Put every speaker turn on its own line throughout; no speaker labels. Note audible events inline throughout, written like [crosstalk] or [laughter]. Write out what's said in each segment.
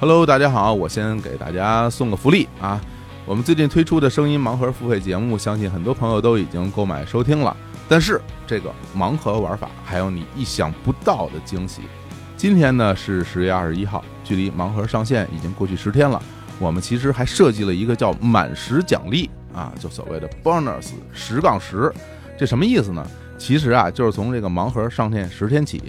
Hello，大家好，我先给大家送个福利啊！我们最近推出的声音盲盒付费节目，相信很多朋友都已经购买收听了。但是这个盲盒玩法还有你意想不到的惊喜。今天呢是十月二十一号，距离盲盒上线已经过去十天了。我们其实还设计了一个叫“满十奖励”啊，就所谓的 bonus 十杠十，这什么意思呢？其实啊，就是从这个盲盒上线十天起，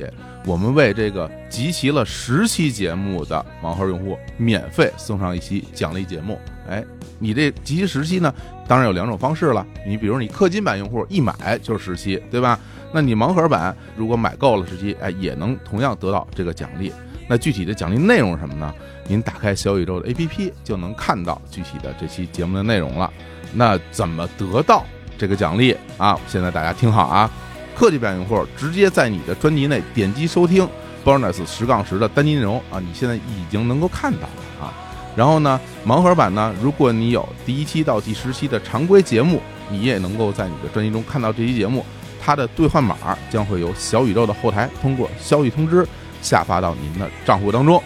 我们为这个集齐了十期节目的盲盒用户免费送上一期奖励节目。哎，你这集齐十期呢，当然有两种方式了。你比如你氪金版用户一买就是十期，对吧？那你盲盒版如果买够了十期，哎，也能同样得到这个奖励。那具体的奖励内容是什么呢？您打开小宇宙的 APP 就能看到具体的这期节目的内容了。那怎么得到这个奖励啊？现在大家听好啊！科技版用户直接在你的专辑内点击收听 bonus 十杠十的单集内容啊，你现在已经能够看到了啊。然后呢，盲盒版呢，如果你有第一期到第十期的常规节目，你也能够在你的专辑中看到这期节目。它的兑换码将会由小宇宙的后台通过消息通知下发到您的账户当中。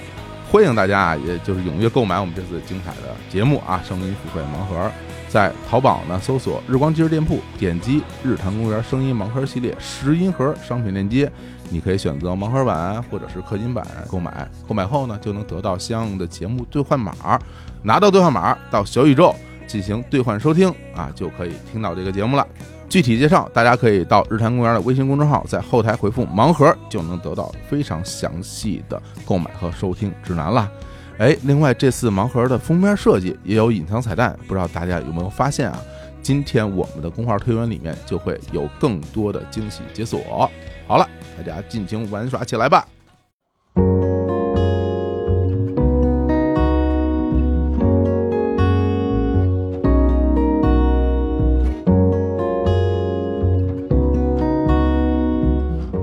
欢迎大家啊，也就是踊跃购买我们这次精彩的节目啊，声音付费盲盒。在淘宝呢搜索“日光今日店铺”，点击“日坛公园声音盲盒系列十音盒”商品链接，你可以选择盲盒版或者是氪金版购买。购买后呢，就能得到相应的节目兑换码，拿到兑换码到小宇宙进行兑换收听啊，就可以听到这个节目了。具体介绍，大家可以到日坛公园的微信公众号，在后台回复“盲盒”，就能得到非常详细的购买和收听指南了。哎，另外这次盲盒的封面设计也有隐藏彩蛋，不知道大家有没有发现啊？今天我们的公号推文里面就会有更多的惊喜解锁。好了，大家尽情玩耍起来吧！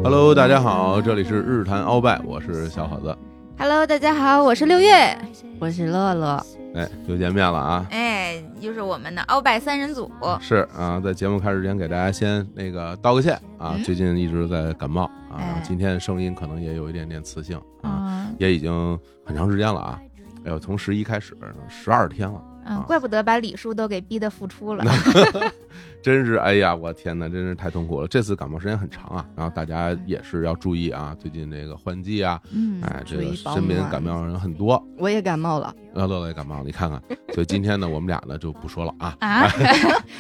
Hello，大家好，这里是日坛鳌拜，我是小伙子，
Hello，大家好，我是六月，我是乐乐，
哎，又见面了啊！
哎，又是我们的鳌拜三人组，
是啊，在节目开始之前给大家先那个道个歉啊，
嗯
最近一直在感冒啊，然后
哎
今天声音可能也有一点点磁性啊，
嗯
也已经很长时间了啊。哎呦，从十一开始，十二天了，
啊
嗯，怪不得把李叔都给逼得复出了，
真是哎呀，我天哪，真是太痛苦了。这次感冒时间很长啊，然后大家也是要注意啊，最近这个换季啊，
嗯
哎，这
注
个
意保
身边
暖
感冒的人很多。
我也感冒了，
那乐乐也感冒了，你看看。所以今天呢，我们俩呢就不说了啊，
啊，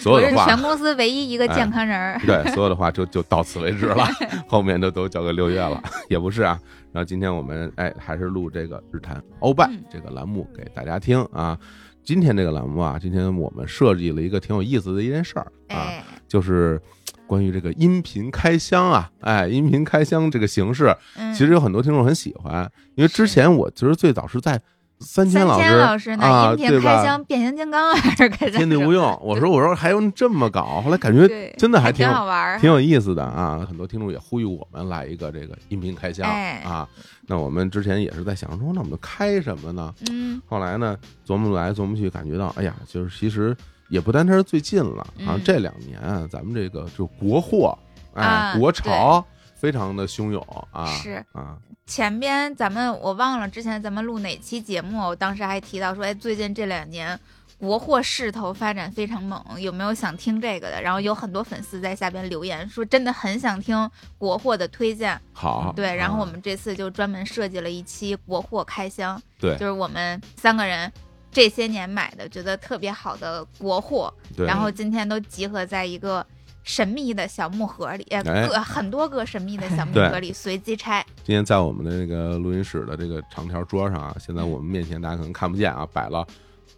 所
我
有
是
的话
全公司唯一一个健康人 [laughs] 儿，
对，所有的话就就到此为止
[laughs]
了，后面就都交给六月了， [laughs] 也不是啊。然后今天我们哎还是录这个日谈欧拜
嗯
这个栏目给大家听啊。今天这个栏目啊，今天我们设计了一个挺有意思的一件事儿啊，
哎，
就是关于这个音频开箱啊，哎，音频开箱这个形式，
嗯，
其实有很多听众很喜欢，因为之前我其实最早是在三千
三
老
千
师
老师
啊
呢，音
对
频
吧
开箱变形金刚还是开箱
天地无
[laughs]
用，我说我说还用这么搞，后来感觉
对，
真的还挺
挺
有
好玩儿，
挺有意思的啊，很多听众也呼吁我们来一个这个音频开箱、
哎
啊。那我们之前也是在想说，那我们开什么呢？
嗯，
后来呢，琢磨来琢磨去，感觉到，哎呀，就是其实也不单单是最近了，好像
嗯
这两年啊咱们这个就国货，哎，
啊
国潮非常的汹涌啊，
是
啊，
前边咱们我忘了之前咱们录哪期节目，我当时还提到说，哎，最近这两年国货势头发展非常猛，有没有想听这个的？然后有很多粉丝在下边留言说，真的很想听国货的推荐。
好，
嗯对，然后
啊
我们这次就专门设计了一期国货开箱，
对
就是我们三个人这些年买的觉得特别好的国货，
对
然后今天都集合在一个。神秘的小木盒里，呃
哎
各很多个神秘的
[laughs]
小木
对
盒里随机拆，
今天在我们的那个录音室的这个长条桌上啊，现在我们面前大家可能看不见啊，摆了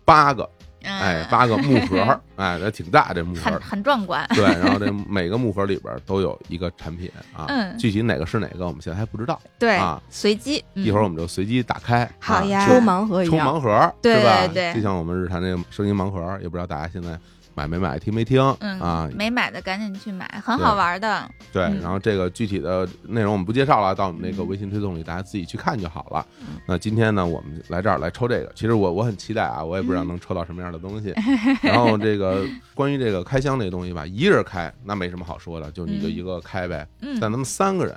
八个，
嗯、
哎，八个木盒
[laughs]
儿，哎，那挺大这木盒
很
儿，
很
[laughs]
壮 [laughs] 观。
对，然后这每个木盒里边儿都有一个产品啊，
嗯
具体哪个是哪个，我们现在还不知道。
对，
啊
随机。嗯
一会儿我们就随机打开，
好
啊
呀
抽
抽盲盒一
抽
样，
盲盒儿，
对
是吧？
对
就像我们日常这个声音盲盒儿，也不知道大家现在买没买、听没听
嗯
啊？
没买的赶紧去买，很
对
好玩的。
对，
嗯
然后这个具体的内容我们不介绍了，到我们那个
嗯
微信推送里大家自己去看就好了。那今天呢，我们来这儿来抽这个，其实我我很期待啊，我也不知道
嗯
能抽到什么样的东
[laughs]
西。然后这个关于这个开箱这个东西吧，一人开那没什么好说的，就你就
嗯
一个开呗。
嗯
但咱们三个人，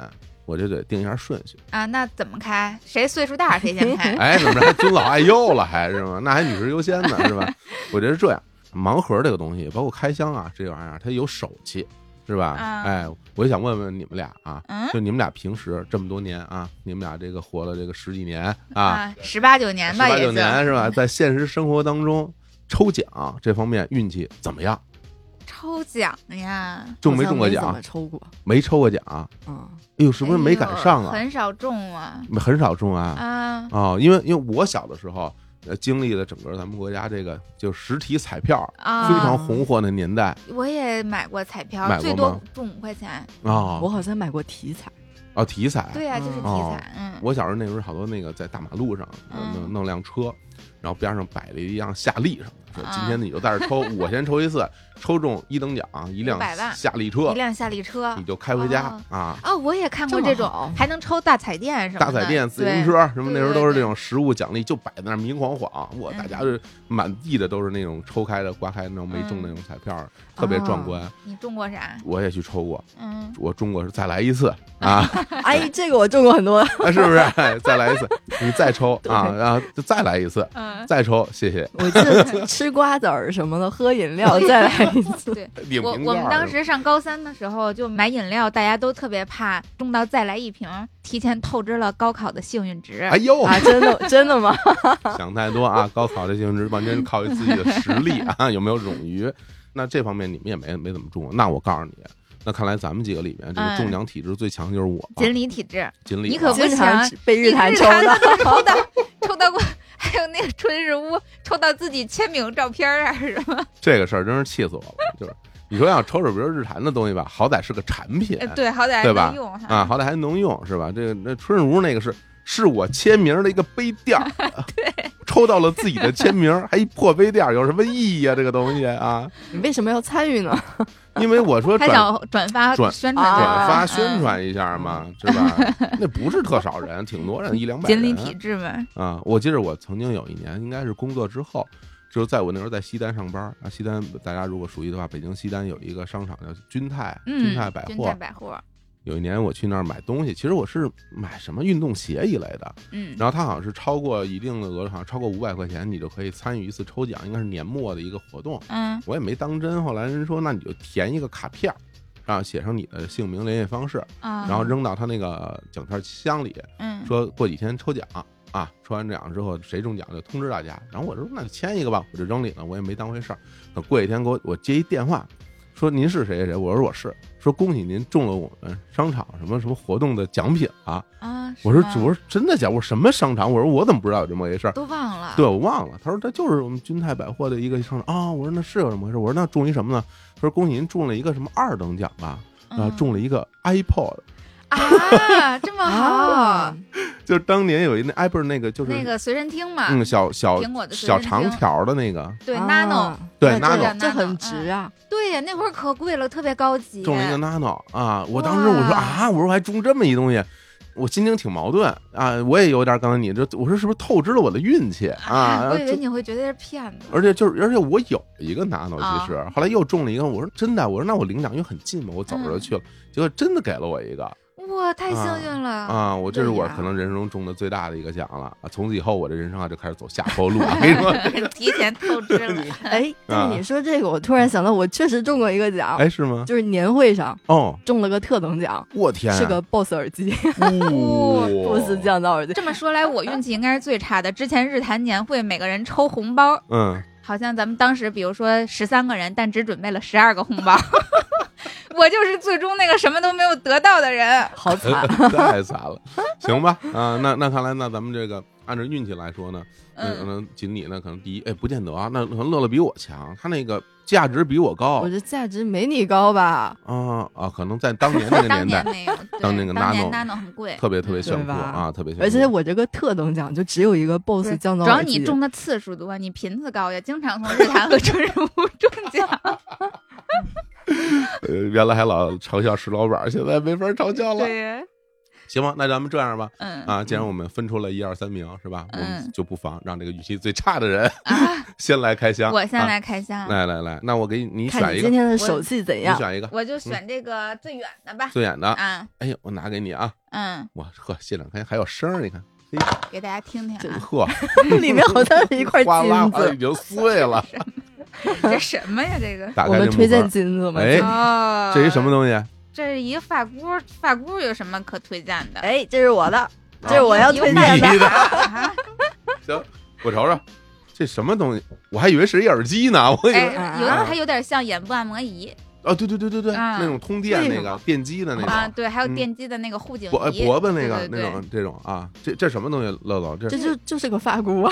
我就得定一下顺序。？
啊，那怎么开？谁岁数大谁先开
[laughs] 哎，怎么着还尊老爱幼了，还是吗？那还女士优先呢，是吧？我觉得这样，盲盒这个东西，包括开箱啊，这玩意儿它有手气，是吧？
啊
哎，我就想问问你们俩啊，
嗯
就你们俩平时这么多年啊，你们俩这个活了这个十几年啊，
啊，十八九年
十
吧，
八
也
九
就
年是吧？在现实生活当中，抽奖这方面运气怎么样？
抽奖呀，
中没中过
好像
奖
没？怎么抽过，
没抽过奖？
嗯，
哎呦，是不是没
哎呦
赶上啊？
很少中啊，
很少中啊？
啊，
啊、因为因为我小的时候，呃，经历了整个咱们国家这个就实体彩票非
啊
常红火的年代
我也买过彩票，
买过
最多
吗
中五块钱。
啊
我，好像买过体彩，
啊，体彩。
嗯对呀、就是体
哦
彩，嗯，
我小时候那时候好多那个在大马路上呃
嗯
弄弄辆车，然后边上摆了一辆夏利什么的，说今
啊
天你就在这抽，我先抽一次，抽中一等奖一辆
500万
夏利车
一，辆夏利车
你。就开回家啊。
哦，我也看过
这么
这种
好，
还能抽大彩电什么的。
大彩电、自行
对
车什么，那时候
对对
都是这
对
种实物奖励，就摆在那儿明晃晃，哇，
嗯
大家就满地的都是那种抽开的、刮开的那种没中的那种彩票，
嗯
特别
哦
壮观。
你中过啥？
我也去抽过，
嗯，
我中过是再来一次啊，
[laughs]
[laughs]
哎，这个我中过很多，
是不是？ [laughs] 哎再来一次，你再
[laughs]
抽啊，
对
然后就再来一次，
嗯，
再抽，谢谢。
[laughs] 我这吃瓜子儿什么的，喝饮 [laughs] 料再来一次，
对。
领
我
瓶
我
盖
们
儿
当时上高三的时候就买饮料，大家都特别怕中到再来一瓶，提前透支了高考的幸运值。
哎呦，
啊，真的真的 [laughs] 吗？
[laughs] 想太多啊！高考这些是完全靠自己的实力 [laughs] 啊，有没有冗余？那这方面你们也没没怎么中。那我告诉你，那看来咱们几个里面，这个
嗯
中奖体质最强就是我，
哎锦鲤体质，
锦鲤啊，
你可不
经常
行
被日坛
日
抽到，
都 [laughs] 抽到抽到过，还有那个春日屋抽到自己签名照片啊什么。
这个事儿真是气死我了。就是你说要抽抽，比如日坛的东西吧，好歹是个产品，
哎对，好歹还
对吧
能用哈。
啊，好歹还能用是吧？这个那春日屋那个是是我签名的一个杯垫
[laughs]
儿，啊抽到了自己的签名，还一破杯垫儿，有什么意义啊？这个东西啊，
你为什么要参与呢？
因为我说
还
转
想转发
转
宣
啊
传这个
转发
嗯
宣传一下嘛，是吧？那不是特少人，挺多人，一两百
锦
人。
鲤体质嘛，
啊，我记得我曾经有一年，应该是工作之后，就是在我那时候在西单上班啊。西单大家如果熟悉的话，北京西单有一个商场叫君泰，
嗯，
君泰百
君泰
货。
百货，
有一年我去那儿买东西，其实我是买什么运动鞋一类的，
嗯
然后它好像是超过一定的额度，好像超过五百块钱，你就可以参与一次抽奖，应该是年末的一个活动。
嗯
我也没当真，后来人说那你就填一个卡片儿，然后写上你的姓名、联系方式，
啊，
然后扔到他那个奖券箱里，
嗯
说过几天抽奖啊，抽完奖之后谁中奖就通知大家。然后我就说那就签一个吧，我就扔里了，我也没当回事儿。等过几天给我我接一电话，说您是谁谁谁，我说我是，说恭喜您中了我们商场什么什么活动的奖品啊。
啊，
我说
是吗
我说真的假的？我说什么商场？我说我怎么不知道有这么回事儿？
都忘了，
对，我忘了。他说这就是我们君泰百货的一个商场啊、我说那是有这么回事儿。我说那中一什么呢？他说恭喜您中了一个什么二等奖啊，
嗯，
啊中了一个 iPod。
啊，这么好
啊，，
就是当年有一那 Apple 那个就是
那个随身听嘛，
嗯小小
苹果的随
小
身
长
听，
条的那个，
对
啊
nano，
对
那这
Nano
这很值啊，
对呀，那会儿可贵了，特别高级，
中了一个 Nano 啊！我当时我说
哇
啊，我说我还中这么一东西，我心情挺矛盾啊，我也有点刚才你这，我说是不是透支了我的运气啊？
我以为
就
你会觉得是骗子，
而且就是，而且我有一个 Nano，
啊
其实后来又中了一个，我说真的，我说那我领奖因为很近嘛，我
嗯
走着就去了，结果真的给了我一个
哇，太幸运了，
啊！我这是
对
我
呀
可能人生中中的最大的一个奖了啊！从此以后我的人生啊就开始走下坡路， [laughs] 我跟你
[laughs]
说，
[laughs] 提前透支
[laughs]
了，
哎，但是你说这个，我突然想到，我确实中过一个奖，
哎是吗？
就是年会上
哦，
中了个特等奖，
我天啊， [laughs] 哦
是个 BOSS 耳机
哇
[laughs] ，BOSS 降噪耳机，
这么说来，我运气应该是最差的。之前日坛年会每个人抽红包，
嗯，。
好像咱们当时比如说十三个人，但只准备了十二个红包。 [laughs] 我就是最终那个什么都没有得到的人。
好惨
[laughs]
[laughs]
太惨了，行吧，啊、那那看来那咱们这个按照运气来说呢，那可
嗯，
能锦鲤呢可能第一，哎，不见得啊，那可能乐乐比我强，他那个价值比我高
我这价值没你高吧？
啊啊，可能在当年
[laughs]
那个
当
年
年
代
那个，对
当那个
当年
Nano
nano 很贵，
特别特别炫
对
酷
吧
啊，特别炫酷，
而且我这个特等奖就只有一个 BOSS 降噪
主要
耳机，
你中的次数多，你频次高呀，经常从日坛和春日屋中
[laughs]
奖。
呃原来还老嘲笑石老板，现在没法嘲笑了。
对，
行吧，那咱们这样吧，
嗯
啊，既然我们分出了一二三名，是吧？我们
嗯
就不妨让这个语气最差的人
啊，
[laughs] 先来开箱。
我先
啊，
来开箱，
来来来，那我给你
看
选一
你
个
今，天的手气怎
你
样？
选一个
我就选这个最远的吧。
最远的。
啊，
哎呦，我拿给你啊！
嗯，
哇呵，现场看还有声儿，你看，
给大家听听啊，
呵，
里面好像是 [laughs] 一块
哗啦
金
哗啦
子
已。经碎了。
这什么呀？这个
打
我
开
们
这
推
木盒
荐金子
[laughs]
吗？
哎
哦，
这是什么？东西？
这是一个发箍，发箍有什么可推荐的？
[laughs] 哎，这是我的，这是我要推荐
啊你
的。
的
啊，
行，我瞅瞅，这什么东西？我还以为是一耳机呢，我以为
哎，有的还有点像眼部按摩仪
啊，对对对对对，
啊
那种通电
为
那
什
个电机的那
啊，
种，
对，还有
嗯哎
电击的那个护颈
脖
仪，
脖子那个
对对
那
对
种这种啊，这这什么东西？乐总，这
这就就是个发箍 [laughs] 啊！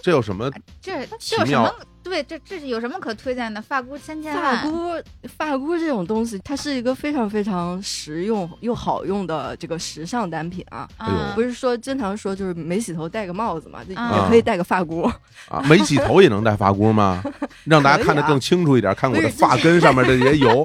这有
[laughs]
什么？
这
奇
这有什
妙
么？对，这这是有什么可推荐的？发箍千千
发
万，
箍，发箍这种东西，它是一个非常非常实用又好用的这个时尚单品啊。
哎呦
啊
不是说经常说就是没洗头戴个帽子嘛，就
啊
也可以戴个发箍。
啊，没洗头也能戴发箍吗？让大家看得
啊
更清楚一点，看我的发根上
[laughs]
面这些油，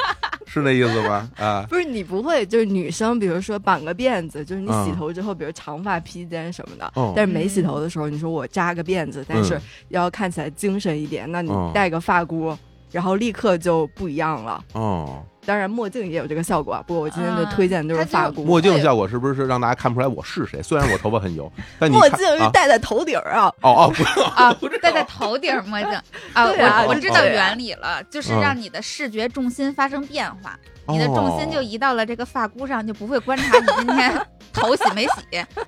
是那意思吧？啊，
不是你不会，就是女生，比如说绑个辫子，就是你
啊
洗头之后，比如长发披肩什么的。
哦
但是没洗头的时候，你说我扎个辫子，但是
嗯
要看起来精神一点，那你
哦
戴个发箍，然后立刻就不一样了。
哦，
当然，墨镜也有这个效果啊，不过我今天就
啊
推荐就是发箍。
墨镜效果是不是让大家看不出来我是谁？虽然我头发很油，但你
墨
看
镜
啊
是，戴在头顶儿啊，
哦哦，不
啊
不知，
戴在
道
头顶儿墨
[laughs]
镜啊，
对啊
我我
就
知
是
道
这
样
原理了，就是
嗯
让你的视觉重心发生变化，
哦
[laughs] 你的重心就移到了这个发箍上，就不会观察你今
[laughs]
天头洗没洗，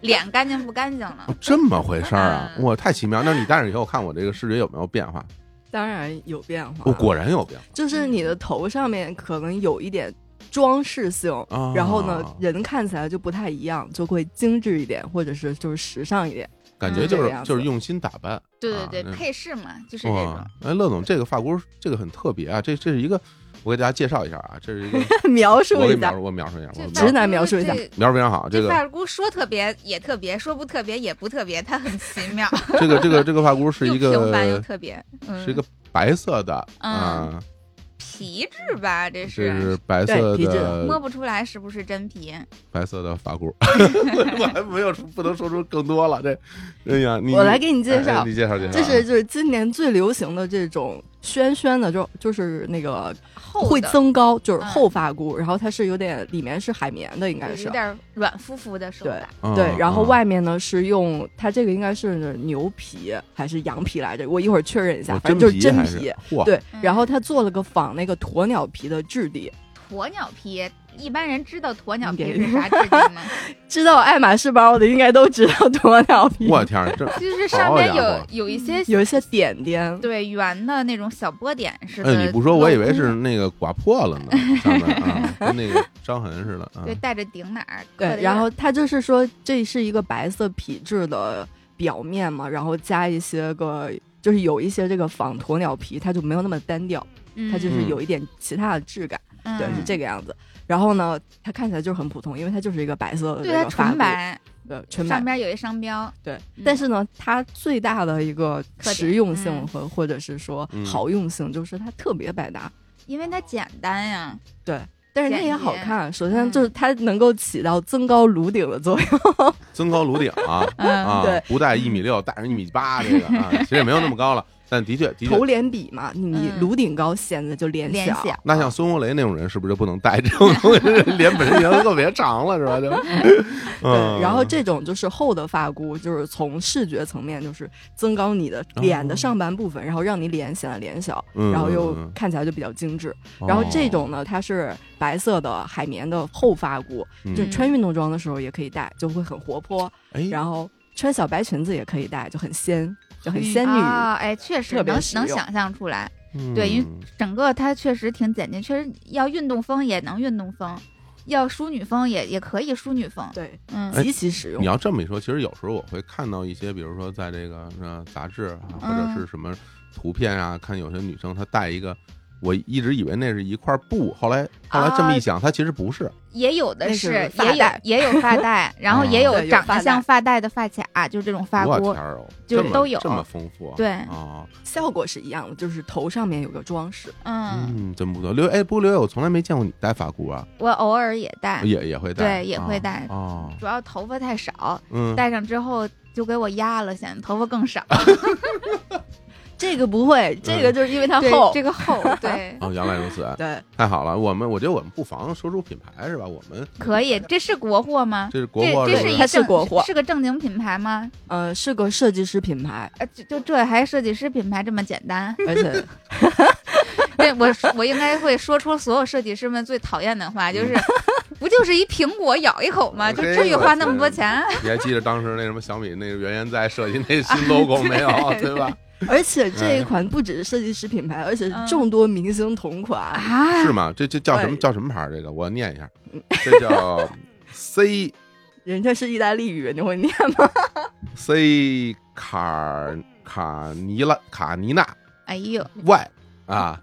脸干净不干净了
哦。这么回事儿啊！
嗯
哇，太奇妙！那你戴上以后，看我这个视觉有没有变化？
当然有变
嗯
化。
我果然有变
就是你的头上面可能有一点装饰性，
化。啊
然后呢，人看起来就不太一样，就会精致一点，或者是就是时尚一点。
感觉就
嗯这
是
个样子
就是用心打扮。
对
啊
对
那
对，配饰嘛，就是这种
哇。，哎，乐总，这个发箍这个很特别啊，这这是一个，我给大家介绍一下啊，这是一
[laughs]
个，
描
我
述
给
一
你描
下，
述，我描述一下，我描
这发
述
直男
箍
描述一下
这
描述非常好。这
这
个
发箍说特别也特别，说不特别也不特别，它很奇妙，
这个这个这个发 [laughs] 箍是
又
一
平凡又
个
特别，嗯，
是一个白色的
嗯
啊，
皮质吧，这
这
是
是呃白色
对皮质
摸
的
不出来是不是真皮。
白色的发
[laughs]
箍，我还没有不能说出更多了。这，哎呀，你
我来给你介
哎
绍
哎你。介绍介绍啊，
这是就是今年最流行的这种轩轩的，就就是那个
厚
会
的
增高，就是
嗯
后发箍，然后它是有点里面是海绵的，应该
有
是
有点儿软乎乎的手
对
感，
嗯
对，然后
嗯
外面呢是用它这个应该是牛皮还是羊皮来着？我一会儿确认一下，
哦
反正就是真
还是
皮。，
嚯，
对，
嗯
然后它做了个仿那个鸵鸟皮的质地，
鸵鸟皮，一般人知道鸵鸟皮
你
是啥质地吗？ [laughs]
知道爱马仕包的应该都知道鸵鸟皮，
我天儿，这
就是上面
好家
有
伙
有一些
有一些点点。
对圆的那种小波点似的。嗯
哎，你不说我以
嗯
为是那个刮破了呢， [laughs] 上面
[laughs]
啊，跟那个伤痕似的啊
对，带着顶哪儿。刻
对，
的
然
印
后
儿
它就是说这是一个白色皮质的表面嘛，然后加一些个。就是有一些这个仿鸵鸟皮，它就没有那么单调，它就是有一点其他的质感，
嗯
对，是
嗯
这个样子。然后呢，它看起来就是很普通，因为它就是一个白色的这
对
个
它
发
纯
箍，
白，
对，纯白
上。边有一商标。
对
嗯，
但是呢，它最大的一个
特点
实用性
嗯
和或者是说
嗯
好用性，就是它特别百搭，
因为它简单呀，
但是它
简
也好
洁嗯
看。首先就是它能够起到增高颅顶的作用，
增高颅顶
[laughs]
啊
嗯
啊
对，
不带一米六，带人一米八这个啊，其实也没有那么高了，但的确的确
头，脸比嘛，你
嗯
颅顶高显得就脸
脸
小。
小。
那像孙红雷那种人是不是就不能戴这种东西？ [laughs] 脸本身就特别长了是吧？
[laughs]
就，嗯，
对，然后这种就是厚的发箍，就是从视觉层面就是增高你的脸的上半部分，然后让你脸显得脸小，
嗯
然后又
嗯
看起来就比较精致。
嗯
然后这种呢，它是白色的海绵的厚发箍，
嗯
就穿运动装的时候也可以戴，就会很活泼。
哎，
然后穿小白裙子也可以戴，就很仙，就很仙女。
啊，哎，确实
特别
能
实
能
用
想象出来，
嗯
对因为整个它确实挺简洁，确实要运动风也能运动风，嗯要淑女风也也可以淑女风，
对，
嗯，
哎
极其实用
你。要这么一说，其实有时候我会看到一些，比如说在这个呃杂志啊，或者
嗯
是什么图片啊，看有些女生她戴一个我一直以为那是一块布，后来后
啊
来这么一想，它其实不是。
也有的
那
是
是，发
也有
带
也有发带，然后也有
对有
长得
发带
像发带的发卡，就是这种发
啊我
箍
天。儿哦，
就是
这么
都有
这么丰富啊。
对
啊，
效果是一样的，就是头上面有个装饰。
嗯，
嗯，真不错。刘哎，不过刘烨，我从来没见过你戴发箍啊，
我偶尔也戴，
哦也也会戴，
对也会戴
啊哦，
主要头发太少，
嗯，
戴上之后就给我压了，显得头发
[laughs]
更少。
这个不会，这
嗯
个就是因为它
对
厚。
这 [laughs] 个厚，对，
哦，原来如此，
对，
太好了。我们我觉得我们不妨说出品牌是吧？我们
可以，这是国货吗？
这是国
这
货
这
不
是
对
一
它是
正
国货
是个正经品牌吗？
呃，是个设计师品牌，
呃，就就这还设计师品牌这么简单？ [laughs]
[laughs]
而且
对我我应该会说出所有设计师们最讨厌的
嗯
话，就是不就是一苹果咬一口吗？就
这
至于
个
花那么
是
多钱？
你还记得当时那什么小米那个圆圆在设计那
啊
新 logo 没有？对吧？
而且这
嗯
一款不只是设计师品牌，而且
嗯
是众多明星同款。 [laughs]
啊
是吗？这这叫什么
对
叫什么牌儿？这个我念一下，
嗯
这叫 C
人家是意大利语，你会念吗？
C 卡尔卡尼拉卡尼娜
哎呦，
Y
[laughs]
啊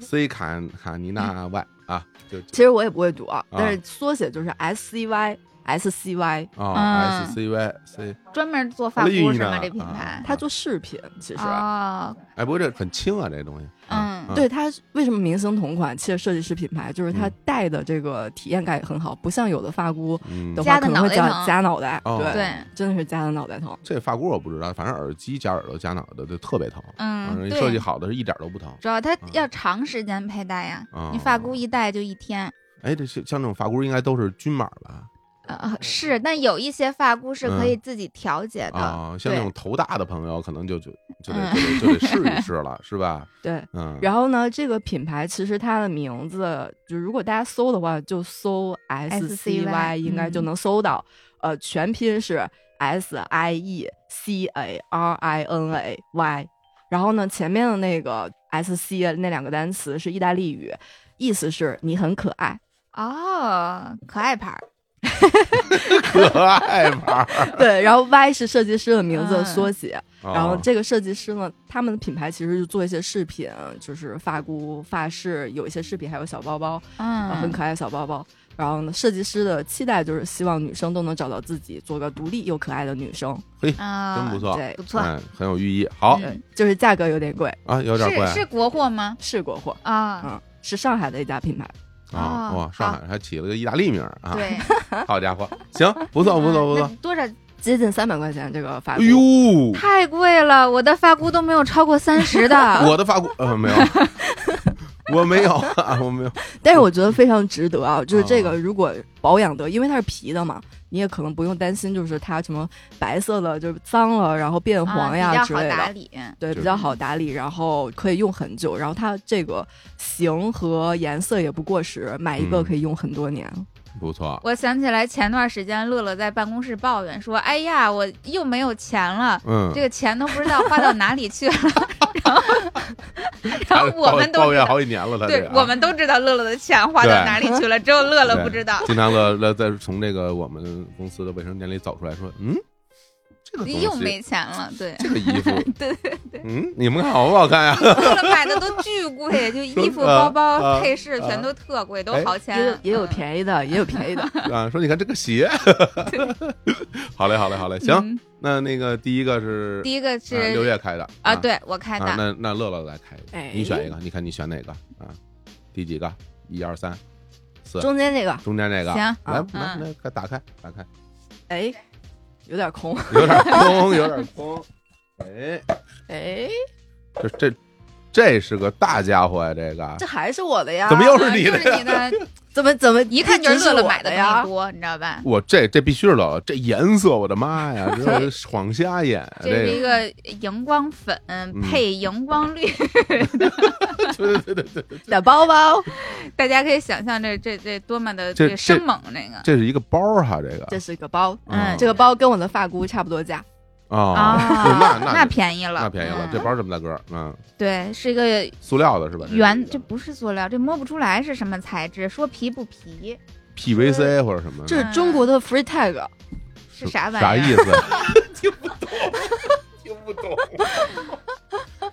，C 卡卡尼娜 Y 啊，就
其实我也不会读啊，
啊
但是缩写就是 S C Y S C Y，
啊
嗯
S C Y C。
专门做发
绿
箍是
呢啊
吗？这品牌？
它做饰品，其实。
哦，
哎，不过这很轻啊，这东西。
嗯
对它为什么明星同款，其实设计师品牌就是它戴的这个体验感也很好，不像有的发箍
嗯
的
夹
话
得
可能
脑
会
袋疼
夹夹脑袋，
哦
对，
对，
真的是夹的脑袋疼。
这发箍我不知道，反正耳机夹耳朵夹脑袋就特别疼。反
嗯，
正
对，
设计好的是一点都不疼。
主要它要长时间佩戴呀，你发箍
嗯哦
一戴就一天。
哎，这像像这种发箍应该都是均码吧？哦
呃，是，但有一些发箍是可以自己调节的，
啊，嗯像
哎对嗯
那种头大的朋友，可能就就就得就得就得试一试了，是吧？
对，
嗯，
然后呢，这个品牌其实它的名字，就如果大家搜的话，就搜 S C
SCY
Y，应嗯该就能搜到。呃，全拼是 S I E C A R I N A Y，然后呢，前面的那个 S C 那两个单词是意大利语，意思是你很可爱。 [laughs]
哦，可爱牌儿，
可爱
[laughs]
牌儿，
对，然后 Y 是设计师的名字的
嗯
缩写，
哦
然后这个设计师呢，他们的品牌其实就做一些饰品，就是发箍、发饰，有一些饰品，还有小包包。啊，很
嗯，
可爱的小包包。然后呢，设计师的期待就是希望女生都能找到自己，做个独立又可爱的女生。
啊，
真不错，
对
不，错，
嗯，很有寓意。好
嗯
对，就是价格有点贵，
啊，有点贵
是是国货吗？
是国货，
啊，
嗯，是上海的一家品牌。
啊，
哦
哇，上海还起了个意大利名儿啊， [laughs]
对，
好家伙，行，不错不错不
嗯
错
那，多少？
接近三百块钱这个发
哎
箍，
呦，
太贵了，我的发箍都没有超过三十
[laughs]
的。
我的发箍呃没有，我没有啊，我没有，
但是我
嗯
觉得非常值得啊！就是这
啊
个，如果保养得，因为它是皮的嘛，你也可能不用担心，就是它什么白色的就是脏了，然后变黄呀、
啊、比
之
较好
类
打
的。
理。嗯
对，
就
比较好打理，然后可以用很久，然后它这个型和颜色也不过时，买一个
嗯
可以用很多年。
不错，
我想起来前段时间乐乐在办公室抱怨说：“哎呀，我又没有钱了。”
嗯
这，个钱都不知道花到哪
[laughs]
里去了，然后，然后我们
抱
都知
怨
道，
好几年了，他这
对
个，啊
我们都知道乐乐的钱花到
对
哪里去了，只有乐乐
对
不知 [laughs] 道。
经常乐乐在从这个我们公司的卫生间里走出来说，嗯，这个东
你
西
又没钱了，
[laughs]
对，
这个衣服，
对 [laughs] 对，
嗯，你们看好不好看呀？ [laughs]
乐乐买的都巨贵，就衣服、
啊
包
啊
包、配饰
啊
全都特贵，都
哎
好钱
也有，也有
嗯
便宜的，也有便宜的。
啊，说你看这个鞋， [laughs] 好嘞，好嘞，好嘞，行，
嗯
那那个第一个是
第一个
啊
是
六月开的
啊，对我开
啊，
的，
那那乐乐来开一个，
哎
你选一个，你看你选哪个啊？第几个？一二三四，
中间这个，
中间这个， [laughs]
行
来
啊
来
嗯
来，快打开打开，
哎，有点空，
有点空，有点空，哎，
哎，
这这这是个大家伙呀，这个
这还是我的呀？
怎么又
啊
是你
就
的
是
呀？
你的，
[laughs]
怎么怎么
一看就是
直
乐乐
我
买的
的
东
呀
西？多，你知道吧？
我这这必须是老这颜色，我的妈呀，这晃瞎眼，啊
[laughs] 这是
这
一
个嗯
个荧光粉配荧光绿，
对对对对对，
小包包，
大家可以想象这这这多么的
这
这生猛那个
这是一个包儿哈，这
这
个
是个包，
嗯
这个包跟我的发箍差不多价。
啊，那那
那便宜了，
那便宜了，
嗯
这包这么大个儿，嗯，
对是一个
塑料的是吧？这是
圆，
一
这
个
不是塑料，这摸不出来是什么材质，说皮不皮
PVC 或者什么的，
这是中
嗯
国的 free tag，
是啥玩意
啥
儿？
意思？听不懂，听不懂。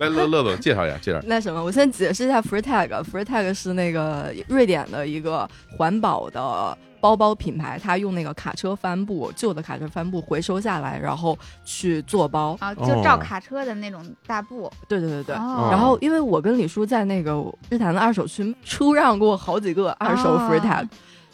[laughs] 来，乐乐总介绍一下，介绍一下。
那什么，我先解释一下 FreeTag。FreeTag 是那个瑞典的一个环保的包包品牌，它用那个卡车帆布，旧的卡车帆布回收下来，然后去做包。
[laughs] 啊，就照
哦
卡车的那种大布。
对对对对。
哦
然后，因为我跟李叔在那个日坛的二手区出让过好几个二手
哦
FreeTag，、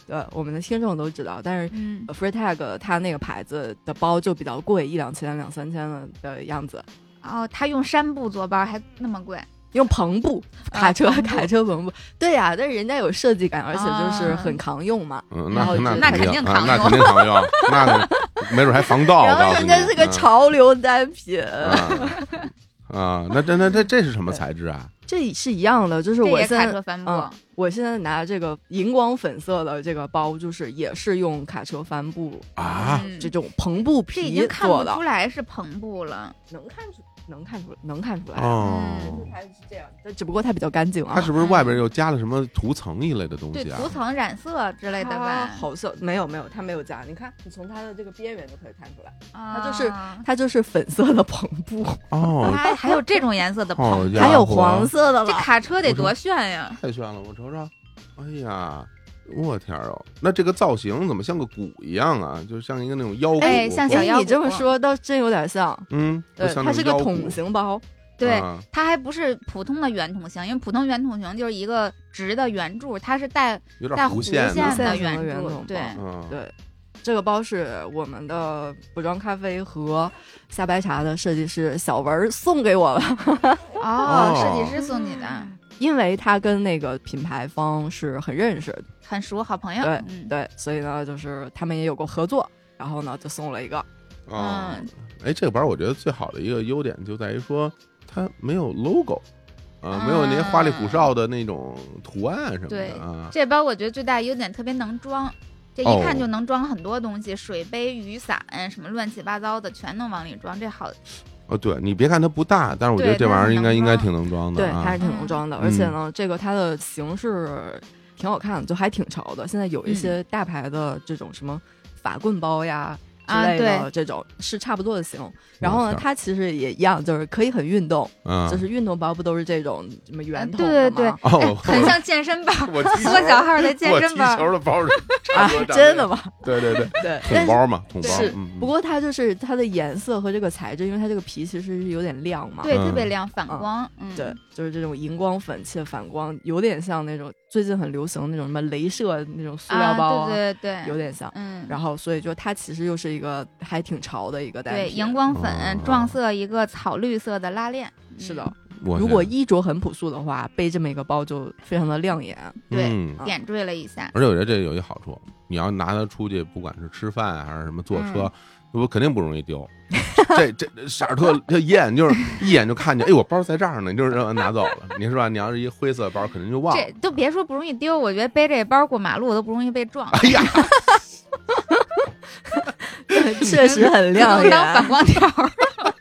对我们的听众都知道，但是呃
嗯，
FreeTag 它那个牌子的包就比较贵，一两千、两三千的的样子。
哦，他用纱布做包还那么贵，
用篷布卡车、
篷布
卡车啊篷布，对呀、但是人家有设计感，而且就是
啊
很扛用嘛。
嗯，
然
那
后就
那
那
哦肯
定
定
啊
扛
那
用
肯定扛
[laughs]
用，那没准还防盗。
啊然
我
后
告诉
人
你
家是
嗯
个潮流单品，
嗯啊啊，那这那这这是什么材质啊？
这是一样的。就是
这
我
也
现
卡
在
车帆布。
嗯我现在拿的这个荧光粉色的这个包，就是也是用卡车帆布
啊，
嗯
这种篷布
这已
皮
经看不
做的
出，来是篷布了，
能看出能看出来能看
嗯
出来。
哦，
它是这样，但只不过它比较干净啊
它。是不是外边又加了什么涂层一类的东
对，
西啊
涂？层染色之类的
它
吧？
啊好色没有没有，它没有加。你看，你从它的这个边缘就可以看出来，
啊，
它就是它就是粉色的篷布。
哦，
还还有这种颜色的
好
篷布，
家伙
还有黄色的
这
了。
卡车得多炫呀！
太炫了，我瞅瞅，哎呀。我天儿哦，那这个造型怎么像个鼓一样啊？就像一个那种腰鼓，
哎像小
哎，
腰
你这么
鼓
说倒真有点像，
嗯，就
对，
像
它
那
是
种腰
个
鼓
桶，型包，
对，
啊
它还不是普通的圆筒形，因为普通圆筒形就是一个直的圆柱，它是带
有
带
点
弧
线
线
的，
的
圆
线形的圆
柱
筒，
对，
嗯，
对。这个包是我们的补妆咖啡和夏白茶的设计师小文儿送给我了，
哦，
[laughs]
哦
设计师送你的，
因为他跟那个品牌方是很认识，
很熟，好朋友，
对
嗯，
对，所以呢，就是他们也有过合作，然后呢就送了一个，
哦
嗯，
哎，这个板儿我觉得最好的一个优点就在于说它没有 logo，啊，没有那些花里胡哨的那种图案什么
对
的啊。
这包我觉得最大优点特别能装，这
哦
一看就能装很多东西，水杯、雨伞什么乱七八糟的全能往里装，这好呃
哦，对你别看它不大，但是我觉得
对
这玩意儿应该
它是
应
能
该
装
挺能装
对
的，
它
啊
是。挺能装的，而且呢，这个它的形式挺好看的，就还挺潮的。现在有一些大牌的这种什么法棍包呀。之
啊
类的
对
这种是差不多的型，然后
我
呢，
天
它其实也一样，就是可以很运动，
嗯，
就是运动包不都是这种什么圆筒
对
的
对
吗？啊
哦，
哎很像健身包，
我踢球
缩小号的健
我踢
身包。
球的包是差
啊
不
[laughs]
多，长这样
真的？吗？
对对对，
对，
桶
但是
包嘛，桶包。
是
嗯，
不过它就是它的颜色和这个材质，因为它这个皮其实是有点亮嘛，
对，
嗯
特别亮，反
嗯
光。嗯，
对，就是这种荧光粉且反光，有点像那种最近很流行那种什么镭射那种塑料包
啊，
啊，
对对对，
有点像。
嗯，
然后，所以就它其实又是一个还挺潮的一个单品。
对荧光粉
哦
撞色一个草绿色的拉链。嗯
是的，，
我
如果
天
衣着很朴素的话，背这么一个包就非常的亮
[laughs]
眼。
对
嗯
啊
点缀了一下。
而且我觉得这有一好处，你要拿它出去，不管是吃饭还是什么坐车，我肯定不容易丢。这这这色儿特特艳，就是一眼就看见，哎，我包在这儿呢，你就是让人拿走了，你是吧？你要是一灰色包，肯定就忘
哦
了
这。都别说不容易丢，我觉得背这包过马路我都不容易被撞，
啊
哎呀，
确实很亮
能当反
眼，
光条。
[laughs]
嗯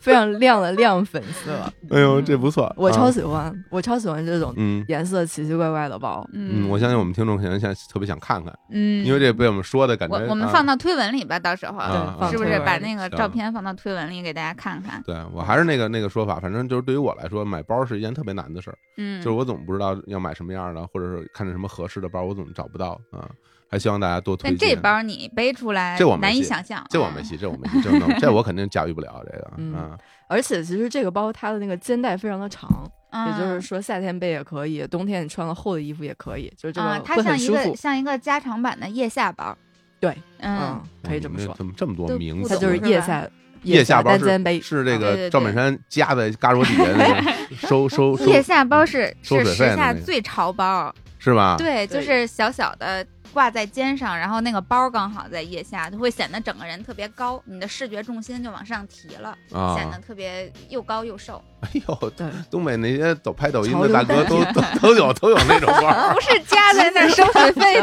非常亮的亮粉色，
哎呦，这不错，
我超
啊
喜欢，我超喜欢这种
嗯
颜色奇奇怪怪的包。
嗯，我相信我们听众可能现在特别想看看，
嗯，
因为这被我们说的感觉
我，我们
啊
放到推文里吧，到时候、
啊
对
是不
放
是
推文
把
里
那个
行
照片放到推文里给大家看看？
对我还是那个那个说法，反正就是对于我来说，买包是一件特别难的事儿，
嗯，
就是我总不知道要买什么样的，或者是看着什么合适的包，我总找不到啊。还希望大家多推
但
荐。
这包你背出来，
这我没
难以
戏
想象。啊
这我没戏，这我没戏，这
[laughs]
我弄这我肯定驾驭不了这个
嗯
啊。
而且其实这个包它的那个肩带非常的长，
嗯，
也就是说夏天背也可以，冬天你穿了厚的衣服也可以，就是这
啊
个，
它
会
像
很
一
舒
个
服。
像一个加长版的腋下包。
对，
嗯，
可以这么
哦你
说，
怎么这么多
都
名
不
字
它
呢？
懂
就是
是
腋
吧
下
腋
下
下包
单
是
肩背，
是这
哦对
个
对
赵本
对
山夹在胳膊底下那
[laughs]
个收收收
腋下包是
收
是
水
时
费的
下
那个
最潮包，
是吧？
对，就
对
是小小的挂在肩上，然后那个包刚好在腋下，就会显得整个人特别高，你的视觉重心就往上提了，
啊，
显得特别又高又瘦。
哎呦，
对，
东北那些抖拍抖音
潮
的
流
大哥
单
都都都有都有那种包儿
不，是加在那儿收水费 [laughs]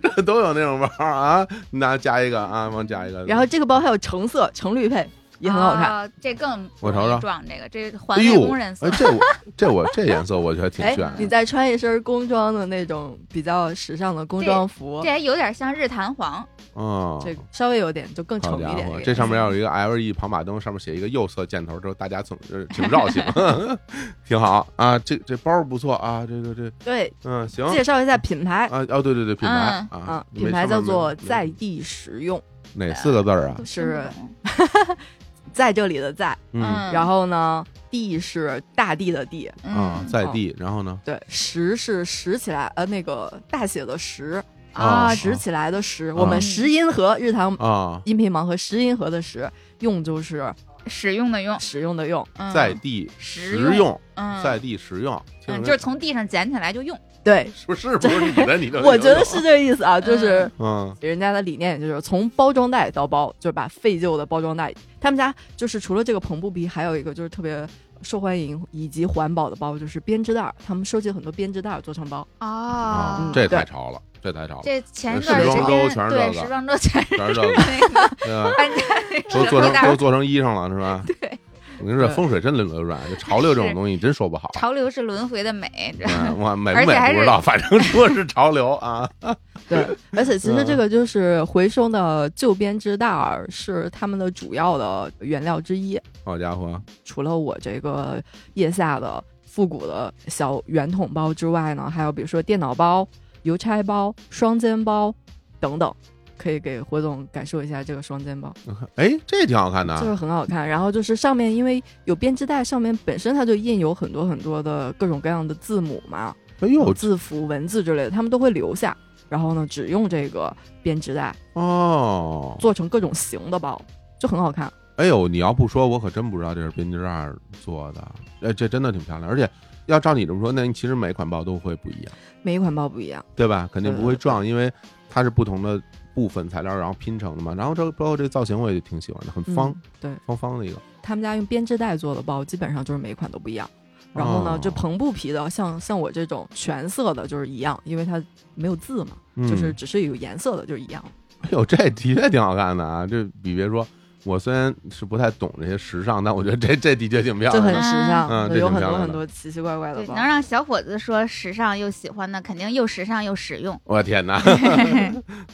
的，
都有那种包儿啊！那加一个啊，往加一个，
然后这个包还有橙色、橙绿配，也很好看。
哦这更
我瞅瞅
撞这个，这环
哎
卫
呦
工
[laughs]
人，色
哎，，这我这我这颜色我觉得挺啊
哎
炫，
你
的。
再穿一身工装的那种比较时尚的工装服
这，还有点像日坛黄，
嗯，
这稍微有点就更
好
丑一
家
点
伙，。
个
这上面
颜
要
色
有一个 LED 跑马灯，上面写一个右侧箭头，之后大家总呃请绕行， [laughs] 挺好啊。这这包不错啊，这个这
对
嗯行
介绍一下品牌
啊哦对对对，品牌啊
啊，，品牌
没上
叫
面
做
没
在地实用，
哪四个字儿啊
都？听不懂
在这里的在，
嗯
嗯
然后呢，地是大地的地，
啊，
嗯
在地，然后呢？
对，拾是拾起来，呃，那个大写的拾，
啊
拾
啊
起来的拾，
啊
我们拾音盒日常
啊，
音频盲盒拾音盒的拾，用就是
使用的用，
使用的用，
嗯
在地
实
实用，
嗯，
在地实用，听
嗯，
着
就是从地上捡起来就用，
对，
[laughs] 是不是不是你的？你的
[laughs] 我觉得是这意思啊，就是
嗯。
嗯
人家的理念也就是从包装袋到包，就是把废旧的包装袋。他们家就是除了这个篷布皮，还有一个就是特别受欢迎以及环保的包，就是编织袋儿。他们收集很多编织袋儿做成包，
哦
嗯
啊这太
对
潮了，这太潮了，
这前一
时
段时
装
周
间
全是
对
这个
时装周全是
全是这个， [laughs]
那个
对
[laughs]
吧
搬家 [laughs] 那
都
石
做
头
成
袋
都
儿，
做成衣裳了是吧？
对，
我跟你说，
对
风水真轮流转，这潮流这种
是
东西真说不好。
潮流是轮回的美，知道吗
嗯，我
[laughs]
美
而
不
且还
美不知
是
道，反正说是潮流啊。 [laughs]
对，而且其实这个就是回收的旧编织袋儿是他们的主要的原料之一。
好家伙，
除了我这个腋下的复古的小圆筒包之外呢，还有比如说电脑包、邮差包、双肩包等等，可以给火总感受一下这个双肩包，
哎，这挺好看的
就是
啊。
很好看。然后就是上面因为有编织袋，上面本身它就印有很多很多的各种各样的字母嘛，
哎
有
呦，
字符、文字之类的，他们都会留下。然后呢，只用这个编织袋
哦，
做成各种型的包，就很好看。
哎呦，你要不说，我可真不知道这是编织袋儿做的。哎，这真的挺漂亮，而且要照你这么说，那你其实每款包都会不一样，
每一款包不一样，
对吧？肯定
对
不会
对对
撞，因为它是不同的部分材料然后拼成的嘛。然后这包括这造型，我也挺喜欢的，很方
嗯，对。
方方的一个。
他们家用编织袋做的包，基本上就是每款都不一样。然后
哦
呢，这篷布皮的，像像我这种全色的，就是一样，因为它没有字嘛，
嗯
就是只是有颜色的，就是一样。
[laughs] 哎呦，这的确挺好看的啊！这比别说，我虽然是不太懂这些时尚，但我觉得这这的确挺漂
就
亮
很
的。
时尚，
嗯这
有
挺
很
漂
多
亮
很
的
多奇奇怪怪的
对，
包
能。让小伙子说时尚又喜欢的，肯定又时尚又实用。 [laughs]
我天哪！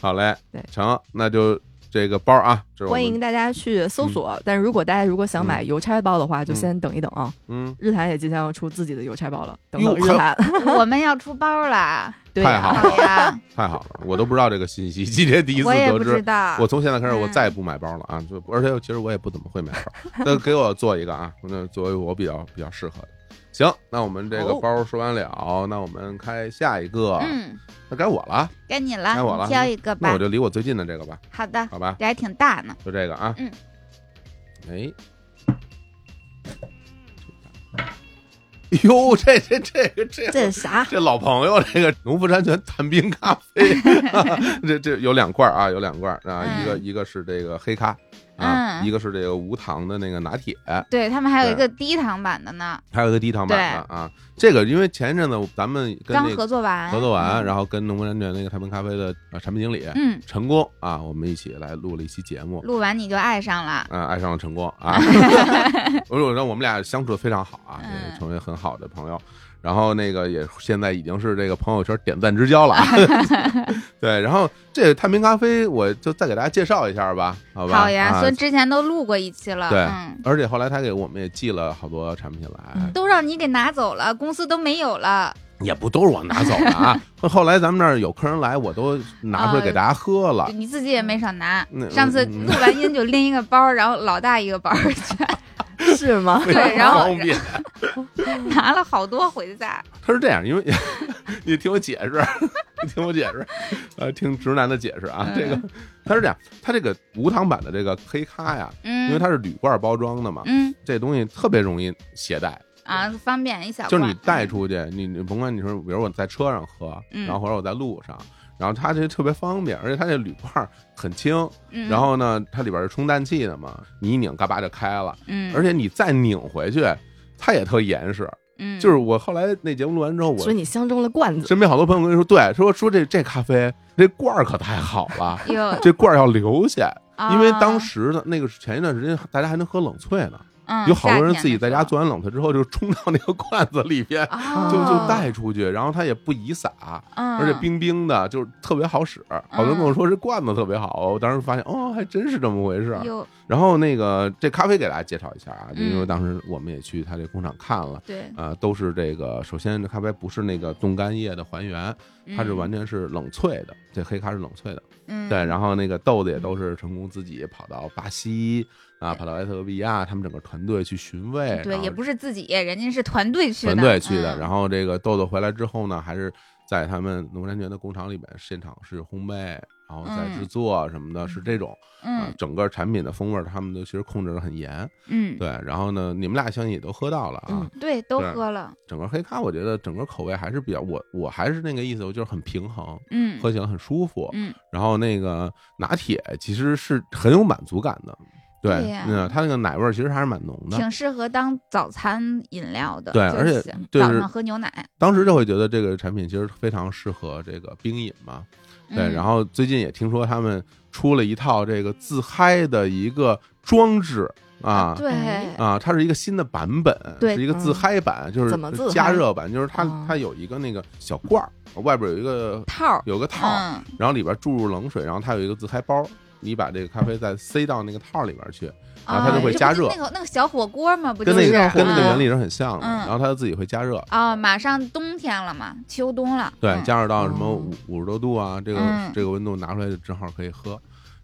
好嘞
对，
成，那就这个包啊，这是我们
欢迎大家去搜索，但如果大家如果想买邮差包的话，
嗯
就先等一等啊。
嗯，
日坛也即将要出自己的邮差包了，等
哟
等日坛。
我们要出包啦！
[laughs] 对
太好
呀，
好呀，
太好了，我都不知道这个信息，今天 [laughs] 第一次
我也
得
不知
知。
道。
我从现在开始，我
嗯
再也不买包了啊！就而且其实我也不怎么会买包，那给我做一个啊，那作为我比较比较适合的。行，那我们这个
哦
包说完了，那我们开下一个，
嗯，
那该我了，
该你了，
该我了
你挑一个
那
吧
我。就离我最近的这个吧，
好的，
好吧？
这还挺大
[laughs]
呢。
就这个啊。
嗯。
哎。哟，这这这这
这是啥？
这老朋友，这个农夫山泉探冰咖
[laughs]
啡，这这有两罐儿啊，有两罐儿啊，
嗯
一个一个是这个黑咖啊，
嗯
一个是这个无糖的那个拿铁，
对他们还有一个低糖版的呢，
还有一个低糖版的啊。这个因为前一阵子咱们跟
刚
那
合
个
作完，
合作完，然后跟农夫山泉那个探冰咖啡的呃产品经理
嗯，
陈工啊，我们一起来录了一期节目，
录完你就爱上了。
啊，爱上了晨光
[laughs]
啊！我说，让我们俩相处的非常好啊，也
嗯
成为很好的朋友。然后那个也现在已经是这个朋友圈点赞之交了
[laughs]
啊。对，然后这探明咖啡，我就再给大家介绍一下吧，好吧？
好呀，
啊
所以之前都录过一期了，
对
嗯，
而且后来他给我们也寄了好多产品来，
嗯
都让你给拿走了，公司都没有了。
也不都是我拿走的啊。
[laughs]
后后来咱们那儿有客人来，我都拿
啊
出来给大家喝了。
你自己也没少拿
啊嗯，
上次
嗯
录完音就拎一个包，然后老大一个包儿去
是吗？
非
对然
常
后
方便，
拿了好多回家。
他是这样，因为 [laughs] 你听我解释， [laughs] 你听我解释，呃，听直男的解释啊，
嗯
这个他是这样，他这个无糖版的这个黑咖呀，
嗯，
因为它是铝罐包装的嘛，
嗯
这东西特别容易携带，
啊，方便一小
就是
罐
你带出去，你你甭管你说，比如我在车上喝，
嗯
然后或者我在路上。然后它这特别方便，而且它这铝罐很轻，
嗯、
然后呢，它里边是充氮气的嘛，你一拧，嘎巴就开了，
嗯，
而且你再拧回去，它也特严实。
嗯
就是我后来那节目录完 [laughs] 之后，我
所以你相中了罐子，
身边好多朋
[laughs]
友跟我说，对，说说这这咖啡这罐儿可太好了，
有
这罐儿要留下，因为
啊
当时的那个前一段时间大家还能喝冷萃呢，
嗯
有好多人自己在家，
夏天的时
做完冷萃之后就冲到那个罐子里
[laughs]
边，
候
就就
哦
带出去，然后它也不移洒，
嗯
而且冰冰的，就是特别好使。好多人跟我说这罐子特别好，我当时发现哦，还真是啊这么回事儿。
有
然后那个这咖啡给大家介绍一下啊，就因为
嗯
当时我们也去他这工厂看了。
对，
呃，都是这个。首先，这咖啡不是那个冻干液的还原，它是
嗯
完全是冷萃的。这黑咖是冷萃的，
嗯
对。然后那个豆子也都是成功自己跑到巴西啊，跑到埃塞俄比亚，他们整个团队去寻味，
嗯
哎
对，
然后
也不是自己，人家是团队去的，
团队去的。
嗯
然后这个豆豆回来之后呢，还是在他们农山泉的工厂里面现场是烘焙，然后再
嗯
制作什么的，是这种啊
嗯，
整个产品的风味儿他们都其实控制的很严。
嗯，
对，然后呢，你们俩相信也都喝到了啊
嗯，
对，都
对
喝了，
整个黑咖我觉得整个口味还是比较我我还是那个意思，我就是很平衡。
嗯
喝起来很舒服，
嗯，
然后那个拿铁其实是很有满足感的，对
对呀，
嗯，它那个奶味儿其实还是蛮浓的，
挺适合当早餐饮料的，
对
就
而且
行
就是
早上喝牛奶，
当时就会觉得这个产品其实非常适合这个冰饮嘛，对。
嗯
然后最近也听说他们出了一套这个自嗨的一个装置啊
哎
对，
啊，它是一个新的版本，
对
是一个自嗨版，就是
嗯怎么自嗨
加热版，就是它
哦
它有一个那个小罐儿，外边有一个
套儿，
有个套，
嗯
然后里边注入冷水，然后它有一个自嗨包。你把这个咖啡再塞到那个套里边去，然后它
啊
就会
这不
加
就
热
那个那个小火锅嘛，不
跟
就
那
是
个跟那个
嗯
原理是很像的，
嗯
然后它自己会加热，
啊，马上冬天了嘛，秋冬了，
对，
嗯
加热到什么
哦
五五十多度啊，这个、
嗯
这个温度拿出来就正好可以喝。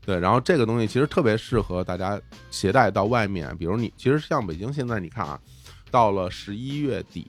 对，然后这个东西其实特别适合大家携带到外面，比如你其实像北京现在你看啊，到了十一月底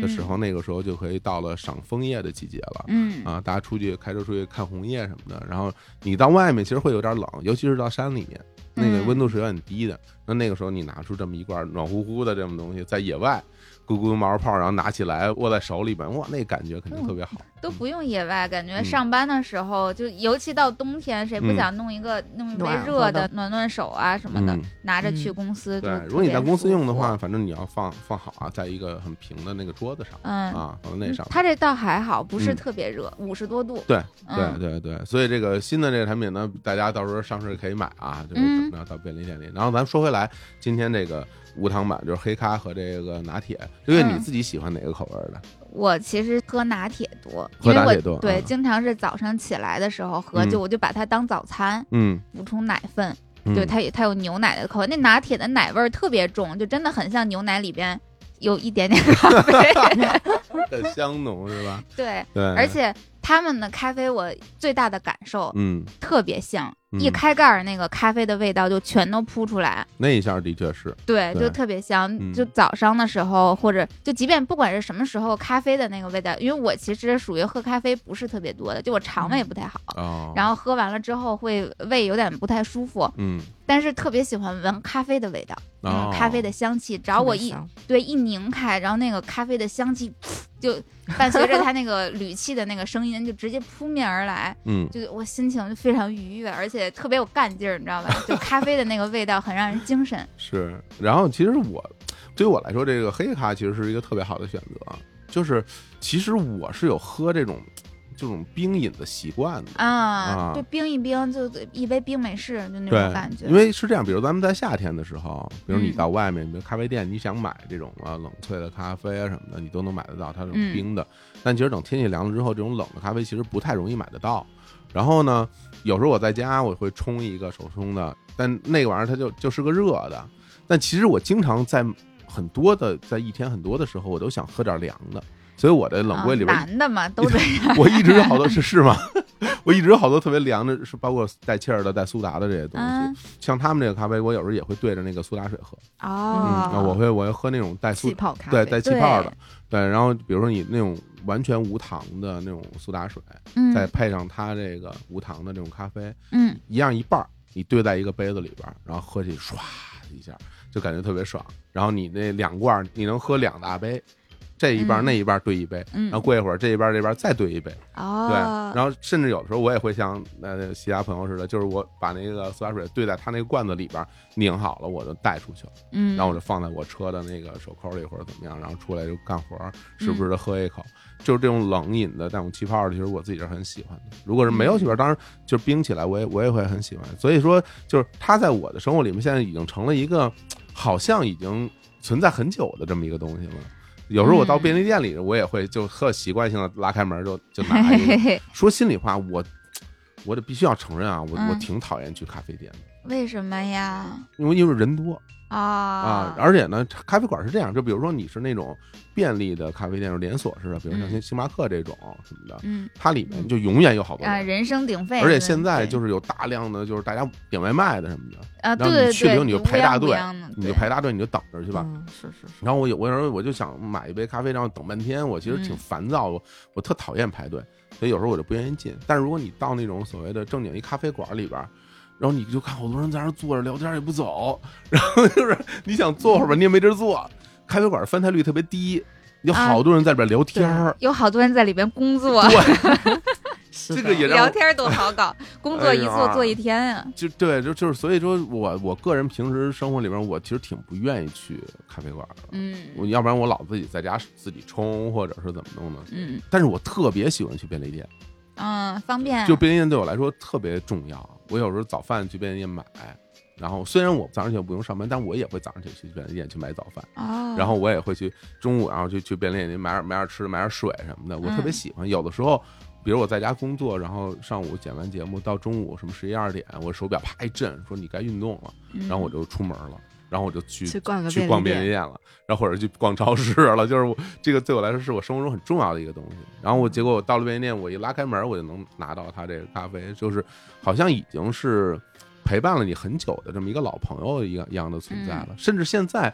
的时，候，那个时候就可以到了赏枫叶的季节了。
嗯嗯
啊，大家出去开车出去看红叶什么的，然后你到外面其实会有点冷，尤其是到山里面，那个
嗯
温度是有点低的。那那个时候你拿出这么一罐暖乎乎的这种东西，在野外咕咕冒着泡，然后拿起来握在手里边，哇，那感觉肯定特别好。
都不用野外，感觉
嗯
上班的时候，就尤其到冬天，谁不
嗯
想弄一个弄一杯
暖和
热
的
的暖暖手啊什么的
嗯，
拿着去
嗯
公司就
对
特别舒服。，
如果你在公司用的话，反正你要放放好啊，在一个很平的那个桌子上
嗯，
啊，放在那上面。
它这倒还好，不是
嗯
特别热，五十多度。
对对
嗯，
对对，所以这个新的这个产品呢，大家到时候上市可以买啊，就是怎
嗯
么着到便利店里。然后咱们说回来，今天这个无糖版就是黑咖和这个拿铁，因为你
嗯
自己喜欢哪个口味儿的？
我其实喝拿铁多，
喝
因为
拿
我
铁多
对，
嗯
经常是早上起来的时候喝，就
嗯
我就把它当早餐
嗯，
补充奶分。
嗯
对，它也它有牛奶的口味，那拿铁的奶味儿特别重，就真的很像牛奶里边有一点 [laughs] 点咖啡。
很香浓是吧？
对，
对，
而且他们的咖啡我最大的感受
嗯嗯，
特别香，
嗯
一开盖儿那个咖啡的味道就全都扑出来，
那一下的确是，
对，
对
就特别香。
嗯
就早上的时候，或者就即便不管是什么时候，咖啡的那个味道，因为我其实属于喝咖啡不是特别多的，就我肠胃不太好。
哦，
然
后
后喝完了之后会胃有点不太舒服，
嗯，
但是特别喜欢闻咖啡的味道，
哦
嗯，咖啡的香气，只要
特别
我一
香
对一拧开，然后那个咖啡的香气 [laughs] 就伴随着它那个铝气的那个声音，就直接扑面而来，
嗯，
就我心情就非常愉悦，而且特别有干劲儿，你知道吧？
[laughs]
就咖啡的那个味道很让人精神。
是。然后其实我对于我来说，这个黑咖其实是一个特别好的选择，就是其实我是有喝这种这种冰饮的习惯的。
啊
啊，
就冰一冰，就一杯冰美式，就那
对
种感觉。
因为是这样，比如咱们在夏天的时候，比如你
嗯
到外面，比如咖啡店，你想买这种啊冷萃的咖啡啊什么的，你都能买得到，它这种
嗯
冰的。但其实等天气凉了之后，这种冷的咖啡其实不太容易买得到。然后呢，有时候我在家我会冲一个手冲的，但那个玩意儿它就就是个热的。但其实我经常在很多的在一天很多的时候，我都想喝点凉的，所以我的冷柜里边
啊男的嘛都这样。
[laughs] 我一直有好多是是吗？ [laughs] 我一直有好多特别凉的，是包括带气儿的、带苏打的这些东西。
嗯
像他们这个咖啡，我有时候也会对着那个苏打水喝。
哦
嗯，那我会我会喝那种带苏
气泡咖
对
啡，
带气
对
泡的，对。然后比如说你那种完全无糖的那种苏打水，
嗯
再配上它这个无糖的这种咖啡，
嗯，
一样一半儿，你兑在一个杯子里边儿，然后喝起唰一下，就感觉特别爽。然后你那两罐儿，你能喝两大杯，这一半儿
嗯
那一半儿兑一杯，
嗯
然后过一会儿这一半儿这边儿再兑一杯，对，
哦，
然后甚至有的时候我也会像呃其他朋友似的，就是我把那个苏打水兑在他那个罐子里边儿拧好了，我就带出去了，
嗯，
然后我就放在我车的那个手扣里或者怎么样，然后出来就干活儿，时不时的喝一口。就是这种冷饮的带有气泡的，其实我自己是很喜欢的。如果是没有气泡，当然就是冰起来，我也我也会很喜欢。所以说，就是它在我的生活里面现在已经成了一个好像已经存在很久的这么一个东西了。有时候我到
嗯
便利店里，我也会就很习惯性的拉开门就就
嘿
拿一个
嘿。嘿，
说心里话，我我得必须要承认啊，我、我
嗯
挺讨厌去咖啡店的，
[laughs] 为什么呀？
因为因为人多
啊
啊
啊，
而且呢，咖啡馆是这样，就比如说你是那种便利的咖啡店，就是连锁式的，比如像
嗯
星星巴克这种什么的，
嗯
它里面就永远有好多人。
啊人声鼎沸的那
而
种，
且现在就是是有大量的，就是大家点外卖的什么的，
啊，
然后你
对对
去了以后
对，
你就
乌
排
泱
大
乌
队
泱的
你就
对
排大队，你就等着去吧。
嗯，是是是，
然后我有我有时候我就想买一杯咖啡，然后等半天，我其实挺烦躁，我我特讨厌排队，所以有时候我就不愿意进。但是如果你到那种所谓的正经一咖啡馆里边儿，然后你就看好多人在那儿坐着聊天也不走，然后就是你想坐会儿吧，你也没地儿坐。咖啡馆翻台率特别低，有好多人在里边聊天儿，
有好多人在里边工作，
是
这
的
个也让
[laughs] 聊
我
天多好
[laughs]
搞，工作
哎
一坐
呀
坐一天啊呀。
就对，就就是所以说我我个人平时生活里边，我其实挺不愿意去咖啡馆的，我
嗯
要不然我老自己在家自己冲或者是怎么弄呢？
嗯
但是我特别喜欢去便利店。
嗯，方便啊，
就便利店对我来说特别重要。我有时候早饭去便利店买，然后虽然我早上起来不用上班，但我也会早上起来去便利店去买早饭，
哦，
然后我也会去中午，然后就去便利店买点买点吃的，买点水什么的。我特别
嗯
喜欢，有的时候。比如我在家工作，然后上午剪完节目到中午什么十一二点，我手表啪一震，说你该运动了，
嗯，
然后我就出门了，然后我就去
去逛个
去
便
逛
利
便利
店，
店了，然后或者去逛超市了， [laughs] 就是我这个对我来说是我生活中很重要的一个东西。然后
嗯
我结果我到了便利店，我一拉开门，我就能拿到他这个咖啡，就是好像已经是陪伴了你很久的这么一个老朋友一样一样的存在了。
嗯
甚至现在，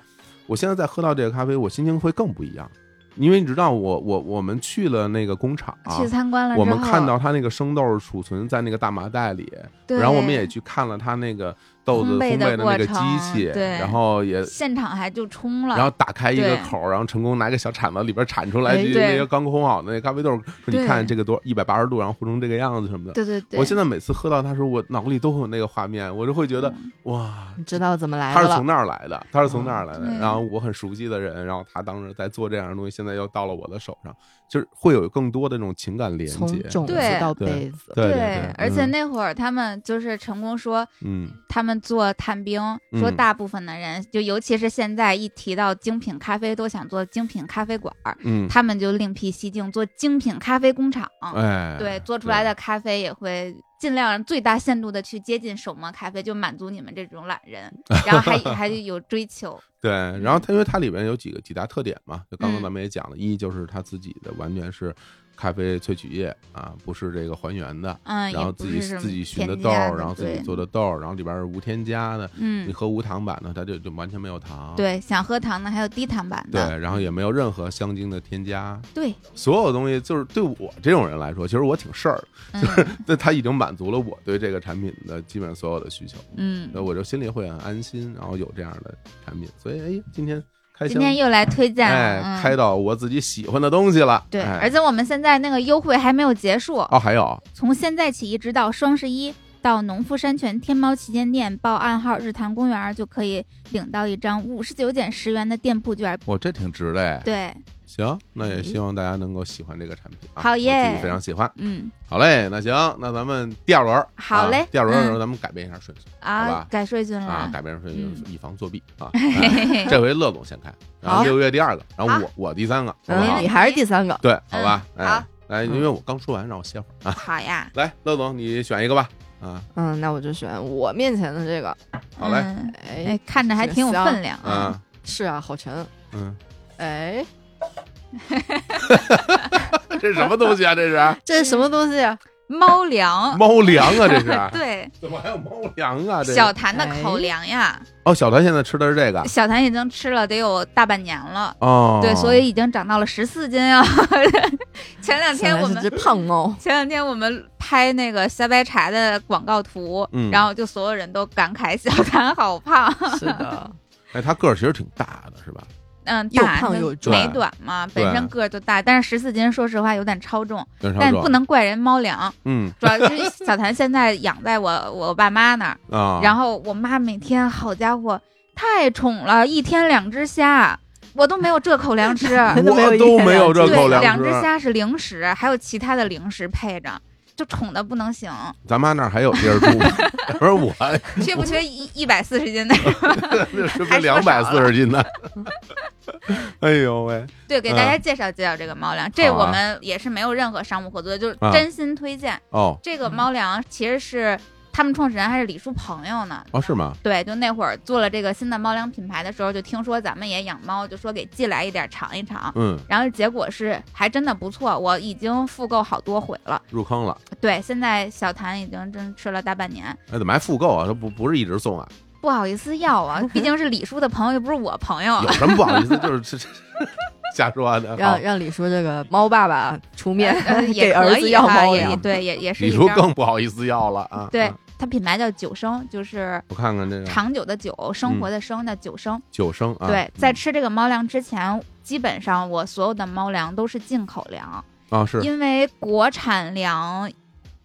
我现在在喝到这个咖啡，我心情会更不一样，因为你知道我我我们去了那个工厂、啊
去。参观了之
我
后，
们看到他那个生豆储存在那个大麻袋里，
对，
然后我们也去看了他那个豆子
烘
烘
焙
焙
的
的那个
过
机
程
器，
对
然后也
现场还就冲了，
然后打开一个
对
口儿，然后成功拿个小铲子里边铲出来
哎
就
对
那个刚烘好的那咖啡豆，说你
对
看这个多一百八十度，然后糊成这个样子什么的。
对对对，
我现在每次喝到它时候，我脑子里都会有那个画面，我就会觉得
嗯
哇，
你知道怎么来
他
的
是
了
从。那儿来的，他是从那儿来的。
哦对
然后我很熟悉的人，然后他当时在做这样的东西，现在又到了我的手上，就是会有更多的那种情感连
从
接。
种子
对
到
对
杯子，
对
而且
嗯
那会儿他们就是成功说。
嗯
他们做探冰，说
嗯
大部分的人，就尤其是现在一提到精品咖啡，都想做精品咖啡馆儿，
嗯，
他们就另辟蹊径做精品咖啡工厂。
哎，
对，做出来的咖啡也会尽量最大限度的去接近手磨咖啡，就满足你们这种懒
[laughs]
人，然后还还有追求。
对，然
嗯
后它因为它里面有几个几大特点嘛，就刚刚咱们也讲了，一就是它自己的完全是咖啡萃取液啊，不是这个还原的，
嗯，
然后
也不
自己
是什么
自己寻的
添
豆
加
儿，然后自己
对
做的豆儿，然后里边儿是无添加的，你
嗯，
喝无糖版的它就就完全没有糖，
对，想喝糖的还有低糖版
对
的，，
然后也没有任何香精的添加， [laughs]
对，
所有东西就是对我这种人来说，其实我挺事儿的，
嗯
但它已经满足了我对这个产品的基本上所有的需求， [laughs] 那
嗯。
我就心里会很安心，然后有这样的产品，所以哎，今天开
今
箱。
天又来推荐了，
哎，开
嗯，
到我自己喜欢的东西了。
对，
哎
而且我们现在那个优惠还没有结束，
哦，还有，
从现在起一直到双十一，到农夫山泉天猫旗舰店报暗号“日坛公园”就可以领到一张五十九减十元的店铺券。
我这挺值的哎。
对，嗯
行，那也希望大家能够喜欢这个产品啊，
好
我
耶
自己非常喜欢。
嗯
好嘞，那行，那咱们第二轮儿，
好嘞
啊第二轮儿的时候
嗯
咱们改变一下顺序好
啊
吧，
改税军了
啊，改变顺序
嗯
以防作弊
[laughs]
啊。哎 [laughs] 这回乐总先开，然后
好
六月第二个，然后
好
我我第三个，好不
嗯，
好
你？还是第三个，
对，好吧，
嗯
哎
好，
来，因为我刚说完，让我歇会儿啊。
好呀，
来，乐总，你选一个吧。啊，
嗯，那我就选我面前的这个，
好嘞，
嗯哎
哎，，
看着还挺有分量。
嗯
是啊，好沉，
嗯， [laughs]
哎，
这是什么东西啊？这
[laughs]
是
这是什么东西啊？
猫粮，
猫粮啊？这是
[laughs] 对，
怎么还有猫粮啊？这个
小谭的口粮呀，
哦，小团现在吃的是这个啊
小谭已经吃了得有大半年了，
哎哦，
对，所以已经长到了十四斤啊。 [laughs] 前两天我
想来
们
是只胖
[laughs]
猫，
前两天我们拍那个瞎掰柴的广告图，
嗯
然后就所有人都感慨小谭好胖， [laughs]
是的，
哎，他个儿其实挺大的，是吧？
嗯
又
大，
胖
它
又
是美
壮
短嘛，
对
本身个儿就大，但是十四斤说实话有点超重，
邓超
但
说
不能怪人猫粮，
嗯
主要是小谭现在养在我我爸妈那儿，
啊，
然后我妈每天好家伙太宠了，一天两只虾，我都没有这口粮吃，
我
啊都没有一
都
天
没有这
两
口
对，
口
啊
粮
两只
吃。
虾是零食，还有其他的零食配着，就宠的不能
[laughs]
行，
咱妈那儿还有地儿
[laughs]
住吗？不是我，
缺不缺一一百四十
[laughs]
斤的？
这是不
还
是
啊说少
两百四
了
十斤
[laughs]
呢？哎呦喂，
对，给大家介绍介绍这个猫粮，这
嗯好啊
我们也是没有任何商务合作，就是
啊
真心推荐。
哦
这个猫粮其实是他们创始人还是李叔朋友呢。
哦是吗？
对，就那会儿做了这个新的猫粮品牌的时候，就听说咱们也养猫，就说给寄来一点尝一尝。
嗯，
然后结果是还真的不错，我已经复购好多回了。
入坑了。
对，现在小谭已经真吃了大半年，
哎，怎么还复购啊？这不不是一直送啊？
不好意思要啊，毕竟是李叔的朋友，又不是我朋友
有。什么不好意思？就是 [laughs] 这这瞎说的。好
[laughs] 让让李叔这个猫爸爸出面
呃
[laughs] 给
也
儿
可
子
以
要
哈，
猫
也也
粮，
对，也也是
李
一
叔
招。
更不好意思要了啊。
对
啊，
它品牌叫九生，就是
我看看这个
长久的久，生活的生，那九生。
九生啊。
对
嗯，
在吃这个猫粮之前，基本上我所有的猫粮都是进口粮，
啊是
因为国产粮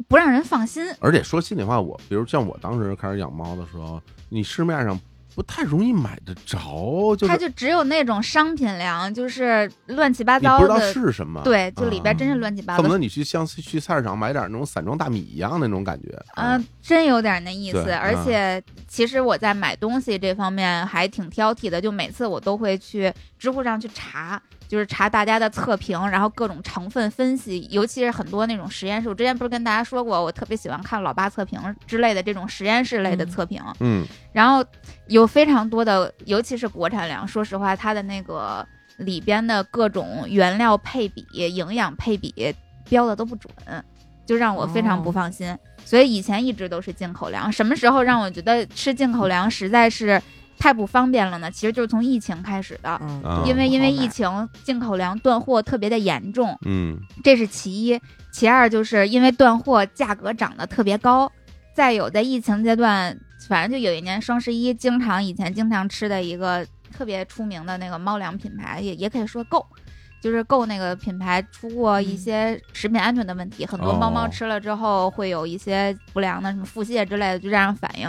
不让人放心。
而且说心里话，我比如像我当时开始养猫的时候，你市面上不太容易买得着，就
它
是
就只有那种商品粮，就是乱七八
你
糟
不知道
的，
是什么，
对，就里边
啊
真是乱七八
恨不
糟
得，你去像去菜市场买点那种散装大米一样那种感觉。啊
嗯、真有点那意思。
对
而
嗯
且其实我在买东西这方面还挺挑剔的，就每次我都会去知乎上去查，就是查大家的测评，然后各种成分分析，尤其是很多那种实验室。我之前不是跟大家说过，我特别喜欢看老八测评之类的这种实验室类的
嗯
测评，
嗯，
然后有非常多的，尤其是国产粮，说实话，它的那个里边的各种原料配比、营养配比标的都不准，就让我非常不放心。所以以前一直都是进口粮，什么时候让我觉得吃进口粮实在是太不方便了呢？其实就是从疫情开始的。
嗯
啊
因为因为
不好买
疫情，进口粮断货特别的严重，
嗯
这是其一。其二就是因为断货价格涨得特别高，再有在疫情阶段，反正就有一年双十一，经常以前经常吃的一个特别出名的那个猫粮品牌，也也可以说够。就是够那个品牌出过一些食品安全的问题，很多猫猫
哦
吃了之后会有一些不良的什么腹泻之类的，就这样反应，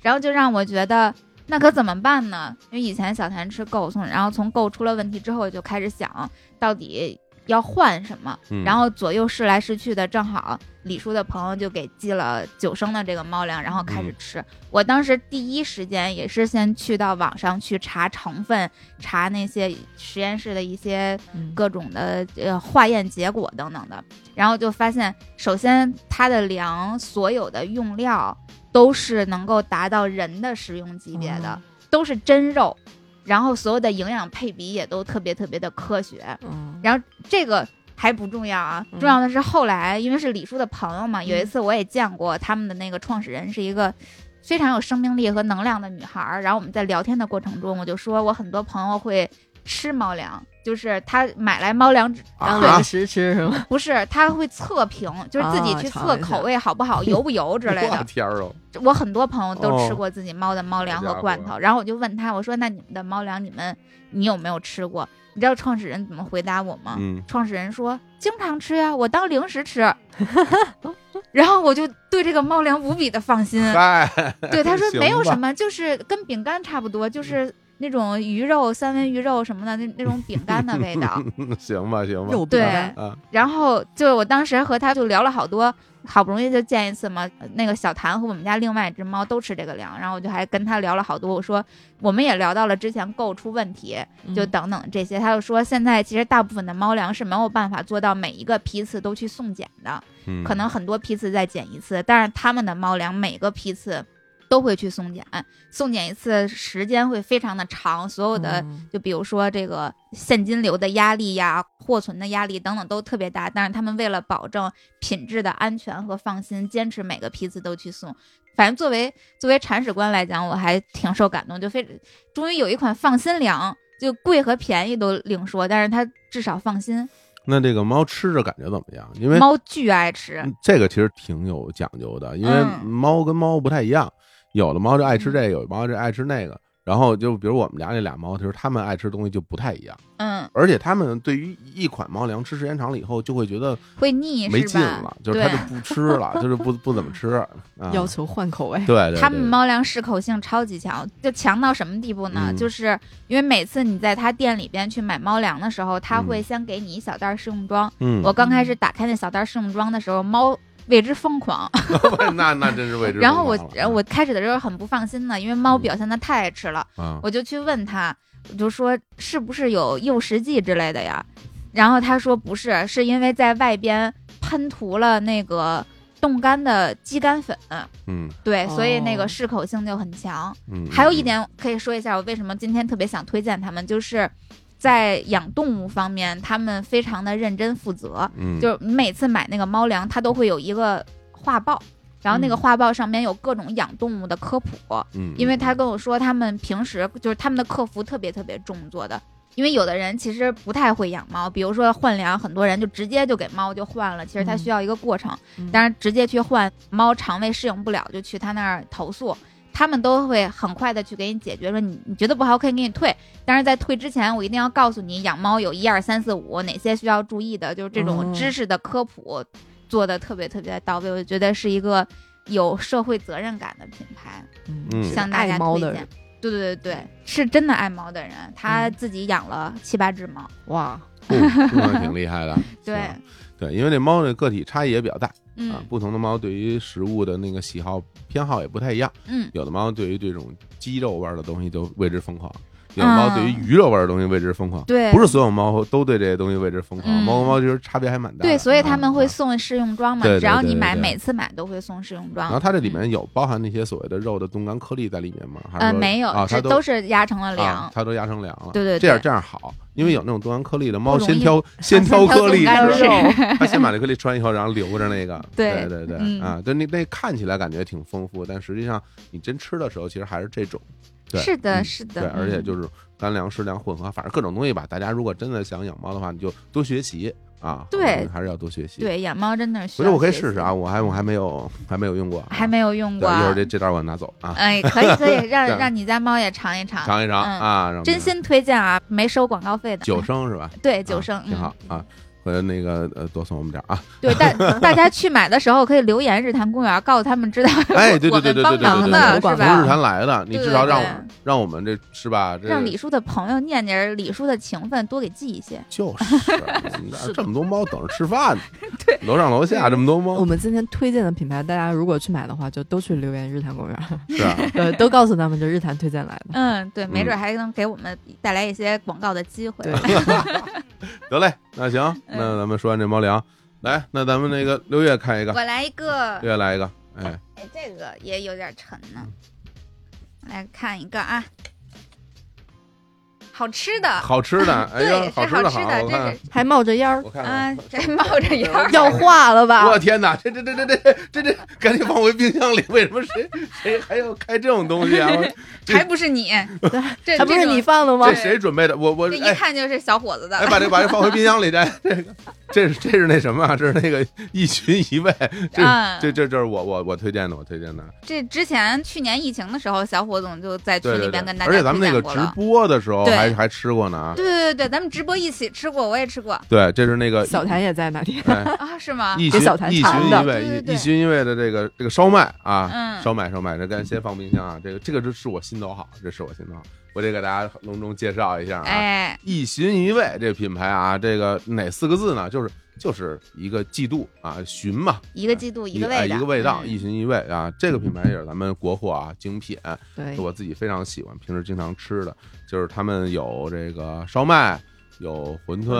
然后就让我觉得那可怎么办呢？因为以前小谭吃够从，然后从够出了问题之后，就开始想到底要换什么，
嗯
然后左右试来试去的，正好李叔的朋友就给寄了九升的这个猫粮，然后开始吃。我当时第一时间也是先去到网上去查成分，查那些实验室的一些
嗯
各种的呃化验结果等等的，然后就发现，首先它的粮所有的用料都是能够达到人的食用级别的，都是真肉，然后所有的营养配比也都特别特别的科学。
嗯
然后这个还不重要啊，
嗯
重要的是后来，因为是李叔的朋友嘛，有一
嗯
次我也见过他们的那个创始人是一个。非常有生命力和能量的女孩儿，然后我们在聊天的过程中，我就说我很多朋友会吃猫粮，就是他买来猫粮之
当
啊
零食吃是吗？
不是，他会测
[laughs]
评，就是自己
啊
去
尝
测
一下
口味好不好、油不油之
[laughs]
类
我
[laughs]
的。
天儿哦，
我很多朋友都
哦
吃过自己猫的猫粮
好
和
家伙
罐头，然后我就问他，我说：“那你们的猫粮，你们你有没有吃过？”你知道创始人怎么回答我吗？
嗯，
创始人说：“经常吃呀，我当零食吃。”然后我就对这个猫粮无比的
[laughs]
放心。
嗨，
对，他说
行
没有
吧嗯
什么，就是跟饼干差不多，就是那种鱼肉、三文鱼肉什么的那那种饼干的
[laughs]
味道。
行吧行吧
有，病
对
吧
啊，
然后就我当时和他就聊了好多，好不容易就见一次嘛。那个小谭和我们家另外一只猫都吃这个粮，然后我就还跟他聊了好多。我说我们也聊到了之前购出问题，就
嗯
等等这些。他就说现在其实大部分的猫粮是没有办法做到每一个批次都去送检的，
嗯
可能很多批次再检一次，但是他们的猫粮每个批次都会去送检，送检一次时间会非常的长，所有的、
嗯
就比如说这个现金流的压力呀、货存的压力等等都特别大，但是他们为了保证品质的安全和放心，坚持每个批次都去送。反正作为作为铲屎官来讲，我还挺受感动，就非终于有一款放心粮，就贵和便宜都另说，但是它至少放心。
那这个猫吃着感觉怎么样？因为
猫巨爱吃，
嗯这个其实挺有讲究的，因为
嗯
猫跟猫不太一样，有的猫就爱吃
嗯
这个，有的猫就爱吃那个。然后就比如我们家这俩猫，其实它们爱吃东西就不太一样，
嗯，
而且它们对于一款猫粮吃时间长了以后，就会觉得
会腻
没
是
劲
吧
了？，就是它就不吃了，就是不不怎么吃。啊、
要求换口味。
对对对，
它们猫粮适口性超级强，就强到什么地步呢？
嗯
就是因为每次你在它店里边去买猫粮的时候，它会
嗯
先给你一小袋儿试用装。
嗯，
我刚开始打开那小袋儿试用装的时候，猫为之疯狂。
那那真是
[laughs]
未知数了。
然后我然后
嗯
我开始的时候很不放心呢，因为猫
嗯
表现的太爱吃了，
啊，
我就去问他，我就说是不是有诱食剂之类的呀？然后他说不是，是因为在外边喷涂了那个冻干的鸡肝粉，
嗯
对，所以那
哦
个适口性就很强。
嗯，
还有一点可以说一下，我为什么今天特别想推荐他们，就是在养动物方面，他们非常的认真负责。
嗯，嗯
就是你每次买那个猫粮，它都会有一个画报，然后那个
嗯
画报上面有各种养动物的科普。
嗯，
因为他跟我说，他们平时就是他们的客服特别特别重做的。因为有的人其实不太会养猫，比如说换粮，很多人就直接就给猫就换了，其实它
嗯
需要一个过程。
嗯
但是直接去换，猫肠胃适应不了，就去他那儿投诉，他们都会很快的去给你解决，说你你觉得不好可以给你退，但是在退之前，我一定要告诉你养猫有一二三四五哪些需要注意的，就是这种
哦
知识的科普做的特别特别到位，我觉得是一个有社会责任感的品牌，
嗯
是
向大
爱
家
猫
推
的
荐
人。
对对对对，是真的爱猫的人，他
嗯
自己养了七八只猫，。
哇，
嗯那挺厉害的
对
行对，因为这猫的个体差异也比较大
嗯
啊，不同的猫对于食物的那个喜好偏好也不太一样。
嗯，
有的猫对于这种鸡肉味儿的东西就为之疯狂，有的猫对于鱼肉味儿的东西为之疯狂。
啊对，
不是所有猫都对这些东西为之疯狂，
嗯
猫和猫其实差别还蛮大的。
对，所以他
啊
们会
啊
送试用装嘛，
对对
只要你
对对
买，
对
每次买都会送试用装。
然后它这里面有包含那些所谓的肉的冻干颗粒在里面吗？还是
呃
说
没有，
啊，
这
它
都是压成了
啊 [laughs]
粮，。
它都压成粮了。
对对
这样
对
这样好，因为有那种冻干颗粒的猫，
不容
先
易
挑先挑
先挑
颗粒
冻干
吃，
[laughs] 肉
它先把这颗粒吃完以后，然后留着那个。
[laughs] 对
对对对，
嗯
啊，就那那看起来感觉挺丰富，但实际上你真吃的时候，其实还是这种。对
是的，
嗯
是的。
对，而且
嗯
就是干粮、湿粮混合，反正各种东西吧。大家如果真的想养猫的话，你就多学习啊。
对
还是要多学习。，
对养猫真的是。
不是我可以试试啊，，我还我还没有还没有用过啊，
还没有用
对
过。
一会儿这这袋儿我拿走啊，
哎，可以可以，让
[laughs] 对
让你家猫也尝一尝，
尝一尝
嗯
啊，让
真心推荐啊，没收广告费的。
九升是吧？
对九
啊
升，
挺好
嗯。
啊。回头那个呃，多送我们点儿啊！
对，
[laughs]
但大家去买的时候可以留言日坛公园，告诉他们知道
[laughs]
[laughs]
哎，对
我
对对对对对
们帮
对
忙
对，
的
对
是
从
吧？
日坛来的，你
对
至少
对
让
嗯对
我让我们这是吧？这
让李叔的朋友念念李叔的情分，多给记一些。
就是你
是的
这么多猫等着吃饭呢，对，楼上楼下这么多
我
猫，
们今天推荐的品牌，大家如果去买的话，就都去留言日坛公园， [laughs]
是啊，
呃，都告诉他们这日坛推荐来的。
嗯，对，没准还能给我们带来一些广告的机会。
对
[laughs] 得嘞，那行，那咱们说完这猫粮，来，那咱们那个六月看一个，
我来一个，
六月来一个，哎，
哎，这个也有点沉呢。来看一个啊，好吃的，
好吃的，哎
对，
呀，
是
好吃的好，我
好吃
看
这
看
是
还冒着烟
[laughs]
儿
我，看
啊
看，，
这冒着烟
[laughs]
儿，
要化了吧
我？天哪！这这这这这这这，赶紧放回冰箱里！为什么谁谁还要开这种东西啊？我这
还不
[laughs]
是你，这
[laughs] 还不是
这种
你放的 [laughs] 吗
这？谁准备的？我我
这一
哎
看就是小伙子
哎，
的，
把这把这放回冰箱里，这这这是这是那什么啊？这是那个一群一位，这
嗯
这这这是我我我推荐的，我推荐的。
这之前去年疫情的时候，小伙总就在群
对
里
对对
边跟，大家
而且咱们那
推
个
荐过
直
了。
播的时候
对
还还吃过呢啊。
对对对，咱们直播一起吃过，我也吃过
对，这是那个
小谭也在那天，
哎
啊，是吗？
一
给
群
小谭
一
尝
群
的
一
对
位
对
一
对
一群一位的这个这个烧麦啊，
嗯
烧麦烧麦，这咱先放冰箱啊，这个这个这是我心头好，这是我心头好，我得给大家隆重介绍一下啊。
哎，
一寻一味这品牌啊，这个哪四个字呢？就是就是一个季度啊，寻嘛，
一个季度一
个
个
哎
味道，
一个味道，
嗯
一寻一味啊，这个品牌也是咱们国货啊，精品，
对
是，我自己非常喜欢，平时经常吃的，就是他们有这个烧麦，有馄饨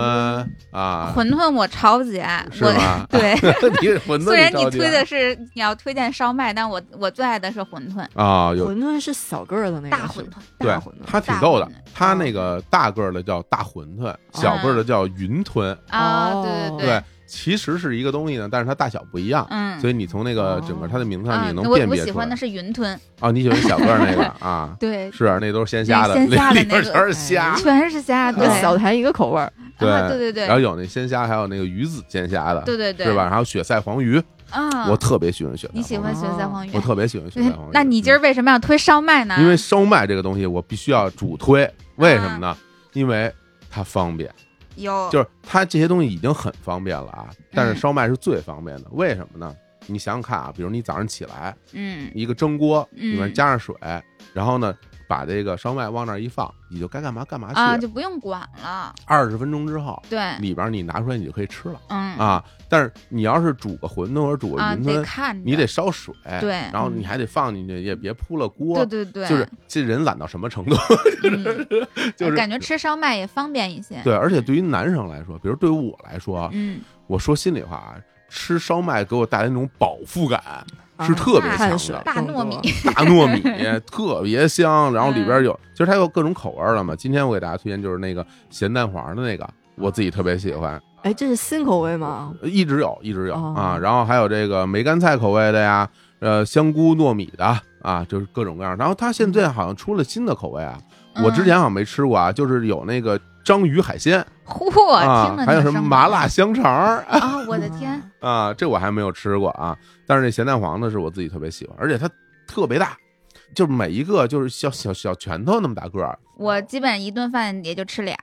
啊，
馄饨我超级爱，
是
我？
吗
对，
[laughs] 你馄饨你
虽然你
着急啊
推的是你要推荐烧麦，但我我最爱的是馄饨，
啊，有
馄饨是小个儿的那个，
大
是
馄
吗
饨。
对
大馄饨，
它挺逗的
大馄饨，嗯
它那个大个儿的叫大馄饨，小个儿的叫云吞，
啊，
哦
对对
对，，其实是一个东西呢，但是它大小不一样。
嗯，
所以你从那个整个它的名字上，你
嗯
能
我
辨
我
别
喜
出
欢
来
的。是云吞，
哦，你喜欢小个儿那
[laughs]
个啊？
对，
是，那都是鲜虾的，
那是鲜虾的
里
那
边
个
全是虾
啊。
[laughs] 全是虾，对
跟，小谭一个口味儿，
对对对
然后
对
有那鲜虾，还有那个鱼子鲜虾的，
对对对，
是吧？？然后雪菜黄鱼
嗯，
我特别喜欢雪菜
你喜欢
黄
学
哦
三黄鱼
鱼，我？特别喜欢雪
对
菜黄鱼。
哎那你今儿为什么要推烧麦呢？
嗯嗯因为烧麦这个东西我必须要主推，为
啊
什么呢？因为它方便，
有
就是它这些东西已经很方便了啊，但
嗯
是烧麦是最方便的，为什么呢？你想想看啊，比如你早上起来，
嗯
一个蒸锅
嗯
里面加上水，然后呢，把这个烧麦往那儿一放，你就该干嘛干嘛
啊，
去。
就不用管了。
二十分钟之后，
对，
里边你拿出来你就可以吃了
嗯
啊。但是你要是煮个馄饨或者煮个
啊，
云
得
吞，
看着，
你得烧水，
对嗯
然后你还得放进去，也别铺了锅
对。对对，
就是这人懒到什么程度？ [laughs]
嗯
就是
感觉吃烧麦也方便一些。
对，而且对于男生来说，比如对于我来说，
嗯，
我说心里话啊，吃烧麦给我带来那种饱腹感
啊
是特别
大
强
汗水
的，
大糯米，
大糯
[laughs]
米特别香，然后里
嗯
边有，其实它有各种口味儿的嘛。今天我给大家推荐就是那个咸蛋黄的那个，我自己特别喜欢，
哎，这是新口味吗？
一直有，一直有、
哦
啊。然后还有这个梅干菜口味的呀，呃，香菇糯米的啊，就是各种各样。然后它现在好像出了新的口味啊， [laughs]
嗯
我之前好像没吃过啊，就是有那个章鱼海鲜
嚯，
啊
嗯听着，
还有
挺
什么
生
麻
猛
辣香肠儿 [laughs]
啊！我的天，
啊，
啊，这我还没有吃过啊。但是那咸蛋黄呢，是我自己特别喜欢，而且它特别大，就是每一个就是小小小拳头那么大个儿
我基本一顿饭也就吃俩。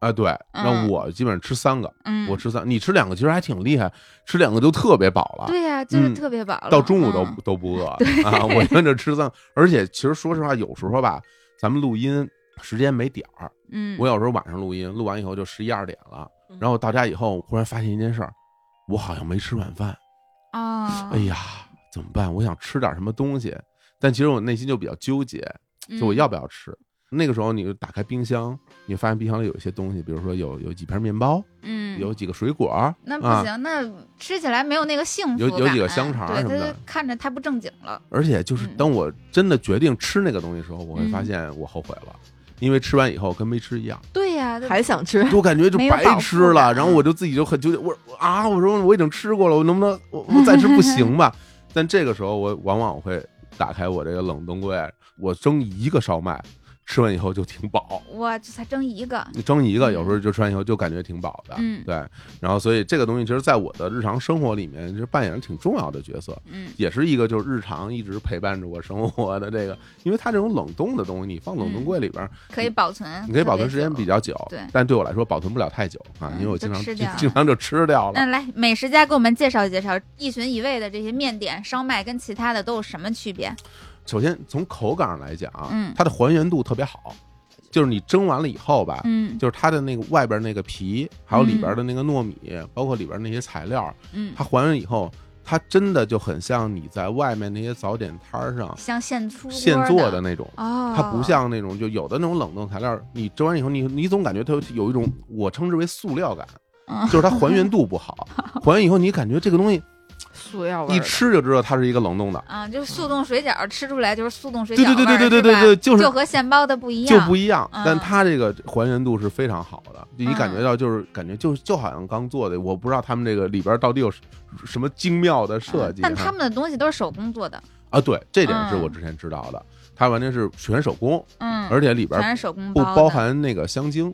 啊。对，那
嗯
我基本上吃三个，
嗯，
我吃三，你吃两个其实还挺厉害，吃两个就特别饱了。
对呀，就是
嗯
特别饱了，
到中午都、
嗯
都不
[laughs]
饿啊！我跟着吃三个，而且其实说实话，有时候吧，咱们录音时间没点儿，
嗯，
我有时候晚上录音，录完以后就十一二点了，然后到家以后，忽然发现一件事儿，我好像没吃晚饭，
啊，
哎呀，怎么办？我想吃点什么东西，但其实我内心就比较纠结，
嗯，
就我要不要吃。那个时候，你就打开冰箱，你发现冰箱里有一些东西，比如说有有几片面包，
嗯
有几个水果，
那不
啊
行，那吃起来没有那个幸福
有有几个
感
香肠
对，
什么
它
的
看着太不正经了。
而且就是
嗯
当我真的决定吃那个东西的时候，我会发
嗯
现我后悔了，因为吃完以后跟没吃一样，
对呀，它
嗯还想吃
我感觉就
没有饱
白
腹
吃了。
感
然后我就自己就很纠结，我说啊，我说我已经吃过了，我能不能我我再吃不行吧？但这个时候我往往会打开我这个冷冻柜，我蒸一个烧麦，吃完以后就挺饱。
我这才蒸一个，
你蒸一个，有时候就吃完以后就感觉挺饱的，
嗯
对。然后所以这个东西其实在我的日常生活里面，其实扮演了挺重要的角色。
嗯
也是一个就是日常一直陪伴着我生活的这个，因为它这种冷冻的东西，你放冷冻柜里边儿，
可以保存，
嗯你可以保
嗯特
存
别
时间
久
比。较久，
对
但对我来说保存不了太久啊，
嗯
因为我
就
经常
吃
就
掉嗯了
经常就吃掉
那
了。
来，美食家给我们介绍介绍一寻一味的这些面点、烧麦跟其他的都有什么区别？
首先从口感上来讲，
嗯
它的还原度特别好，就是你蒸完了以后吧。
嗯
就是它的那个外边那个皮，还有里边的那个糯米，包括里边那些材料，
嗯，
它还原以后，它真的就很像你在外面那些早点摊儿上
像现出锅
现做的
的
那种
哦，
它不像那种就有的那种冷冻材料，你蒸完以后，你你总感觉它有一种我称之为塑料感，
嗯
就是它还原度不
[laughs]
好，还原以后你感觉这个东西
塑料味
一
儿的
吃就知道它是一个冷冻的，
啊，就是速冻水饺吃出来就是速冻水饺
对
味
对
儿，
对对对对
是吧
对对就是
就和现包的不一
就
样，
不一样。
嗯
但它这个还原度是非常好的，就你感觉
嗯
到就是感觉就就好像刚做的，我不知道他们这个里边到底有什什么精妙的设计。
嗯但他
哈
们的东西都是手工做的，
啊，对，这点是
嗯
我之前知道的，它完全是全手工，
嗯，
而且里边
全是手工
不
包
包
的
含那个香精。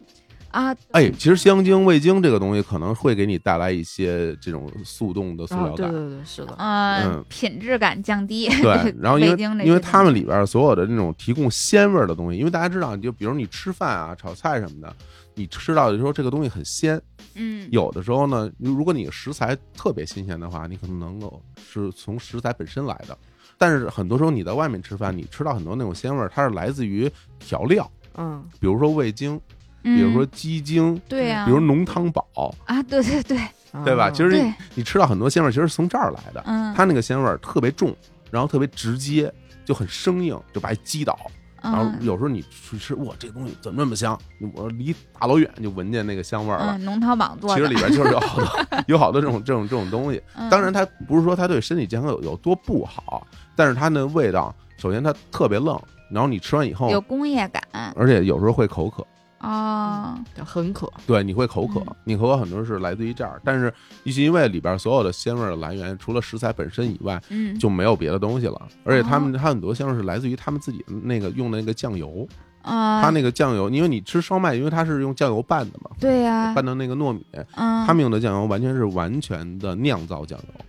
啊，
哎，其实香精、味精这个东西可能会给你带来一些这种速冻的塑
啊
料，
对
感，
对对，是的，
呃
嗯，
品质感降低。
[laughs]
对。然后因
味精这
为
些
因为他们里边所有的那种提供鲜味儿的东西，因为大家知道，你就比如你吃饭啊、炒菜什么的，你吃到的时候这个东西很鲜。
嗯，
有的时候呢，如果你食材特别新鲜的话，你可能能够是从食材本身来的。但是很多时候你在外面吃饭，你吃到很多那种鲜味儿，它是来自于调料，
嗯，
比如说味精，
比
比如说鸡精，
嗯对呀，
比如浓汤宝。
啊，对对对，
对吧？
啊
其实
对
你你吃到很多鲜味，儿，其实是从这儿来的。
嗯，
它那个鲜味儿特别重，然后特别直接，就很生硬，就把你击倒。然后
嗯
有时候你去吃，哇，这东西怎么那么香？我离大老远就闻见那个香味儿了。
嗯，农饕榜做
其实
的
里，边就是有好多 [laughs] 有好多这种这种这种东西。
嗯
当然，它不是说它对身体健康有有多不好，但是它那味道，首先它特别愣，然后你吃完以后
有，工业感
而且有时候会口渴。
哦，
很渴，
对，你会口渴
嗯，
你口渴很多是来自于这儿，但是一心一味里边所有的鲜味儿的来源，除了食材本身以外，
嗯，
就没有别的东西了。而且他
哦
们它很多香是来自于他们自己那个用的那个酱油，
啊，
它那个酱油，因为你吃烧麦，因为它是用酱油拌的嘛，
对呀，
拌的那个糯米，
啊嗯，
他们用的酱油完全是完全的酿造酱油，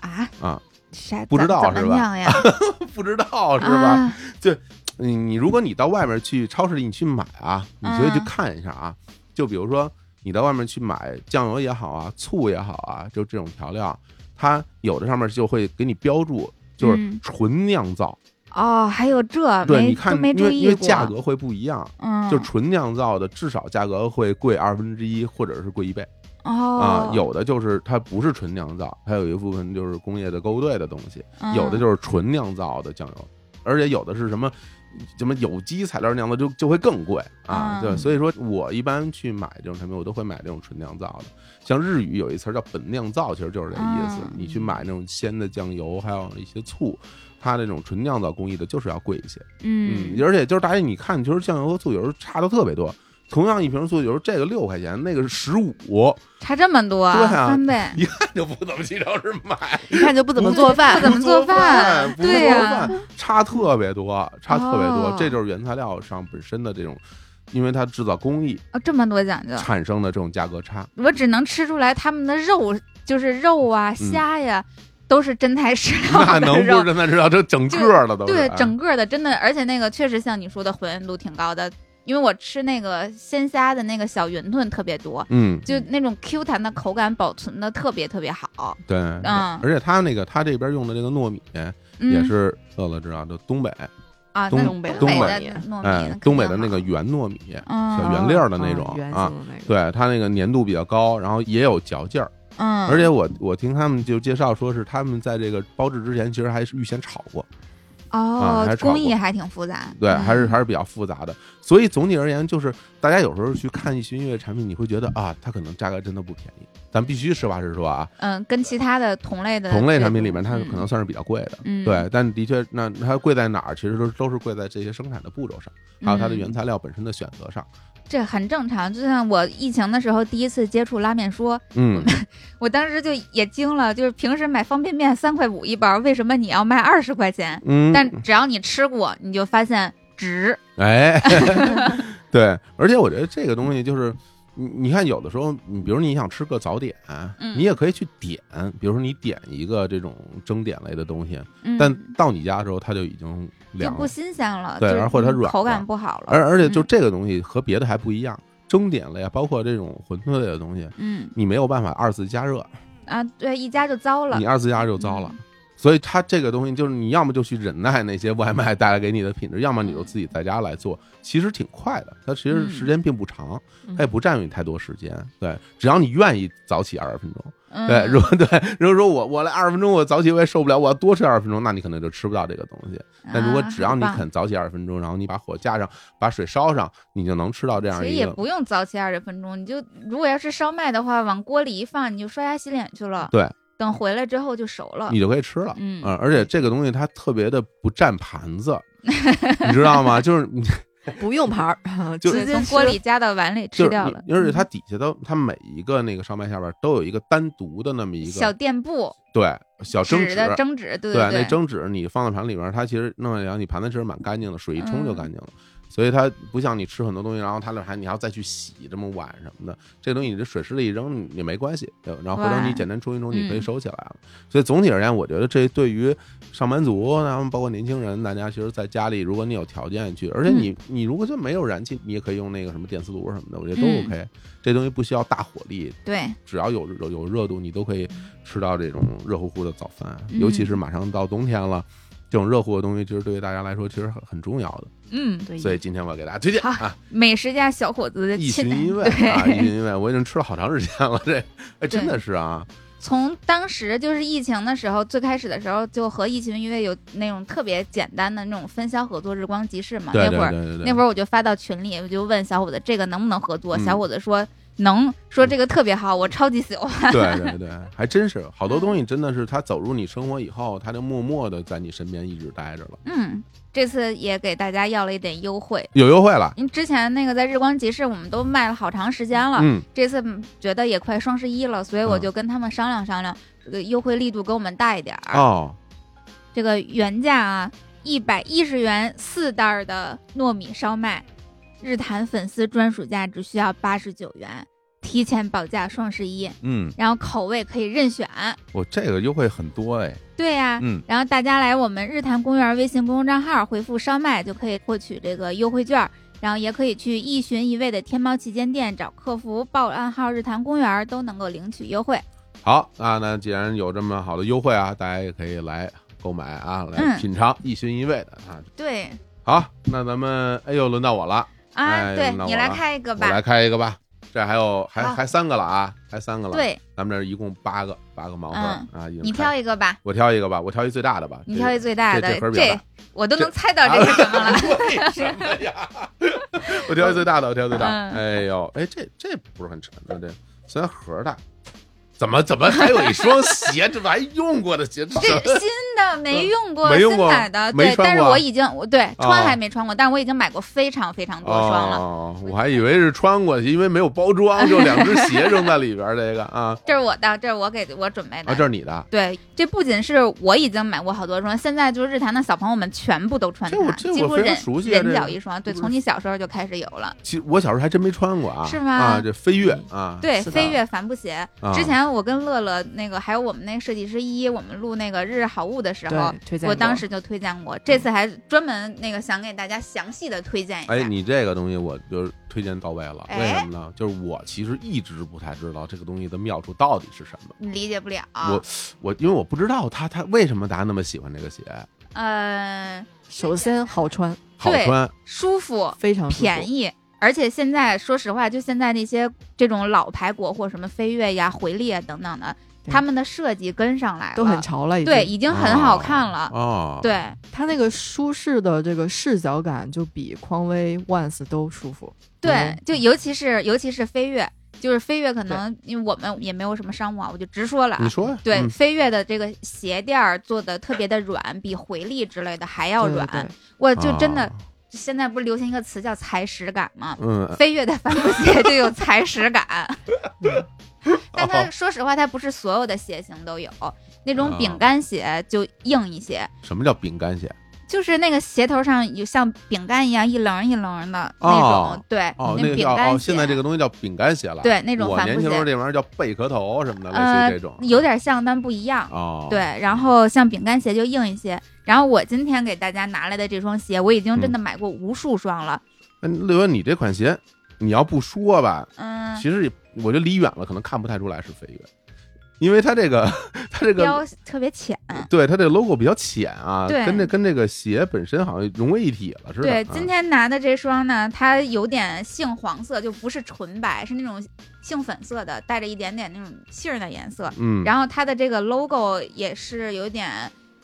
啊
啊，
啥
不知道
怎怎
是
么
吧
样呀？
[laughs] 不知道是吧？
啊，
你你如果你到外面去超市里你去买啊，你随便去看一下啊，
嗯
就比如说你到外面去买酱油也好啊，醋也好啊，就这种调料，它有的上面就会给你标注就是
嗯
纯酿造，
哦，还有这
对，
没
你
都
看
没
因
注
为因
意
为
过，
价格会不一样，
嗯，
就纯酿造的至少价格会贵二分之一或者是贵一倍啊
哦，，
有的就是它不是纯酿造，它有一部分就是工业的勾兑的东西，
嗯
有的就是纯酿造的酱油，而且有的是什么什么有机材料酿造就就会更贵啊。
嗯
对，所以说我一般去买这种产品，我都会买这种纯酿造的。像日语有一词儿叫本酿造，其实就是这意思。
嗯
你去买那种鲜的酱油，还有一些醋。它那种纯酿造工艺的，就是要贵一些，
嗯，
而且就是大家你看，其实酱油和醋有时候差的特别多。同样一瓶醋，有时候这个六块钱，那个是十五，
差这么多，
对啊
翻倍，
一看就不怎么去超市买。
一看就不怎
[laughs]
么做饭
[laughs] 不，怎么做饭
不做
对呀
饭，差特别多，差特别多
哦，
这就是原材料上本身的这种，因为它制造工艺
哦，这么多讲究，
产生的这种价格
[laughs]
差。
我只能吃出来他们的肉就是肉啊、虾呀，都是真材实料
嗯那能
的
不
肉
是。咱知道这整个的都是
对，
哎
整个的真的，而且那个确实像你说的还原度挺高的，因为我吃那个鲜虾的那个小云吞特别多，
嗯
就那种 Q 弹的口感保存的特别特别好。
对，
嗯
而且它那个它这边用的这个糯米
嗯、
也是乐乐知道，就东北
啊，
东
那
东北
北
的
东
的
北
糯米，
哎
肯
东
定
北的那
好
个圆糯米，
嗯
小圆粒儿的那种
啊圆
啊
形的那个，
对它那个粘度比较高，然后也有嚼劲儿，
嗯，
而且我我听他们就介绍说是他们在这个包制之前其实还是预先炒过。啊
哦
还，炒
工艺
过
还挺复杂，
对，还是
嗯
还是比较复杂的。所以总体而言，就是大家有时候去看一些音乐产品，你会觉得啊，它可能价格真的不便宜。咱必须实话实说啊，
嗯，跟其他的同类的
同类
这
产品
种
里面它
嗯
可能算是比较贵的，
嗯
对。但的确，那它贵在哪儿，其实都都是贵在这些生产的步骤上，还有它的
嗯
原材料本身的选择上。
这很正常。就像我疫情的时候第一次接触拉面说，
嗯，
我当时就也惊了，就是平时买方便面三块五一包，为什么你要卖二十块钱？
嗯，
但只要你吃过，你就发现值。
哎，
[laughs]
对，而且我觉得这个东西就是。你你看，有的时候，你比如你想吃个早点，
嗯
你也可以去点，比如说你点一个这种蒸点类的东西，
嗯，
但到你家的时候，它就已经
就
凉
不
了。
新鲜了，
对
就是
而或者它
嗯
软
口
了
感不好了。
而而且就
嗯
这个东西和别的还不一样，蒸点类啊，包括这种馄饨类的东西，
嗯
你没有办法二次加热，
啊，对，一加就糟了嗯
你。二次加热就糟了。所以它这个东西就是你要么就去忍耐那些外卖带来给你的品质，要么你就自己在家来做，其实挺快的。它其实
嗯
时间并不长，
嗯
它也不占用你太多时间。对，只要你愿意早起二十分钟，
嗯
对，如果对，如果说我我来二十分钟我早起我也受不了，我要多吃二十分钟，那你可能就吃不到这个东西。但如果
啊
只
好
要你
棒
肯早起二十分钟，然后你把火架上，把水烧上，你就能吃到这样
其实
一
也
个。
不用早起二十分钟，你就如果要是烧麦的话，往锅里一放，你就刷牙洗脸去了。
对，
等回来之后就熟了。
你就可以吃了，呃
嗯
而且这个东西它特别的不占盘子，
[laughs]
你知道吗？就是你
不用盘 [laughs] 儿，
就
直
直
接
接嗯
吃
锅里加到碗里
就
吃
是
掉
你
了，，
而且它底下都，它每一个那个烧麦下边都有一个单独的那么一
小
个
垫布、
对小蒸
纸的蒸纸，对
对，
对，
那蒸纸你放到盘里边，它其实弄下来，你盘子其实蛮干净的，水一冲就
嗯
干净了。所以它不像你吃很多东西，然后它那还你还要再去洗这么碗什么的，这东西你这水池里一扔也没关系，对吧然后回头
哇
你简单冲一冲，你可以
嗯
收起来了。所以总体而言，我觉得这对于上班族，然后包括年轻人，大家其实在家里，如果你有条件去，
嗯
而且你、你如果就没有燃气，你也可以用那个什么电磁炉什么的，我觉得都
嗯
OK、这东西不需要大火力，
对，
只要有有有热度，你都可以吃到这种热乎乎的早饭，
嗯
尤其是马上到冬天了。这种热乎的东西，其实对于大家来说，其实很很重要的。
嗯，
对
所以今天我给大家推荐啊，
美食家小伙子的
一
亲
寻一
[laughs]
味啊，一
对，
寻一味，我已经吃了好长时间
[laughs]
了。这哎，真的是啊，
从当时就是疫情的时候，最开始的时候就和一群一位有那种特别简单的那种分销合作日光集市嘛，
对
啊那
对
会
对
儿
对对，
那会儿我就发到群里，我就问小伙子这个能不能合作，
嗯
小伙子说能，说这个特别好，我超级喜欢。
对对对，还真是好多
[laughs]
东西，真的是它走入你生活以后，它就默默的在你身边一直待着了，
嗯，这次也给大家要了一点优惠。
有优惠了。
因为之前那个在日光集市，我们都卖了好长时间了。
嗯，
这次嗯觉得也快双十一了，所以我
嗯
就跟他们商量商量，这个优惠力度给我们大一点儿。
哦，
这个原价啊，一百一十元四袋儿的糯米烧麦，日坛粉丝专属价只需要八十九元。提前保价双十一，
嗯，
然后口味可以任选。
我这个优惠很多哎，
对呀、
嗯
然后大家来我们日坛公园微信公众账号回复“烧麦”就可以获取这个优惠券儿，然后也可以去一寻一味的天猫旗舰店找客服报暗号“日坛公园”都能够领取优惠。
好啊，那既然有这么好的优惠啊，大家也可以来购买啊，来
嗯
品尝一寻一味的啊。
对
好，那咱们哎呦，轮到我了，
啊，
哎
对
那
你
我
来
了
开一个
我来
吧。
开一个吧。这还有还
好
还三个了啊，还三个了。，
对
咱们这儿一共八个八个盲盒
嗯
啊，一人
你
开
挑一个吧，
我挑一个吧，我挑一最大的吧。
你挑一最大
这
的
这盒，比较
这
大
我都
这
能猜到这是什么
[laughs]
了。
这个为什么呀？我挑一最大的，我挑一最大。
嗯
哎呦，哎，这这不是很沉的，这虽然盒儿大，怎么怎么还有一双鞋？这还用过的鞋？这
这新
[laughs]
的没用过，
没用过
新买的，
没
对，
穿
但是
过啊
我已经我对
哦
穿还没穿过，但我已经买过非常非常多双了。
哦，我还以为是穿过去，因为没有包装，就两只鞋扔在里边儿。这个啊
这是我的，这是我给我准备的。
啊，这是你的，
[laughs] 对，这不仅是我已经买过好多双，现在就是日坛的小朋友们全部都穿
这我
它，
这我
几乎
非常
人
熟悉啊
人
这
脚
个
一双。对，
这不
从
是
你小时候就开始有了。
其实我小时候还真没穿过啊。
是吗
啊，这飞跃啊，
对，
是的
飞跃帆布鞋。
啊
之前我跟乐乐那个，还有我们那个设计师依依，我们录那个日日好物的时候
对，，推荐
我当
过
时就推荐过。这次还专门那个想给大家详细的推荐一下。
哎，你这个东西我就是推荐到位了，为
哎
什么呢？就是我其实一直不太知道这个东西的妙处到底是什么。
你理解不了。
我我因为我不知道他他为什么大家那么喜欢这个鞋，
呃，
首先好穿，
好
对
穿，
舒服，
非常舒服
哦便宜，而且现在说实话，就现在那些这种老牌国货，什么飞跃呀、回力啊等等的，
对
他们的设计跟上来了，
都很潮了，已经。
啊对，已经很好看了。
哦。哦，
对，
它那个舒适的这个视角感就比匡威、Once 都舒服。
对
嗯，
就尤其是尤其是飞跃，就是飞跃可能因为我们也没有什么商务啊，我就直说了啊。
你说呀
对，
嗯
飞跃的这个鞋垫儿做的特别的软，比回力之类的还要
对
软。
对
我就真的、
啊
现在不是流行一个词叫踩屎感吗？
嗯，
飞跃的帆布鞋就有踩
[laughs]
屎感。 [laughs]
嗯
但
哦啊
它说实话，它不是所有的鞋型都有，那种饼干鞋就硬一些，
什么叫饼干鞋？
就是那个鞋头上有像饼干一样一棱一棱的那种，
哦
对，
哦，
那
那个
饼
叫
干鞋。
哦，现在这个东西叫饼干鞋了。，
对那种
我
帆
年
布
轻时候
鞋，
这玩意儿叫贝壳头什么的，类
呃
似于这种。，
有点像但不一样。
哦，
对，，然后像饼干鞋就硬一些。然后我今天给大家拿来的这双鞋，我已经真的
嗯
买过无数双了。
那乐文，你这款鞋，你要不说吧，
嗯，
其实也我觉得离远了可能看不太出来是飞跃，因为它这个它这个
标特别浅。
对它这个 logo 比较浅啊，
对
跟这跟这个鞋本身好像融为一体了似的。
对，
啊
今天拿的这双呢，它有点杏黄色，就不是纯白，是那种杏粉色的，带着一点点那种杏儿的颜色。
嗯，
然后它的这个 logo 也是有点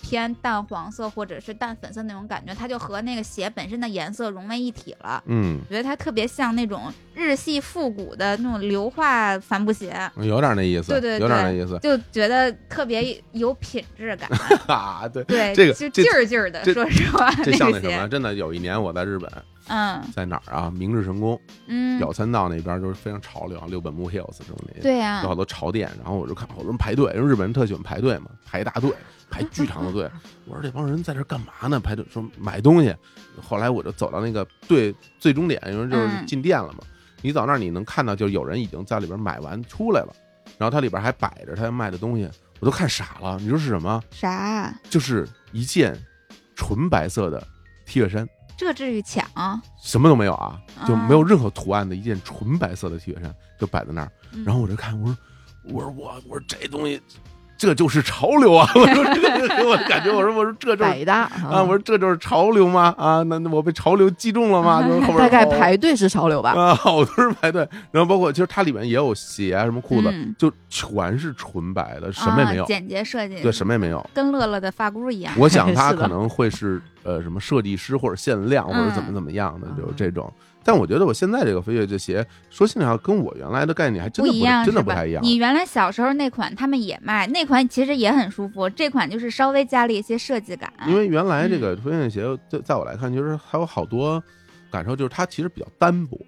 偏淡黄色或者是淡粉色那种感觉，它就和那个鞋本身的颜色融为一体了。
嗯，
我觉得它特别像那种日系复古的那种硫化帆布鞋，
有点那意思，
对对对
有点那意
[laughs]
思。
就觉得特别有品
[laughs]
质感。
啊，对，
对，
这个
就
这
劲儿劲儿的
这，
说实话，
这像
那
那
个
什么？
鞋，
真的，有一年我在日本，
嗯
在哪儿啊？明治神宫、
嗯，
表参道那边，就是非常潮流，啊六本木 Hills 什么的。
对呀、
有好多潮店，然后我就看好多人排队，因为日本人特喜欢排队嘛，排一大队，排巨长的
[laughs]
队。我说这帮人在这干嘛呢？排队说买东西。后来我就走到那个队最终点，因为就是
嗯
进店了嘛。你走那儿你能看到，就有人已经在里边买完出来了，然后它里边还摆着他卖的东西，我都看傻了。你说是什么？
啥啊？
就是一件纯白色的 T 恤衫，
这至于抢？
什么都没有啊，就
啊
没有任何图案的一件纯白色的 T 恤衫，就摆在那儿。
嗯
然后我就看，我说，我说我我说这东西，这就是潮流啊！ [laughs] 我说这给我感觉，我说我说这就是
百搭
[laughs] 啊，我说这就是潮流吗？啊，那那我被潮流击中了吗？就是后边
[laughs] 大概
好
排队是潮流吧，
啊，好多人排队，然后包括其实它里面也有鞋啊，什么裤子，
嗯
就全是纯白的，什么也没有
啊、，简洁设计，
对，什么也没有。
跟乐乐的发箍 [laughs] 一样。
我想他
是的
可能会是呃什么设计师或者限量或者怎么
嗯
怎么样的，就是
啊
这种。但我觉得我现在这个飞跃这鞋，说心里话，跟我原来的概念哎还真的
一样，
真的
是
不
吧
太一样。
你原来小时候那款他们也卖，那款其实也很舒服，这款就是稍微加了一些设计感。
因为原来
嗯
这个飞跃鞋，在在我来看，就是还有好多感受，就是它其实比较单薄，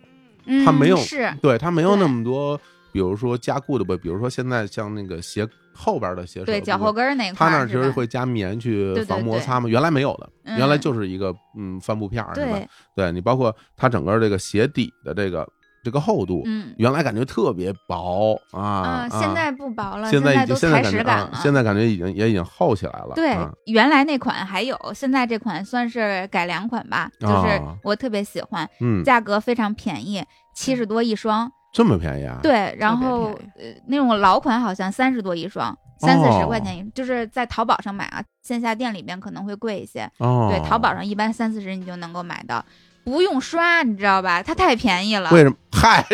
嗯
它没有
是，
对它没有
对
那么多，比如说加固的吧，比如说现在像那个鞋后边的鞋舌
对
部
脚
分
后跟儿那块
它
儿，
那儿其
是
实
吧
会加棉去
对对
防摩
对
擦嘛，原来没有的，
嗯
原来就是一个嗯帆布片儿，是吧？
对
对你包括它整个这个鞋底的这个这个厚度，
嗯
原来感觉特别薄啊
啊，现在不薄了，
现已
都
经现在
踩
感觉
屎感
啊
了。
现在感觉已经也已经厚起来了。
对
啊，
原来那款还有，现在这款算是改良款吧，就是
啊
我特别喜欢，
嗯，
价格非常便宜，七十多一双。
这么便宜啊？，
对，然
特别
后
便
呃那种老款好像三十多一双，三四十
哦
块钱一，就是在淘宝上买啊，线下店里边可能会贵一些。
哦，
对，淘宝上一般三四十你就能够买到。不用刷，你知道吧？它太便宜了，
为什么？
[laughs]
嗨，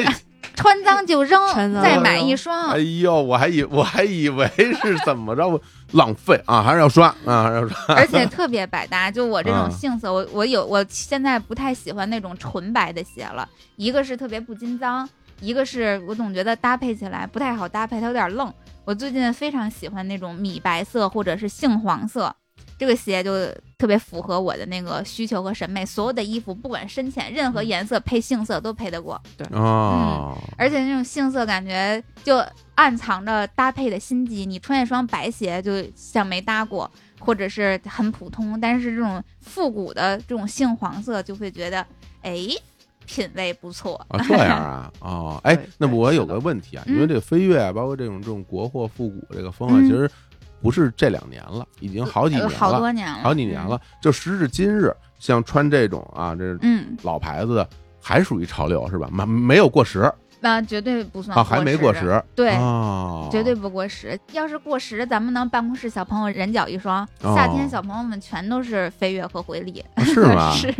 穿脏就扔，
穿脏
再
就
买
扔
一双。
哎呦，我还以我还以为是怎么着，我浪费啊，还是要刷啊，还是要刷。
而且特别百搭。就我这种
嗯
性色，我我有我现在不太喜欢那种纯白的鞋了，一个是特别不经脏，一个是我总觉得搭配起来不太好搭配，它有点愣。我最近非常喜欢那种米白色或者是杏黄色。这个鞋就特别符合我的那个需求和审美，所有的衣服不管深浅，任何颜色配杏色都配得过， [laughs]
哦，
而且那种杏色感觉就暗藏着搭配的心机。你穿一双白鞋，就像没搭过，或者是很普通，但是这种复古的这种杏黄色，就会觉得，哎，品味不错。
啊，这样啊，哦，哎
对，
那
对
我
是
有
的
个问题啊，
嗯
因为这个飞跃啊，包括这种这种国货复古这个风啊，
嗯
其实不是这两年了，已经好几
呃
年
好
了，
多年了，
好几年了。就时至今日，像穿这种啊，这是
嗯嗯。嗯，
老牌子的，还属于潮流是吧？没没有过时
那绝对不算
啊，还没过
时，
时，
对
哦
绝对不过时。要是过时，咱们能办公室小朋友人脚一双，
哦
夏天小朋友们全都是飞跃和回力，
啊是吗？
[laughs] 是。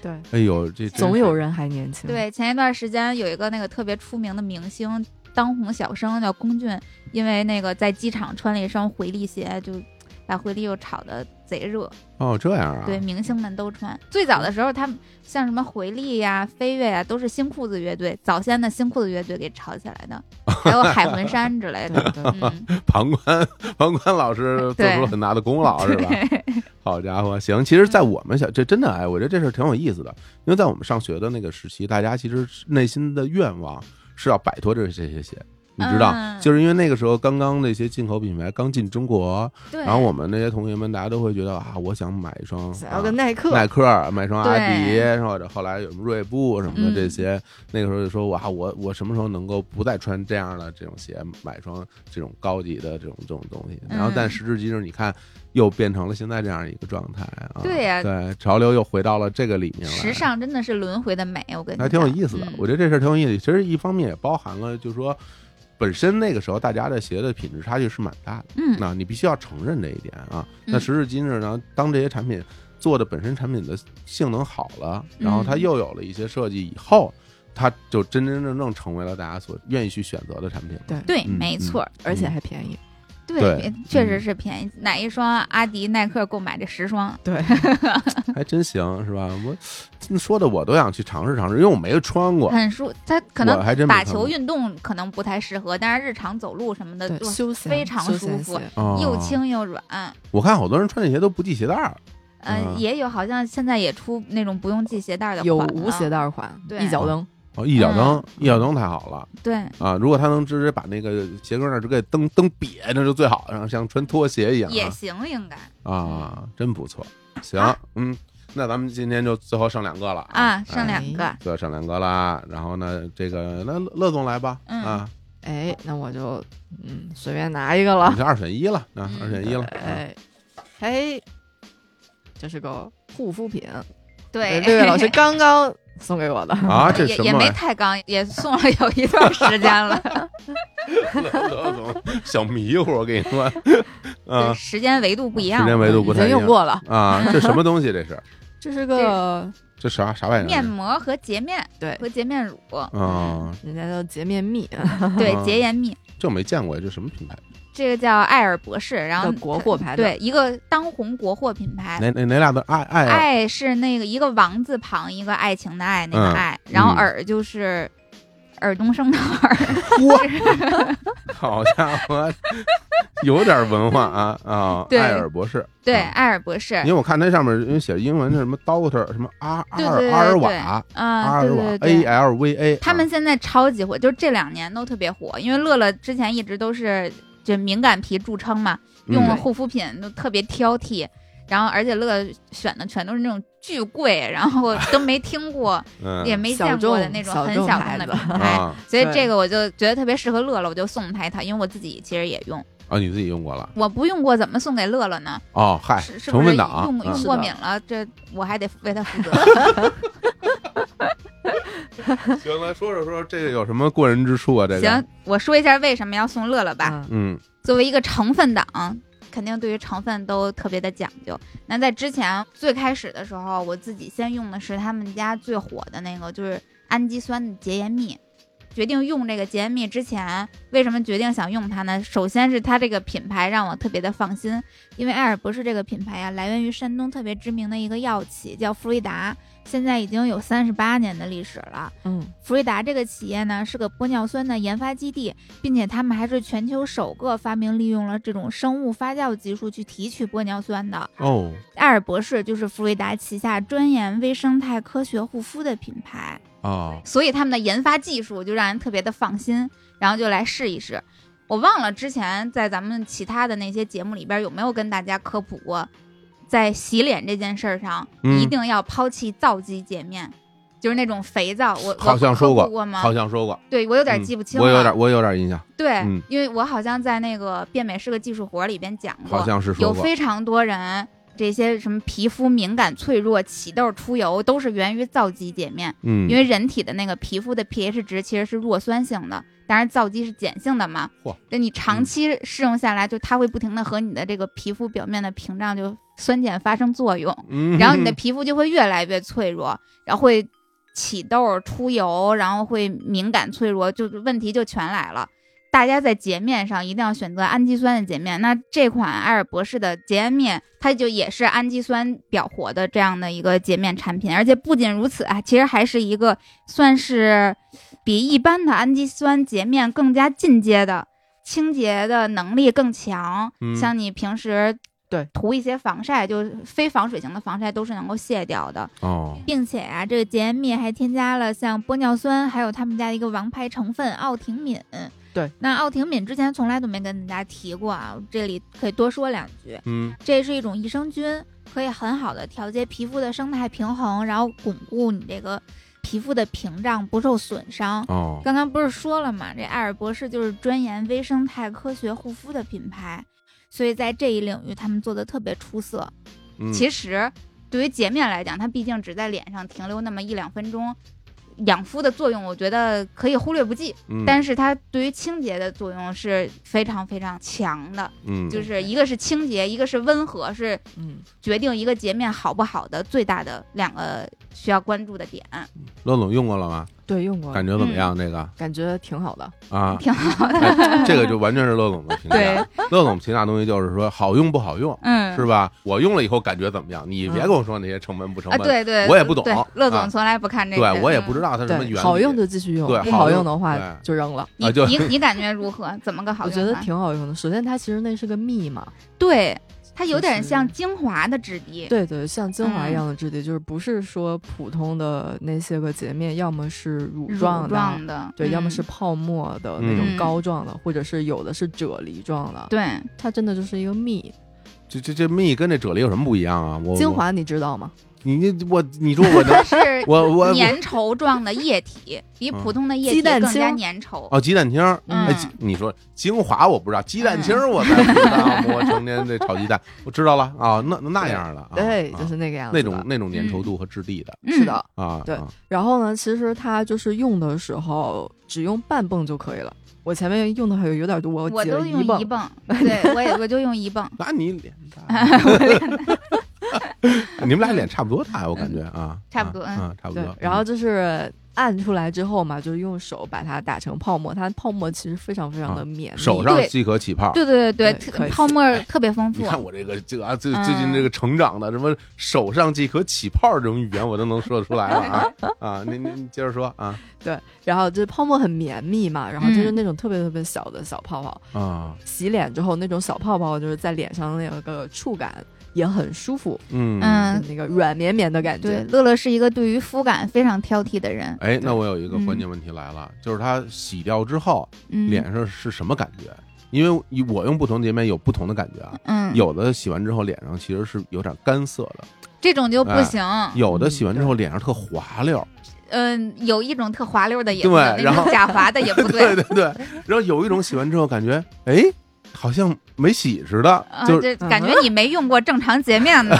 对，
哎呦，这真
总
是
有人还年
嗯
轻。，
对，前一段时间有一个那个特别出名的明星，当红小生叫龚俊，因为那个在机场穿了一双回力鞋，就把回力又炒得贼热。
哦，这样啊，嗯
对，明星们都穿。最早的时候，他们像什么回力呀、飞跃呀，都是新裤子乐队早先的新裤子乐队给炒起来
[laughs]
的，还有海魂衫之类
对
的。
对，
嗯，
[laughs] 旁观旁观老师做
对
出了很大的功劳，是吧？
对嗯
好家伙，行，其实，在我们小这真的哎，我觉得这事儿挺有意思的，因为在我们上学的那个时期，大家其实内心的愿望是要摆脱这这些鞋，你知道，
嗯
就是因为那个时候刚刚那些进口品牌刚进中国，
对。
然后我们那些同学们，大家都会觉得啊，我想买一双，
想
啊
要个耐克，
耐克儿买双阿迪，
对
然后后来有什么锐步什么的
嗯
这些，那个时候就说哇，我我什么时候能够不再穿这样的这种鞋，买双这种高级的这种这种东西？然后但
嗯
时至今日，你看又变成了现在这样一个状态啊！
对呀
对，潮流又回到了这个里面来，
时尚真的是轮回的美，我跟你
还挺有
讲
意思的。
嗯
我觉得这事儿挺有意思，其实一方面也包含了，就是说。本身那个时候，大家的鞋的品质差距是蛮大的，
嗯，
那你必须要承认这一点啊。那
嗯
时至今日呢，当这些产品做的本身产品的性能好了，
嗯
然后它又有了一些设计以后，它就真真正正成为了大家所愿意去选择的产品。 [laughs]
对，
对，
嗯
没
嗯
错儿。
而且还便宜。
对
确
嗯
实是便宜。哪一双阿迪、耐克购买这十双， [laughs]
对，
还真行，是吧？我说的我都想去尝试尝试，因为我没穿过。
很舒，它嗯可
我
能
还真没
打
看
球
过
运动可能不太适合，但是日常走路什么的，
对，
哇
休闲
非常
休闲
舒服
鞋
哦
又轻又软。嗯、
我看好多人穿这鞋都不系鞋带儿，啊
也有好像现在也出那种不用系鞋带儿的
有
款
无
了
鞋带款，
对
一脚蹬，
哦，一脚蹬，
嗯
一脚蹬太好了
对，
啊！如果他能直接把那个鞋跟那儿直接蹬蹬瘪，那就最好，然后像穿拖鞋一样、啊。
也行，应该嗯
啊，真不错。行，
啊
嗯，那咱们今天就最后剩两个了
啊，剩
哎
两个
最后剩两个啦。然后呢，这个那乐乐总来吧，
嗯
啊，
哎，那我就嗯随便拿一个了
你。就二选一了，啊，
嗯
二选一了。啊
哎，哎，这是个护肤品，
对，
这位老师刚刚送给我的。
啊，这
也
什
也
么玩
没
意儿？
太刚，也送了有一段时间了，
乐 [laughs] 乐总小迷糊，我跟你
[laughs]
说，
对
[laughs] 啊
时间维度不一样，
时间维度不
已
太
经
一
用
样
过了，
啊，这
[laughs]
什么东西？这是
这是个
这啥啥玩意
面
儿？
膜和洁面
对，
和
[laughs]
洁面乳，
啊，
人家叫洁面蜜，
对
啊
洁颜蜜，
这我没见过，这什么品牌？
这个叫爱尔博士，然后
的国货牌的
对一个当红国货品牌，
哪哪哪俩字？爱爱尔
哎爱是那个一个王字旁，一个爱情的爱，那
嗯
个爱，然后
嗯
耳就是耳东升
[laughs]
的耳，
好家伙，有点文化啊啊！
对
艾尔博士，
对，
啊
爱尔博士
因，为我看它上面因为写着英文是什么 Doctor 什么阿阿
对
尔
对
阿尔
对对
瓦，阿
啊，
尔
对
瓦
对
A
对。
L V A，嗯
他们现在超级火，就是这两年都特别火，因为乐乐之前一直都是就敏感皮著称嘛，用
嗯
护肤品都特别挑剔，然后而且乐乐选的全都是那种巨贵，然后都没听过，
嗯
也没见过的那种
小
很
众
小
牌
众的
子
品牌，
啊
所以
对
这个我就觉得特别适合乐乐，我就送他一套，因为我自己其实也用，
啊，你自己用过了
我不用过怎么送给乐乐呢？
哦，
[laughs]
嗨，
是是
成
不是
分党
用
嗯
用
是
过
的
敏了？这我还得为
[laughs]
他负责。
行来说说说这个有什么过人之处啊？这个
行，，我说一下为什么要送乐乐吧。
嗯
嗯
作为一个成分党，肯定对于成分都特别的讲究。那在之前最开始的时候，我自己先用的是他们家最火的那个，就是氨基酸的洁颜蜜。决定用这个洁颜蜜之前，为什么决定想用它呢？首先是它这个品牌让我特别的放心，因为艾尔博士这个品牌呀、来源于山东特别知名的一个药企，叫芙瑞达，现在已经有三十八年的历史了。
嗯，
福瑞达这个企业呢是个玻尿酸的研发基地，并且他们还是全球首个发明利用了这种生物发酵技术去提取玻尿酸的。
哦，
艾尔博士就是福瑞达旗下专研微生态科学护肤的品牌，
哦，
所以他们的研发技术就让人特别的放心，然后就来试一试。我忘了之前在咱们其他的那些节目里边有没有跟大家科普过，在洗脸这件事儿上，
嗯
一定要抛弃皂基洁面，就是那种肥皂。我我
好像说
科
过
普过吗？
好像说过，
对我有
有
点记不清了，
嗯
啊
我有点我有点印象，
对、
嗯
因为我好像在那个变美是个技术活里边讲过，
好像是说
有
过，
非常多人这些什么皮肤敏感、脆弱、起痘、出油，都是源于皂基洁面，
嗯，
因为人体的那个皮肤的 pH 值其实是弱酸性的，但是皂基是碱性的嘛
嚯，嗯
那你长期试用下来，就它会不停的和你的这个皮肤表面的屏障就酸碱发生作用，
嗯，
然后你的皮肤就会越来越脆弱，然后会起痘儿、出油，然后会敏感、脆弱，就是问题就全来了。大家在洁面上一定要选择氨基酸的洁面。那这款艾尔博士的洁颜面，它就也是氨基酸表活的这样的一个洁面产品，而且不仅如此啊，其实还是一个算是比一般的氨基酸洁面更加进阶的。清洁的能力更强，
嗯
像你平时
对
涂一些防晒，就是非防水型的防晒都是能够卸掉的，
哦，
并且啊，这个洁颜蜜还添加了像玻尿酸，还有他们家的一个王牌成分奥婷敏。
对，
那奥婷敏之前从来都没跟大家提过啊，这里可以多说两句。
嗯
这是一种益生菌，可以很好的调节皮肤的生态平衡，然后巩固你这个皮肤的屏障不受损伤。
哦，
刚刚不是说了嘛，这艾尔博士就是专研微生态科学护肤的品牌，所以在这一领域他们做的特别出色。
实
其实对于洁面来讲，它毕竟只在脸上停留那么一两分钟，养肤的作用我觉得可以忽略不计，
嗯
但是它对于清洁的作用是非常非常强的，
嗯
就是一个是清洁，一个是温和，是
嗯，
决定一个洁面好不好的最大的两个需要关注的点，
乐总用过了吗？
对，用过，
感
觉
觉怎么样？这个
感觉挺好的，
啊，
[laughs] 挺好的。
哎这个就完全是乐总的评
[laughs]
对
价。乐总评价东西就是说好用不好用，
嗯，
是吧？我用了以后感觉怎么样？你别
嗯
跟我说那些成本不成
啊，
本，
对对，
我也不懂
对乐
啊
总从来不看这个，嗯
对我也不知
道。
道它啊什么原
嗯对，
理。
好用就继续用，
对
不
好
好
用
用的话
对
就扔了。
你
啊就
你你感觉如何？怎么个好
[laughs] 我
用法？
觉得挺好用的。首先，它其实那是个蜜嘛，
对，它有
就
点
是
像精华的质地。
对对，像精华
嗯
一样的质地，就是不是说普通的那些个洁面，要么是乳
乳
状的，
状的，
对，要么
嗯
是泡沫的那种
嗯
膏状的，或者是有的是啫喱状的。，
对，
它真的就是一个蜜。
这这这蜜跟这啫喱有什么不一样啊？我
精，华你知道吗？
我你你我你说我
[laughs]
它
能
是
我我我
粘稠状的液体，比普通的液
鸡
体
蛋
更加
清
粘稠。
哦，鸡蛋清儿。
嗯
哎，鸡你说精华我不知道，鸡蛋清儿我才不知道。我成天这炒鸡蛋，我知道了啊，那那样的啊，
嗯对，
啊
就是那个样子
那
的。
种那种粘稠度和质地的
嗯
是的。，
啊，
对
啊
然后呢，其实它就是用的时候只用半泵就可以了。我前面用的还有有点多，我
我
挤了
都
哦一
用一
泵。 [laughs]
泵，对我也我就用一泵。
那你脸
[laughs]
大，你们俩脸差不多大，我感觉啊，
嗯差不多
啊，啊差不
对
多。，
然后就是按出来之后嘛，就用手把它打成泡沫，它泡沫其实非常非常
啊
的绵密。
手上
对
即可起泡。
对对对
对可
特
以
泡沫儿特别丰
你
富。
看我这个这个啊，最
嗯
最近这个成长的什么手上即可起泡这种语言，我都能说得出来了啊
[laughs]
啊！你你你接着说啊
对，然后就是泡沫很绵密嘛，然后就是那种特别特别小的小泡泡，
啊
洗脸之后那种小泡泡就是在脸上那个触感也很舒服，
嗯
嗯
就那个软绵绵的感
对，
觉。
乐乐是一个对于肤感非常挑剔的人。
哎，那我有一个关键问题来了，就是它洗掉之后
嗯，
脸上是什么感觉？因为我用不同洁面有不同的感觉啊，
嗯，
有的洗完之后脸上其实是有点干涩的，
这种就不
哎
行。
有的洗完之后脸上特滑溜，
嗯，有一种特滑溜的也不
对
对，那
然后
种假滑的也
[laughs]
不
对对对，
[laughs]
然后有一种洗完之后感觉，哎，好像没洗似的，
啊，
就是
这感
嗯
觉你没用过正常洁
[laughs]
面呢，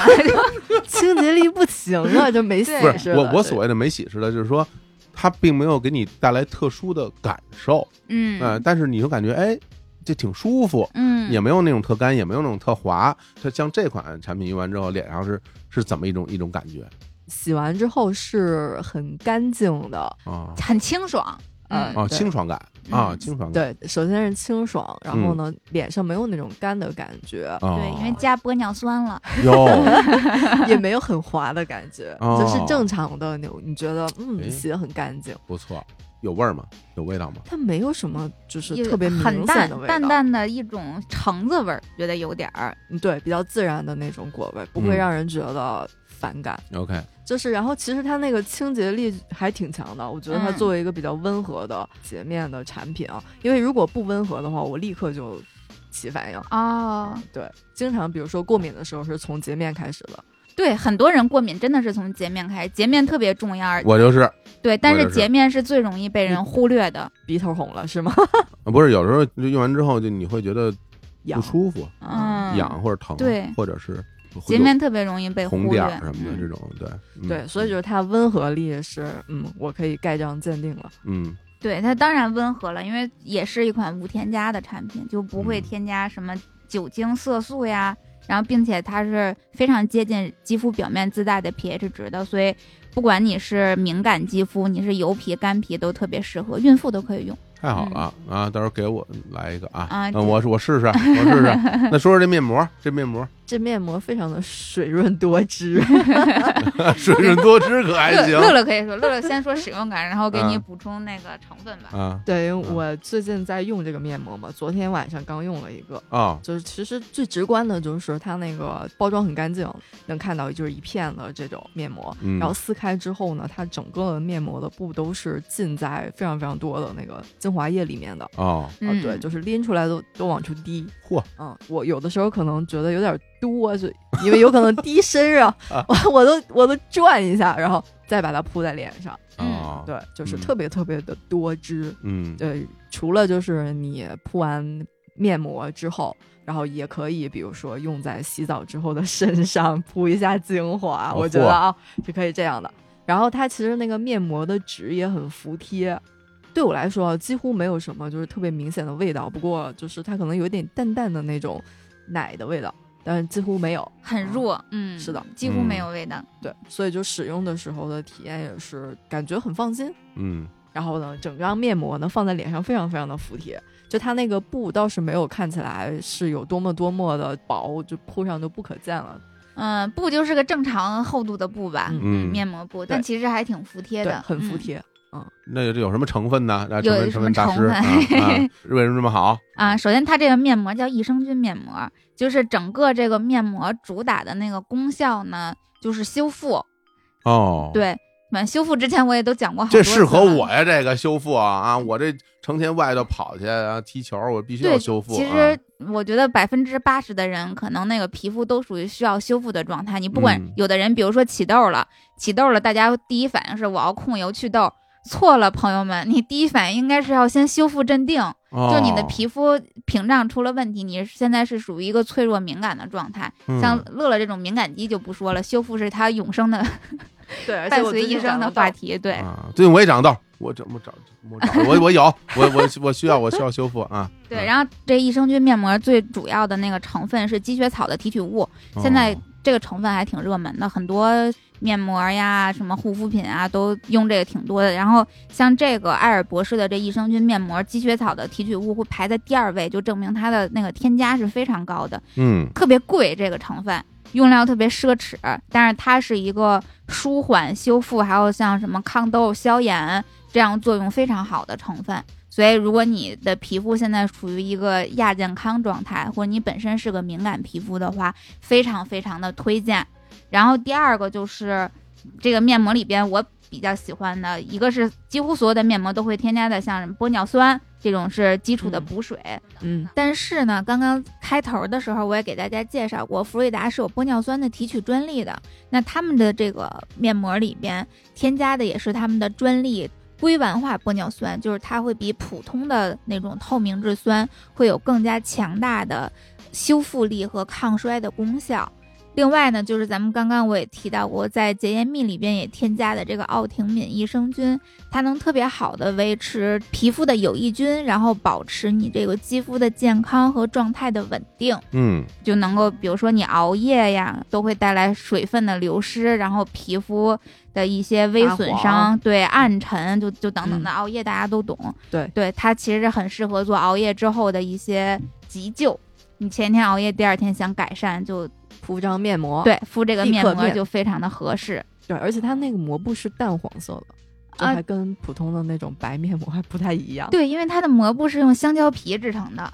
清洁力不行 [laughs] 啊，就没洗
对
不
似
是
的。
我我所谓的没洗似的，就是说它并没有给你带来特殊的感受，
嗯
呃，但是你就感觉哎，这挺舒服，
嗯，
也没有那种特干，也没有那种特滑。它像这款产品用完之后，脸上是是怎么一种一种感觉
洗完之后是很干净的，
啊
很清爽，呃
嗯
啊，
对
清爽感啊，
嗯
清爽感
对，首先是清爽，然后
嗯
呢，脸上没有那种干的感
[laughs]
觉，
啊，
对，因为加玻尿酸了， [laughs]
哟，
也没有很滑的感觉，
哦
就是正常的你你觉得
诶
嗯洗的很干净，
不错，有味儿吗？有味道吗？
但没有什么就是
也
特别明
很
显
淡
的味道，
淡淡的一种橙子味儿，觉得有点儿，
嗯对，比较自然的那种果味，不
嗯
会让人觉得反感。
OK，
就是，然后其实它那个清洁力还挺强的，我觉得它
嗯
作为一个比较温和的洁面的产品啊，因为如果不温和的话，我立刻就起反应。
哦，
对，经常比如说过敏的时候是从洁面开始的，
对，很多人过敏真的是从洁面开始，洁面特别重要，
我就是
对，但
我
是
就是
洁面是最容易被人忽略的，
鼻头红了是吗？
啊不是有时候就用完之后就你会觉得不
痒，
舒服，
嗯，
痒或者疼，
对
或者是会
洁面特别容易被
有
忽
红
略，
点儿什么的
嗯
这种，对嗯
对，所以就是它温和力是，嗯，我可以盖章鉴定了。
嗯
对它当然温和了，因为也是一款无添加的产品，就不会
嗯
添加什么酒精、色素呀。然后，并且它是非常接近肌肤表面自带的 pH 值的，所以不管你是敏感肌肤，你是油皮、干皮都特别适合，孕妇都可以用。
太好了、啊！到时候给我来一个啊，
嗯啊
嗯
这
我我试试，我试
[laughs]
试。那说说这面膜，这面膜
这面膜非常的水润多汁， [laughs]
[laughs]
水润多汁可还
乐
行
乐乐可以说，乐乐先说使用感，然后给你
嗯
补充那个成分吧。
啊
对，因为我最近在用这个面膜嘛，昨天晚上刚用了一个，
哦
就是其实最直观的就是它那个包装很干净，能看到就是一片的这种面膜。
嗯
然后撕开之后呢，它整个面膜的布都是浸在非常非常多的那个精华液里面的。
哦，
啊，对，
嗯
就是拎出来都都往出滴。
嚯，
嗯，我有的时候可能觉得有点多，就因为有可能滴身
[laughs]
上，
啊
我我都我都转一下，然后再把它铺在脸上。
哦，
对，就是
嗯
特别特别的多汁。
嗯，
对，呃除了就是你铺完面膜之后，然后也可以，比如说用在洗澡之后的身上铺一下精华，
哦
我觉
嚯
得啊是可以这样的。然后它其实那个面膜的质也很服帖，对我来说啊几乎没有什么就是特别明显的味道，不过就是它可能有点淡淡的那种奶的味道，但是几乎没有。
很弱，嗯，
啊是的，
几乎没有味道。
对，所以就使用的时候的体验也是感觉很放心。
嗯
然后呢，整张面膜呢放在脸上非常非常的服帖，就它那个布倒是没有看起来是有多么多么的薄，就铺上就不可见了，
嗯，布就是个正常厚度的布吧，
嗯
嗯，
面膜布，
对
但其实还挺服帖
对，
的，
很服
嗯
帖。
那有什么成分呢？啊，成
有
分
什
成
么
分大
成
师啊，啊
[laughs]
为什么这么好
啊，？首先它这个面膜叫益生菌面膜，就是整个这个面膜主打的那个功效呢，就是修复。
哦，。
对，满修复之前我也都讲过好多
这
次
适合
了
我呀，这个修复啊啊！我这成天外头跑去啊，踢球，我必须要
对，
修复啊。
其实我觉得百分之八十的人可能那个皮肤都属于需要修复的状态。你不管、
嗯
有的人，比如说起痘了，起痘了，大家第一反应是我要控油祛痘。错了，朋友们，你第一反应应该是要先修复镇定，就你的
哦
皮肤屏障出了问题，你现在是属于一个脆弱敏感的状态。
嗯
嗯
像乐乐这种敏感肌就不说了，修复是他永生的
对，而且
伴
我
随
最近
一生的
长痘
话，题。对，
嗯
啊，最近我也长痘，我这我找我找我我有我我我需要我需要修复啊。
[laughs]
嗯
对，然后这益生菌面膜最主要的那个成分是积雪草的提取物，
后
现在这个成分还挺热门的，很多面膜呀、什么护肤品啊都用这个挺多的。然后像这个艾尔博士的这益生菌面膜，积雪草的提取物会排在第二位，就证明它的那个添加是非常高的，
嗯
特别贵这个成分。用料特别奢侈，但是它是一个舒缓、修复，还有像什么抗痘、消炎这样作用非常好的成分。所以，如果你的皮肤现在处于一个亚健康状态，或者你本身是个敏感皮肤的话，非常非常的推荐。然后第二个就是这个面膜里边我比较喜欢的一个是几乎所有的面膜都会添加的像什么玻尿酸这种是基础的
嗯
补水，
嗯
但是呢，刚刚开头的时候我也给大家介绍过，福瑞达是有玻尿酸的提取专利的。那他们的这个面膜里边添加的也是他们的专利硅烷化玻尿酸，就是它会比普通的那种透明质酸会有更加强大的修复力和抗衰的功效。另外呢，就是咱们刚刚我也提到过，在洁颜蜜里边也添加的这个奥婷敏益生菌，它能特别好的维持皮肤的有益菌，然后保持你这个肌肤的健康和状态的稳定，
嗯，
就能够比如说你熬夜呀，都会带来水分的流失，然后皮肤的一些微损
发
伤，对暗沉，就就等等的、
嗯
熬夜大家都懂，
对
对，它其实很适合做熬夜之后的一些急救。你前天熬夜，第二天想改善，就
敷张面膜，
对敷这个
立
面
刻
膜
变
就非常的合适。
对，而且它那个膜布是淡黄色的，这
啊
还跟普通的那种白面膜还不太一样。
对，因为它的膜布是用香蕉皮制成的，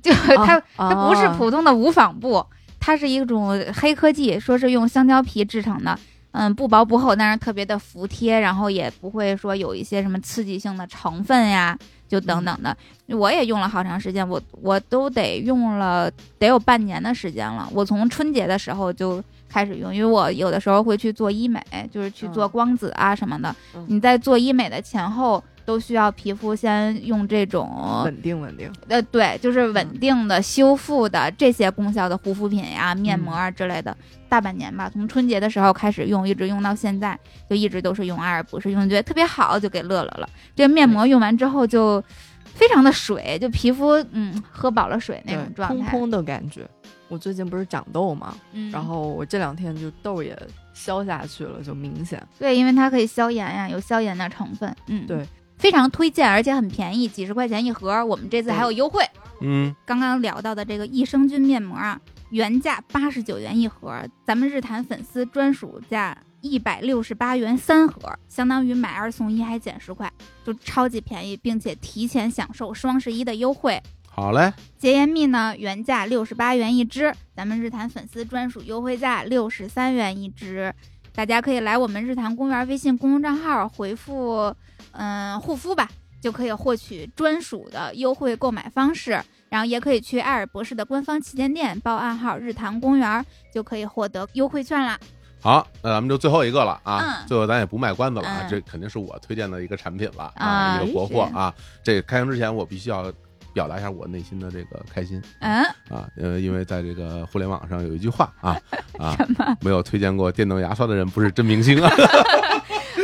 就 [laughs] 它、
啊，它
它不是普通的无纺布，它是一种黑科技，说是用香蕉皮制成的。嗯，不薄不厚，但是特别的服帖，然后也不会说有一些什么刺激性的成分呀，就等等的。我也用了好长时间，我我都得用了得有半年的时间了。我从春节的时候就开始用，因为我有的时候会去做医美，就是去做
嗯
光子啊什么的。
嗯
你在做医美的前后都需要皮肤先用这种
稳定稳定。
呃，对，就是稳
嗯
定的、修复的这些功效的护肤品呀、面
嗯
膜啊之类的，大半年吧，从春节的时候开始用，一直用到现在，就一直都是用爱而不是用，觉得特别好，就给乐乐了。这面膜用完之后就非常的水，就皮肤嗯喝饱了水那
对
种，状
通
态，
通的感觉。我最近不是长痘嘛，
嗯，
然后我这两天就痘也消下去了，就明显。
对，因为它可以消炎呀，有消炎的成分，嗯，
对，
非常推荐，而且很便宜，几十块钱一盒，我们这次还有优惠。
嗯，
刚刚聊到的这个益生菌面膜啊，原价八十九元一盒，咱们日坛粉丝专属价一百六十八元三盒，相当于买二送一还减十块，就超级便宜，并且提前享受双十一的优惠。
好嘞，
洁颜蜜呢，原价六十八元一支，咱们日坛粉丝专属优惠价六十三元一支。大家可以来我们日坛公园微信公众账号回复“嗯护肤”吧，就可以获取专属的优惠购买方式。然后也可以去艾尔博士的官方旗舰店报暗号“日坛公园”，就可以获得优惠券啦。
好，那咱们就最后一个了啊，
嗯
最后咱也不卖关子了啊，
嗯
这肯定是我推荐的一个产品了
啊
一个国货
是
啊。这开箱之前，我必须要表达一下我内心的这个开心
嗯，
啊，呃，因为在这个互联网上有一句话啊啊，没有推荐过电动牙刷的人不是真明星啊。 [laughs]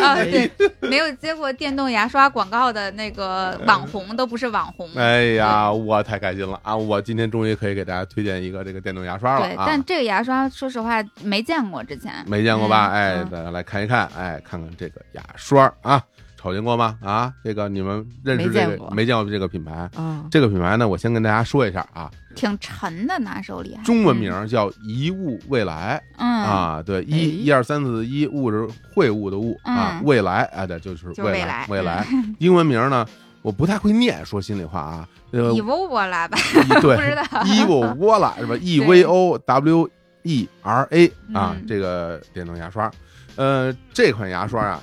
啊，对，没有接过电动牙刷广告的那个网红都不是网红。
哎呀，我太开心了啊！我今天终于可以给大家推荐一个这个电动牙刷了
对，
啊。
但这个牙刷说实话没见过，之前
没见过吧？
嗯
哎，
嗯
大家来看一看，哎，看看这个牙刷儿啊，瞅见过吗？啊，这个你们认识这
没见
个
过
没见过这个品牌？
啊，
这个品牌呢，我先跟大家说一下啊，
挺沉的，拿手里还
中文名叫一物未来
嗯，
啊，对，一
哎
一二三四的一物是会物的物啊，
嗯
未来啊，对，就是
就是未
来
来
未
[laughs]
来，英文名呢，我不太会念，说心里话啊，呃，
你问我啦吧，
[laughs] 一对
不
[laughs]
知道，
Evo Vola
[laughs]
是吧？E V O W E R A 啊
嗯，
这个电动牙刷，呃，这款牙刷啊，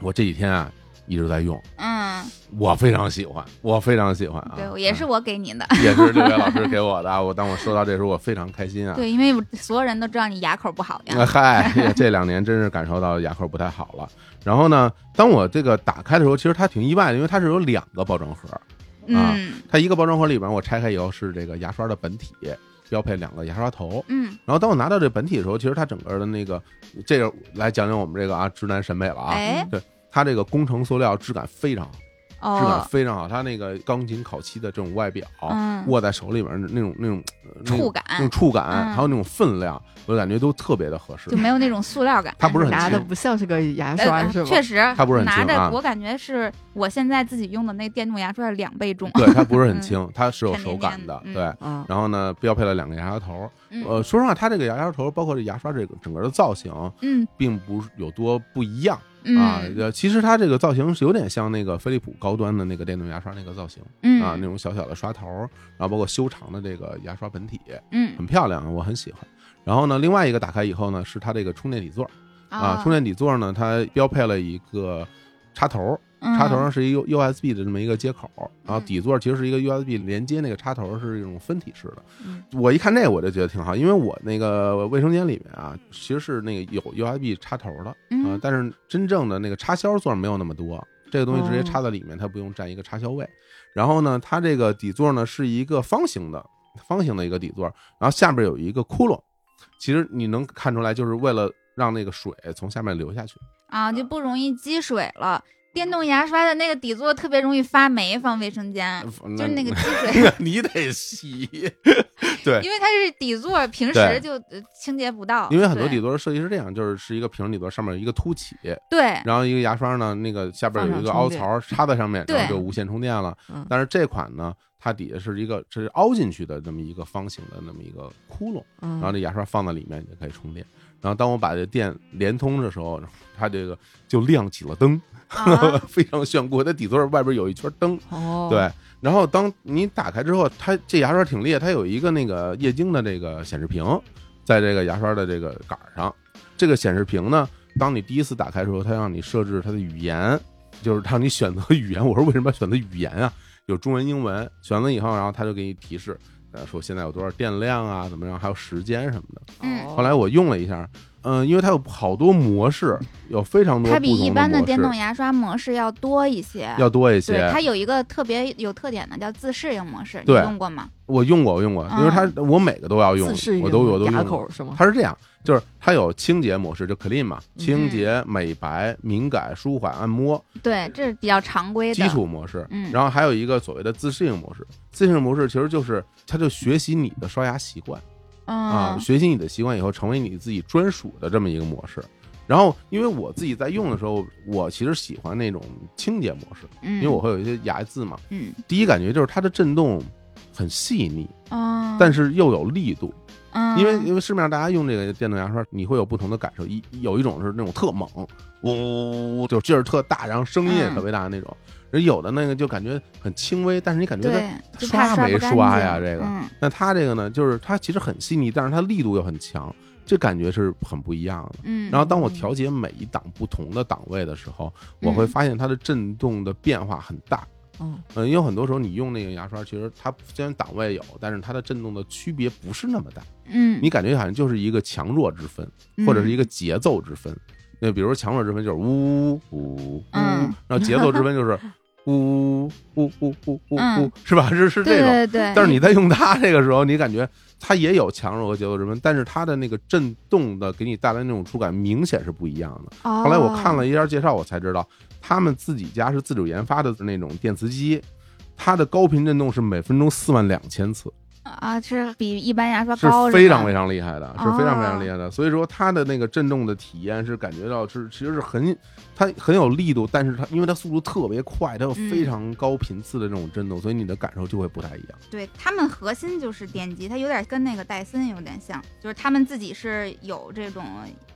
我这几天啊一直在用，
嗯，
我非常喜欢，我非常喜欢啊，
对，也是我给你的，
嗯， [laughs] 也是六月老师给我的啊，我当我收到这时候，我非常开心啊。
对，因为所有人都知道你牙口不好
啊
呀，
嗨，
[laughs]
这这两年真是感受到牙口不太好了。
哎
然后呢，当我这个打开的时候，其实它挺意外的，因为它是有两个包装盒，
嗯
它一个包装盒里边我拆开以后是这个牙刷的本体，标配两个牙刷头，
嗯，
然后当我拿到这本体的时候，其实它整个的那个，这个来讲讲我们这个啊直男审美了啊，
嗯
哎，
它这个工程塑料质感非常好，质感
哦，
非常好，它那个钢琴烤漆的这种外表，
嗯，
握在手里面那种那种呃那种
触感
那种哦触感，
嗯
还有那种分量，我感觉都特别的合适
就。没有那种塑料感，
[laughs] 它不是很
拿的
轻
不像是个牙刷
呃
是吧？
确实，
它不是很
拿
轻啊
着我感觉是我现在自己用的那电动牙刷是两倍
[laughs]
[laughs] 重，
对，它不是
嗯
很轻，它是有
沉
手
甸
感
甸
的
的，嗯
对。
啊，
然后呢，标配了两个牙刷头。
嗯
呃，说实话，它这个牙刷头，包括这牙刷这个整个的造型，
嗯
并不是有多不一样。啊，
嗯
呃，其实它这个造型是有点像那个飞利浦高端的那个电动牙刷那个造型
嗯
啊，那种小小的刷头，然后包括修长的这个牙刷本体，
嗯
很漂亮，我很喜欢。然后呢，另外一个打开以后呢，是它这个充电底座，
哦
啊，充电底座呢，它标配了一个插头儿，插头上是一个 USB 的这么一个接口儿，然后
嗯
底座其实是一个 USB 连接那个插头儿是一种分体式的。
嗯
我一看那我就觉得挺好，因为我那个卫生间里面啊，其实是那个有 USB 插头儿的，啊、
嗯
但是真正的那个插销座没有那么多，这个东西直接
哦
插在里面，它不用占一个插销位。然后呢，它这个底座呢是一个方形的，方形的一个底座，然后下边有一个窟窿，其实你能看出来，就是为了让那个水从下面流下去。
啊，就不容易积水了。电动牙刷的那个底座特别容易发霉，放卫生
呃
间啊就是那个积水，
[laughs] 你得洗，
因为它是底座，平
对
时就呃清洁不到。
因为很多
对
底座的设计是这样，就是是一个平底座，上面有一个凸起， [laughs]
对，啊
然后一个牙刷呢，那个下边有一个凹槽插在上面，
对
然后就无线充电了
嗯。
但是这款呢，它底下是一个这是凹进去的这么一个方形的那么一个窟窿，
嗯
然后这牙刷放在里面你就可以充电。然后当我把这电连通的时候，它这个就亮起了灯，
啊
[laughs] 非常炫酷。它底座外边有一圈灯，
哦，
对。然后当你打开之后，它这牙刷挺厉害，它有一个那个液晶的这个显示屏，在这个牙刷的这个杆儿上。这个显示屏呢，当你第一次打开的时候，它让你设置它的语言，就是让你选择语言。我说为什么要选择语言啊？有中文、英文，选了以后，然后它就给你提示，呃，说现在有多少电量啊，怎么样，还有时间什么的。
嗯
后来我用了一下，嗯、因为它有好多模式，有非常多
它
不
比
同
一
的
般的
模
电动
式，
牙刷模式要多一些。
要多一些。
对，它有一个特别有特点的叫自适应模式，你
对
用过吗？
我用过，我用过，因为它、我每个都要用
啊自适，应
我都我都
牙
用过。
口是吗？
它是这样，就是它有清洁模式，就 clean 嘛，
嗯
清洁、美白、敏感、舒缓、按摩
对，这是比较常规的。
基础模式。
嗯
然后还有一个所谓的自适应模式，自适应模式其实就是它就学习你的刷牙习惯啊，
嗯
学习你的习惯以后，成为你自己专属的这么一个模式。然后，因为我自己在用的时候，我其实喜欢那种清洁模式，
嗯，
因为我会有一些牙渍嘛。
嗯
第一感觉就是它的震动很细腻，
嗯，
但
是
是又有力度。
嗯，
因为因为市面上大家用这个电动牙刷，你会有不同的感受。一有一种是那种特猛，呜呜呜，就劲儿特大，然后声音
嗯
也特别大那种。而有的那个就感觉很轻微，但是你感觉它，
对，就怕
刷没
不干
刷呀
净
这个
嗯
那它这个呢，就是它其实很细腻，但是它力度又很强，这感觉是很不一样的。
嗯，
然后当我调节每一档不同的档位的时候，我会
嗯
发现它的震动的变化很大。
嗯，
嗯，因为很多时候你用那个牙刷，其实它虽然档位有，但是它的震动的区别不是那么大，
嗯，
你感觉好像就是一个强弱之分。或者是一
个
个节奏之分。那比如强弱之分就是呜呜呜呜，
嗯
然后节奏之分就是呜呜呜呜呜呜呜
嗯，
是吧？ [laughs] 是是
对
这种。
对对，
但是你在用它这个时候，你感觉它也有强弱和节奏之分，但是它的那个震动的给你带来那种触感明显是不一样的。后
后
来我看了一下介绍，我才知道他们自己家是自主研发的那种电磁机，它的高频震动是每分钟四万两千次。
啊，是比一般牙刷
是
高吧，
非常非常厉害的，是非常
哦
非常厉害的。所以说它的那个震动的体验是感觉到是其实是很它很有力度，但是它因为它速度特别快，它有
嗯
非常高频次的这种震动，所以你的感受就会不太一样。
对他们核心就是电机，它有点跟那个戴森有点像，就是他们自己是有这种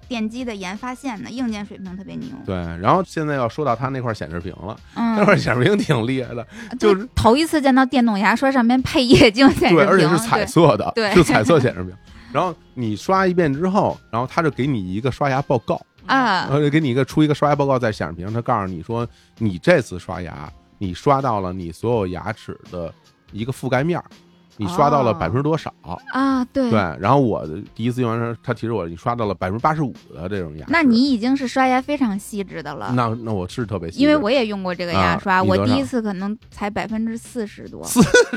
电机的研发线的，硬件水平特别牛。
对，然后现在要说到它那块显示屏了，
嗯，
那块显示屏挺厉害的，
对
就是
头一次见到电动牙刷上面配液晶显示屏，
对，而且是彩色的，
对
是彩色显示屏。然后你刷一遍之后，然后它就给你一个刷牙报告，
啊，
呃，给你一个出一个刷牙报告在显示屏上，它告诉你说你这次刷牙，你刷到了你所有牙齿的一个覆盖面儿，你刷到了
哦
百分之多少？
啊，对
对，然后我的第一次用完时，他提示我你刷到了百分之八十五的这种牙齿。
那你已经是刷牙非常细致的了，
那那我是特别细致，
因为我也用过这个牙刷，
啊你
我
多少
第一次可能才百分之四十多。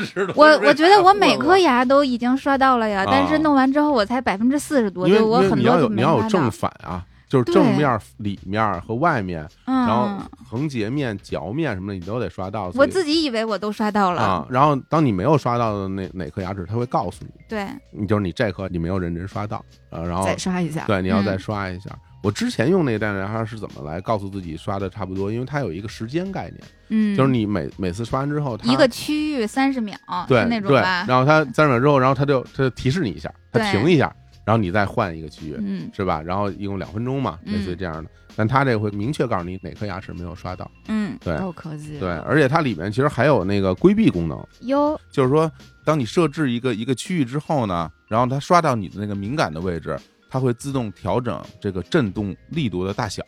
是的
我
就是
我觉得我
这样
每颗牙都已经刷到了呀，
啊
但是弄完之后我才百分之四十多，
因为
就我
因为
很
你要
多
有
都
你
没
要
刷
有正
到。
反啊，就是
对
正面儿、里面儿和外面，
嗯，
然后横截面、角面什么的，你都得刷到。所
我
以
自己以为我都刷到了，
啊，然后当你没有刷到的那哪颗牙齿，它会告诉你。
对，
你就是你这颗你没有认真刷到，呃，然后
再刷一下，
对你要再
嗯
刷一下。我之前用那个电动牙刷是怎么来告诉自己刷的差不多？因为它有一个时间概念，
嗯，
就是你每每次刷完之后，它
一个区域三十秒，
对
是那种
对，
吧
然，后它三十秒之后，然后它就它就提示你一下，它
对
停一下，然后你再换一个区域，
嗯
是吧？然后一共两分钟嘛，类似于
嗯
这样的。但它这个会明确告诉你哪颗牙齿没有刷到，
嗯，
对
高科技，
对，而且它里面其实还有那个规避功能，
哟，
就是说，当你设置一个一个区域之后呢，然后它刷到你的那个敏感的位置，它会自动调整这个震动力度的大小，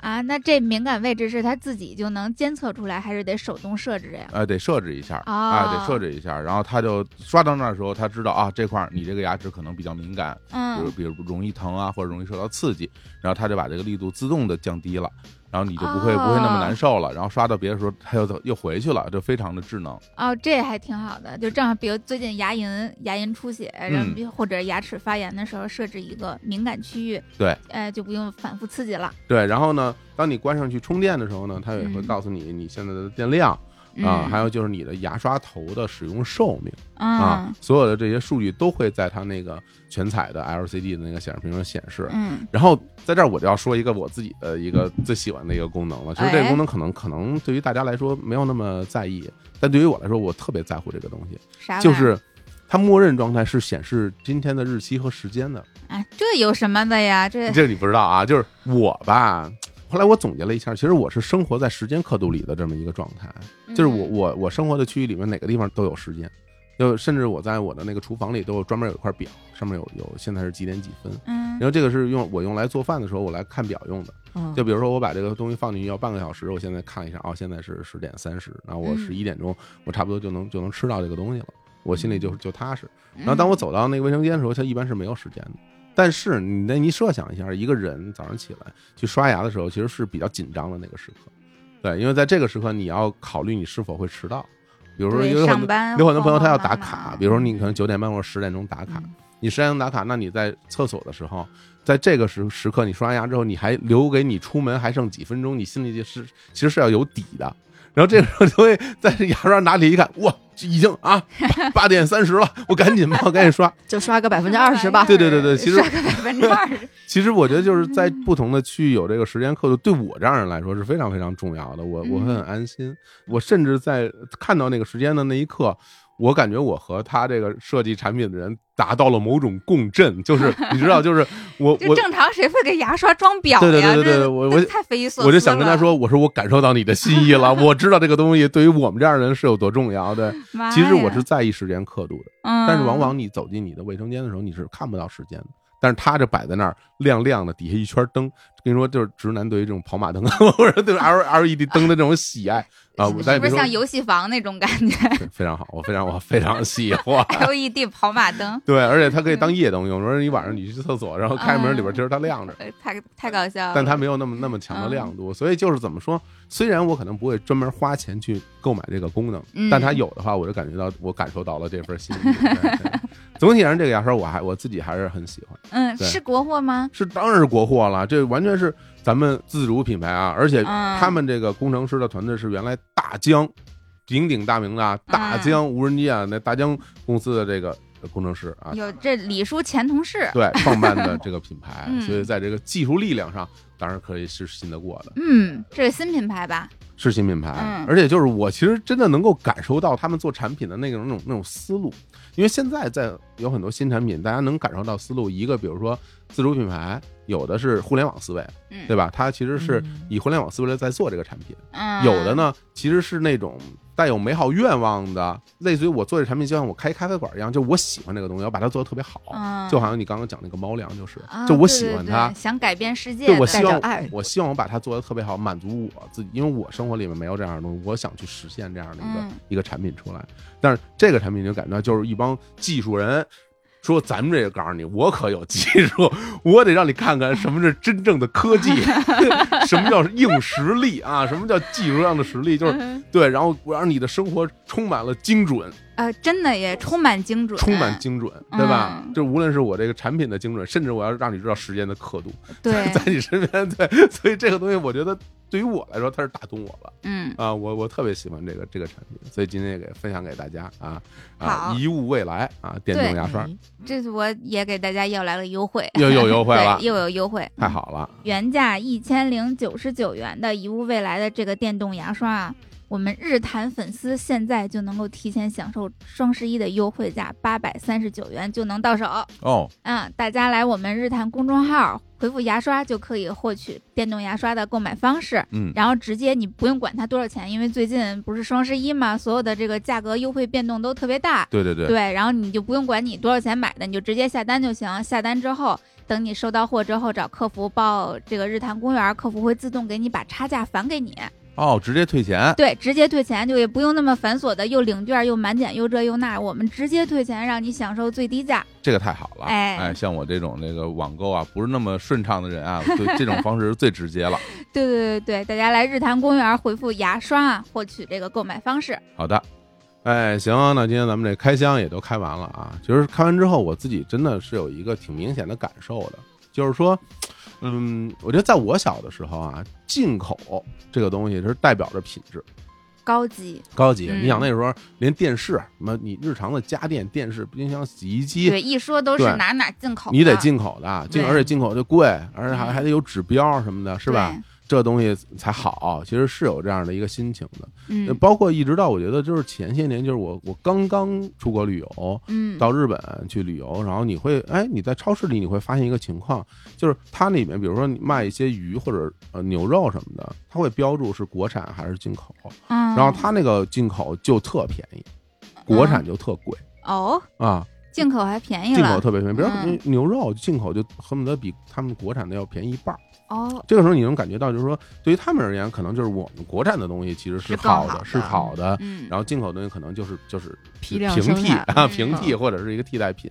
啊，那这敏感位置是它自己就能监测出来，还是得手动设置呀？
哎，得设置一下，
哦
哎，得设置一下，然后它就刷到那儿的时候，它知道啊，这块儿你这个牙齿可能比较敏感，比如
嗯，
比如容易疼啊，或者容易受到刺激，然后它就把这个力度自动的降低了，然后你就不会、
啊
不会那么难受了，然后刷到别的时候，它又走又回去了，就非常的智能。
哦，这还挺好的，就正好，比如最近牙龈牙龈出血，然
嗯
后或者牙齿发炎的时候，设置一个敏感区域，
对，
哎，就不用反复刺激了。
对，然后呢，当你关上去充电的时候呢，它也会
嗯
告诉你你现在的电量啊、
嗯，
还有就是你的牙刷头的使用寿命。啊
嗯，
所有的这些数据都会在它那个全彩的 LCD 的那个显示屏上显示。
嗯，
然后在这儿我就要说一个我自己的一个最喜欢的一个功能了。其实
哎
这个功能可能可能对于大家来说没有那么在意，但对于我来说，我特别在乎这个东西，
啥玩意儿
就是它默认状态是显示今天的日期和时间的。
哎，这有什么的呀？这
这个你不知道啊，就是我吧。后来我总结了一下，其实我是生活在时间刻度里的这么一个状态。就是我
嗯
我我生活的区域里面哪个地方都有时间，就甚至我在我的那个厨房里都有专门有一块表，上面有有现在是几点几分。
嗯，
然后这个是用我用来做饭的时候我来看表用的，
嗯
就比如说我把这个东西放进去要半个小时，我现在看了一下，哦，现在是十点三十，然后我
嗯
十一点钟我差不多就能就能吃到这个东西了，我心里就就踏实。
嗯
然后当我走到那个卫生间的时候，它一般是没有时间的。但是你那你设想一下，一个人早上起来去刷牙的时候，其实是比较紧张的那个时刻，对，因为在这个时刻你要考虑你是否会迟到，比如说
对
有很
上
多
班
有很多朋友他要
慌
打
慌忙
卡，
忙
比如说你可能九点半或者十点钟打卡，
嗯
你十点钟打卡，那你在厕所的时候，在这个时时刻你刷完牙之后，你还留给你出门还剩几分钟，你心里就是其实是要有底的。然后这个时候就会在这牙刷拿起一看，哇，这已经啊八八点三十了，我赶紧吧，我赶紧刷。
就刷个百分之二十吧
对。对对对其实
刷个百分之二十，
其实我觉得就是在不同的区域有这个时间刻度，对我这样人来说是非常非常重要的。我
嗯
我会很安心，我甚至在看到那个时间的那一刻，我感觉我和他这个设计产品的人达到了某种共振，就是你知道，就是
[laughs]
我
就
我
正常谁会给牙刷装表呀？
对对对对
这
对我我
这太匪夷所思了。
我就想跟他，说，我说我感受到你的心意了，我知道这个东西对于我们这样的人是有多重要
[laughs]
的。
哎
其实我是，在意时间刻度的，但
但
是往往你走进你的卫生间的时候，你是看不到时间的。但是它这摆在那儿亮亮的，底下一圈灯，跟你说，就是直男对于这种跑马灯啊 [laughs] 或者对 L L E D 灯的这种喜爱
[laughs]
啊，我咱
是
也
不
别
是
说
像游戏房那种感觉。
[laughs] 对 [laughs] 非常好，我非常我非常喜欢
？LED [laughs] 跑马灯，
对，而且它可以当夜灯用，说你晚上你去厕所，然后开门里边其实它亮着，
呃太太搞笑了。
但它没有那么那么强的亮
嗯
度，所以就是怎么说，虽然我可能不会专门花钱去购买这个功能，
嗯
但它有的话，我就感觉到我感受到了这份心意。 [laughs] 对对总体上，这个牙刷我还我自己还是很喜欢。
嗯，
对
是国货吗？
是当然是国货了，这完全是咱们自主品牌啊！而且
嗯
他们这个工程师的团队是原来大疆鼎鼎大名的啊
哎
大疆无人机啊，那大疆公司的这个工程师啊，
有这李叔前同事，
对创办的这个品牌，
[laughs] 嗯
所以在这个技术力量上，当然可以是信得过的，
嗯，这是新品牌吧？
是新品牌。
嗯
而且就是我其实真的能够感受到他们做产品的那种那种那种思路，因为现在在有很多新产品，大家能感受到思路，一个比如说自主品牌，有的是互联网思维。
嗯，
对吧？它其实是
嗯
以互联网思维在做这个产品，
嗯，
有的，呢其实是那种带有美好愿望的，类似于我做这产品就像我开咖啡馆一样，就我喜欢这个东西，我把它做的特别好，
嗯，
就好像你刚刚讲那个猫粮就是
啊，
就我
对
喜
对
欢
对
它，
想改变世界
对
的，
我希
带
望
着爱
我希望我把它做的特别好，满足我自己，因为我生活里面没有这样的东西，我想去实现这样的一个、
嗯
一个产品出来。但是这个产品你就感觉到就是一帮技术人。说咱们这个告诉你，我可有技术，我得让你看看什么是真正的科技，什么叫硬实力啊，什么叫技术上的实力，就是
嗯
对。然后我让你的生活充满了精准，
呃，真的也充满精准，
充满精准，对吧？
嗯
就无论是我这个产品的精准，甚至我要让你知道时间的刻度， [laughs]
对
在你身边，对，所以这个东西我觉得对于我来说，它是打动我了
嗯，
啊，我我特别喜欢这个这个产品，所以今天也给分享给大家啊啊，
好
一物未来啊，电动
对
牙刷
这次我也给大家要来了优惠，
又有 [laughs] 优惠了
对，又有优惠，
太好了，
原价一千零九十九元的一物未来的这个电动牙刷啊，我们日坛粉丝现在就能够提前享受双十一的优惠价八百三十九元就能到手。
哦，
嗯，大家来我们日坛公众号回复“牙刷”就可以获取电动牙刷的购买方式。
嗯，
然后直接你不用管它多少钱，因为最近不是双十一嘛，所有的这个价格优惠变动都特别大。
对对对，
对，然后你就不用管你多少钱买的，你就直接下单就行。下单之后，等你收到货之后，找客服报这个日坛公园，客服会自动给你把差价返给你。
哦，直接退钱，
对，直接退钱就也不用那么繁琐的，又领券又满减又这又那，我们直接退钱，让你享受最低价。
这个太好了。
哎
像我这种这个网购啊，不是那么顺畅的人啊，对这种方式是最直接了。
对对对对，大家来日坛公园回复牙刷啊，获取这个购买方式。
好的，哎，行，那今天咱们这开箱也都开完了啊。其实开完之后，我自己真的是有一个挺明显的感受的，就是说，嗯，我觉得在我小的时候啊，进口这个东西是代表着品质。
高级，
高级，
嗯
你想那时候连电视什么，你日常的家电、电视、冰箱、洗衣机，
对，一说都是
对
哪哪进口的，
你得进口的，进
对
而且进口就贵，而且还
嗯
还得有指标什么的，是吧
对？？
这东西才好，其实是有这样的一个心情的。
嗯
呃包括一直到我觉得就是前些年，就是我我刚刚出国旅游，
嗯，
到日本去旅游，然后你会哎你在超市里你会发现一个情况，就是它里面比如说你卖一些鱼或者呃牛肉什么的，它会标注是国产还是进口，
嗯，
然后它那个进口就特便宜，国
嗯
产就特贵。
哦，
啊，
进口还便宜
进口
了，
特别便宜，比如说
嗯
牛肉进口就恨不得比他们国产的要便宜一半儿。
哦，
这个时候你能感觉到，就是说对于他们而言，可能就是我们国产的东西其实是
是更
好
好
的，
的
是好的，
嗯，
然后进口的东西可能就是就是平
批量
平
生
替
产
啊，
嗯
平替或者是一个替代品。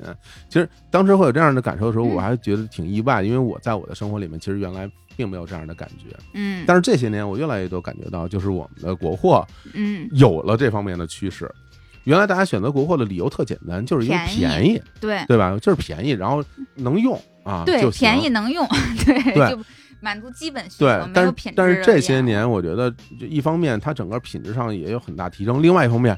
其实当时会有这样的感受的时候，
嗯
我还觉得挺意外，因为我在我的生活里面，其实原来并没有这样的感觉。
嗯，
但是这些年，我越来越多感觉到，就是我们的国货
嗯，
有了这方面的趋势。原来大家选择国货的理由特简单，就是因为
便宜
便宜，
对
对吧？就是便宜，然后能用啊，
对，
就行
便宜能用，对，
对
就满足基本需求，
对，
啊没
但
有
是
品质
但是
的啊
这
必
些
要，
年，我觉得就一方面它整个品质上也有很大提升，另外一方面，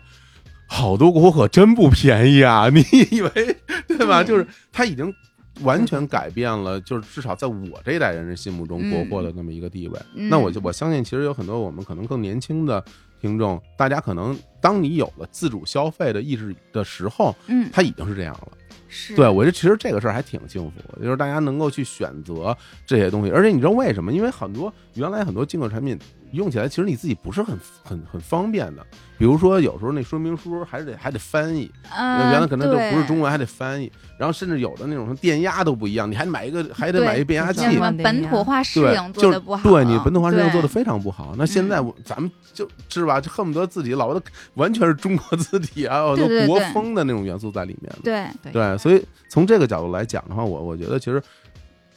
好多国货可真不便宜啊！ [laughs] 你以为对吧？
对
就是它已经完全改变了，就是至少在我这一代人心目中国
嗯
货的那么一个地位。
嗯
那我就我相信，其实有很多我们可能更年轻的听众，大家可能当你有了自主消费的意识的时候，
嗯，
它已经是这样了。
是，
对，我觉得其实这个事儿还挺幸福的，就是大家能够去选择这些东西，而且你知道为什么？因为很多原来很多进口产品用起来，其实你自己不是很很很方便的。比如说有时候那说明书还得还得翻译，
嗯，
原来可能就不是
对
中文，还得翻译，然后甚至有的那种电压都不一样，你还买一个还得
对
买一变压器
像什。么
对
本土化适
对
应，做
就
的
是
不好，
对你本土化适应做的
对嗯
非常不好。那现在我咱们就是吧，就恨不得自己老的完全是中国字体啊，有
对对
很多国
对
风的那种元素在里面。
对，
对，所以从这个角度来讲的话，我我觉得其实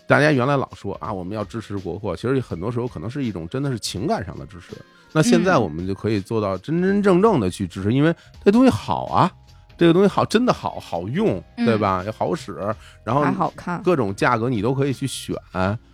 大家原来老说啊，我们要支持国货，其实很多时候可能是一种真的是情感上的支持。那现在
嗯
我们就可以做到真真正正的去支持，因为这东西好啊，这个东西好，真的好好用，对
嗯
吧？也好使，然后
还好看。
各种价格你都可以去选，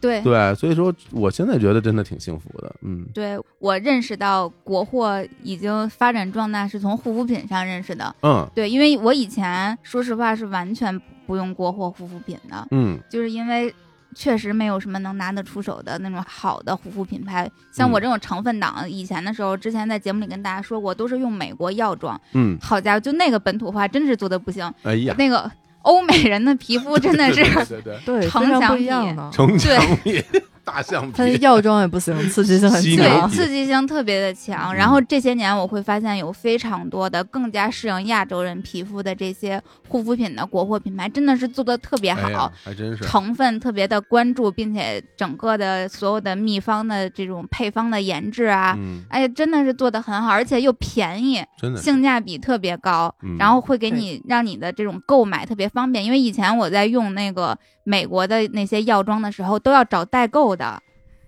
对
对，所以说我现在觉得真的挺幸福的，嗯。
对，我认识到国货已经发展壮大是从护肤品上认识的。
嗯
对，因为我以前说实话是完全不用国货护肤品的，
嗯，
就是因为确实没有什么能拿得出手的那种好的护肤品牌。像
嗯
我这种成分党，以前的时候，之前在节目里跟大家说过，都是用美国药妆。
嗯，
好家伙，就那个本土化真是做的不行，
哎呀，
那个欧美人的皮肤真的
[laughs]
是
对对对对，
对，
城
非常
墙
不一
比
样的。
城墙比 [laughs] 大象
它的
比，
药妆也不行，刺激性很
犀牛
强
对，
皮。
刺激性特别的
嗯
强。然后这些年我会发现有非常多的更加适应亚洲人皮肤的这些护肤品的国货品牌，真的是做的特别
哎
好
呀，，还真是。
成分特别的关注，并且整个的所有的秘方的这种配方的研制啊。
嗯，
哎呀，真的是做的很好，而且又便宜，
真的是
性价比特别高，
嗯
然后会给你让你的这种购买特别方便。因为以前我在用那个美国的那些药妆的时候，都要找代购的，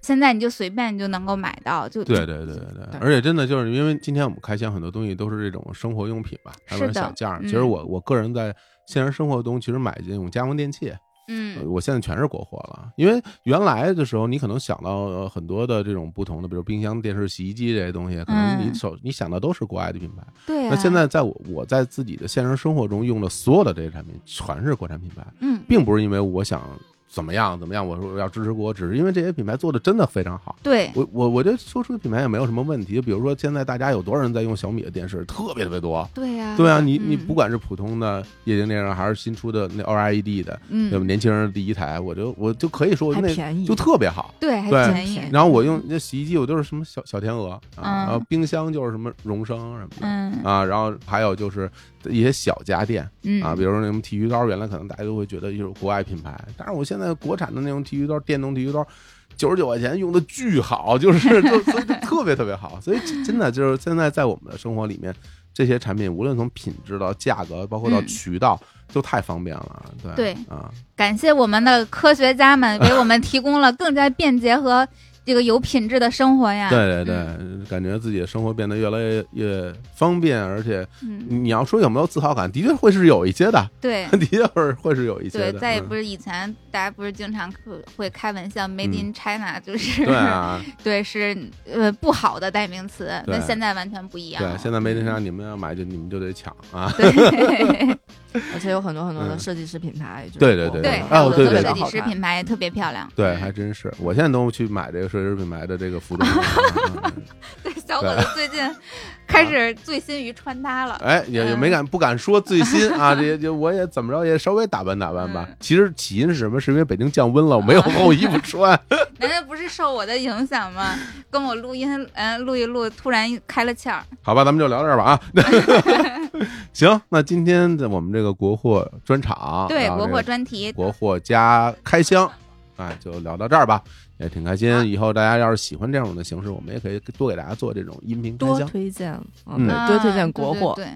现在你就随便你就能够买到，就
对对对对对
对，
而且真的就是因为今天我们开箱很多东西都是这种生活用品吧，还有
是的
小件儿。其
嗯
实我我个人在现实生活中，其实买这种家用电器，呃
嗯
我现在全是国货了。因为原来的时候，你可能想到呃很多的这种不同的，比如冰箱、电视、洗衣机这些东西，可能你
嗯
手你想到都是国外的品牌。，
对、啊。
那现在在我我在自己的现实生活中用的所有的这些产品，全是国产品牌，
嗯，
并不是因为我想怎么样怎么样，我说我要支持国，只是因为这些品牌做的真的非常好。
对，
我我我觉得说出品牌也没有什么问题，比如说现在大家有多少人在用小米的电视，特别特别多。
对呀、
对啊，你你
嗯
不管是普通的液晶电视，还是新出的那 OLED 的，
嗯，
对吧？年轻人的第一台，我就我就可以说我
还
那
便宜
就特别好。
对，还
对
便宜，
然后我用那洗衣机，我就是什么小小天鹅啊，
嗯
然后冰箱就是什么荣升什么的。
嗯
啊，然后还有就是一些小家电
嗯
啊啊，比如说那什么剃须刀，原来可能大家都会觉得就是国外品牌，但是我现在在国产的那种剃须刀，电动剃须刀，九十九块钱用的巨好，就是 [laughs] 就所
[laughs]
以就特别特别好。所以真的就是现在在我们的生活里面，这些产品无论从品质到价格，包括到
嗯
渠道，都太方便了。对
对
啊，
感谢我们的科学
[laughs]
家们给我们提供了更加便捷和 [laughs] 这个有品质的生活呀。
对对
嗯
对，感觉自己的生活变得越来越越方便，而且
嗯，
你要说有没有自豪感，的确会是有一些的， [laughs]
对
的确会会是有一些
对，
的。
再也
嗯
不是以前大家不是经常会会开玩笑 “Made
嗯
in China”，就是
对啊，
[laughs] 对是呃不好的代名词，
对
那现在完全不一样了。
对，现在没
嗯
电商，你们要买就你们就得抢啊！
[laughs] 对
而且有很多很多的
嗯
设计师品牌，就是
对对
国
对
内
对，
的
还有
哦
很
对
多
对
设
对
计师品牌也特别漂亮。
对，还真是，我现在都去买这个设计师品牌的这个服装。嗯嗯
对， [laughs] 小伙子最近
[laughs]
开始醉心于穿搭了。
哎，也也没敢不敢说最新啊，这这我也怎么着也稍微打扮打扮吧
嗯。
其实起因是什么？是因为北京降温了，我没有厚衣服穿。 [laughs]
难道不是受我的影响吗？跟我录音，嗯、录一录，突然开了窍儿。
好吧，咱们就聊到这儿吧啊。行，那今天的我们这个国货专场，
对，
然后
国
这
货
个
专题，
国货加开箱，哎，就聊到这儿吧，也挺开心。以后大家要是喜欢这种的形式，我们也可以多给大家做这种音频开
多
箱。
推荐，
嗯
嗯，对，多推荐国货。
[laughs]
对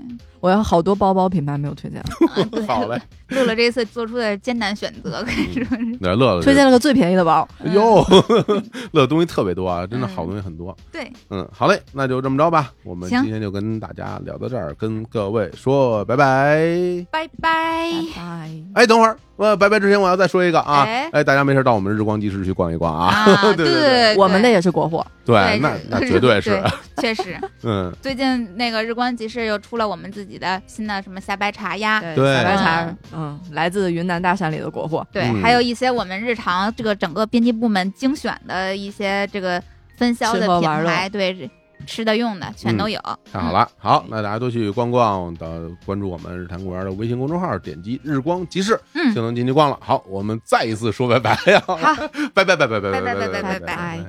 我有好多包包品牌没有推荐，
对对
好
[laughs]
嘞，
对，录了这次做出的艰难选择，可以说是
那乐乐
推荐了个最便宜的包。
哎呦， [laughs] 乐东西特别多啊，真的
嗯
好东西很多。
对。
嗯，好嘞，那就这么着吧，我们
行
今天就跟大家聊到这儿，跟各位说拜拜。
拜拜。
拜拜。
哎，等会儿，呃，拜拜之前我要再说一个啊
哎，
哎，大家没事到我们日光集市去逛一逛啊，
啊，
[laughs] 对对对
对，
我们的也是国货，
对，
对
那
是
那绝对是，
确实，
嗯，
最近那个日光集市又出了我们自己的新的什么虾白茶呀，
对
小白
嗯
茶，嗯，来自云南大山里的国货。
对，
嗯
还有一些我们日常这个整个编辑部门精选的一些这个分销
吃
的
喝
品
玩乐
牌，对，吃的用的
嗯
全都有。
太好
嗯
了，好，那大家多去逛逛，的关注我们日坛公园的微信公众号，点击日光集市
嗯
就能进去逛了。好，我们再一次说拜拜呀，好
好，
[laughs] 拜拜拜拜拜拜
拜拜
拜
拜
拜
拜
拜
拜。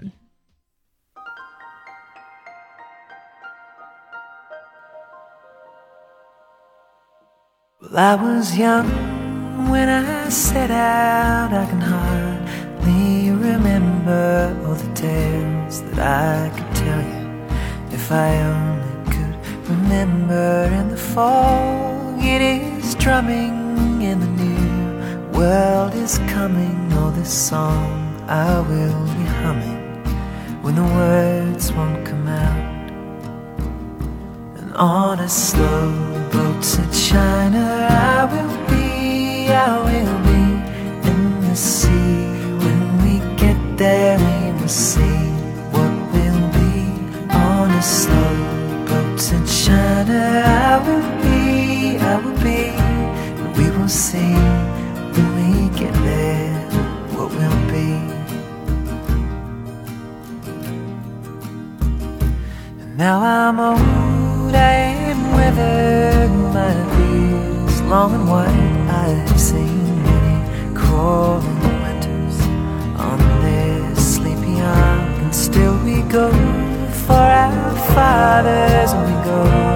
Well, I was young when I set out. I can hardly remember all the tales that I could tell you if I only could remember. In the fog, it is drumming, and the new world is coming. All this song I will be humming when the words won't come out and on a slow boat to China I will be, I will be in the sea. When we get there, we will see what will be. On a slow boat to China I will be, I will be, and we will see when we get there what will be. Now I'm old and withered, my beard's long and white. I've seen many crawling winters on this sleepy island. Still we go for our fathers, and we go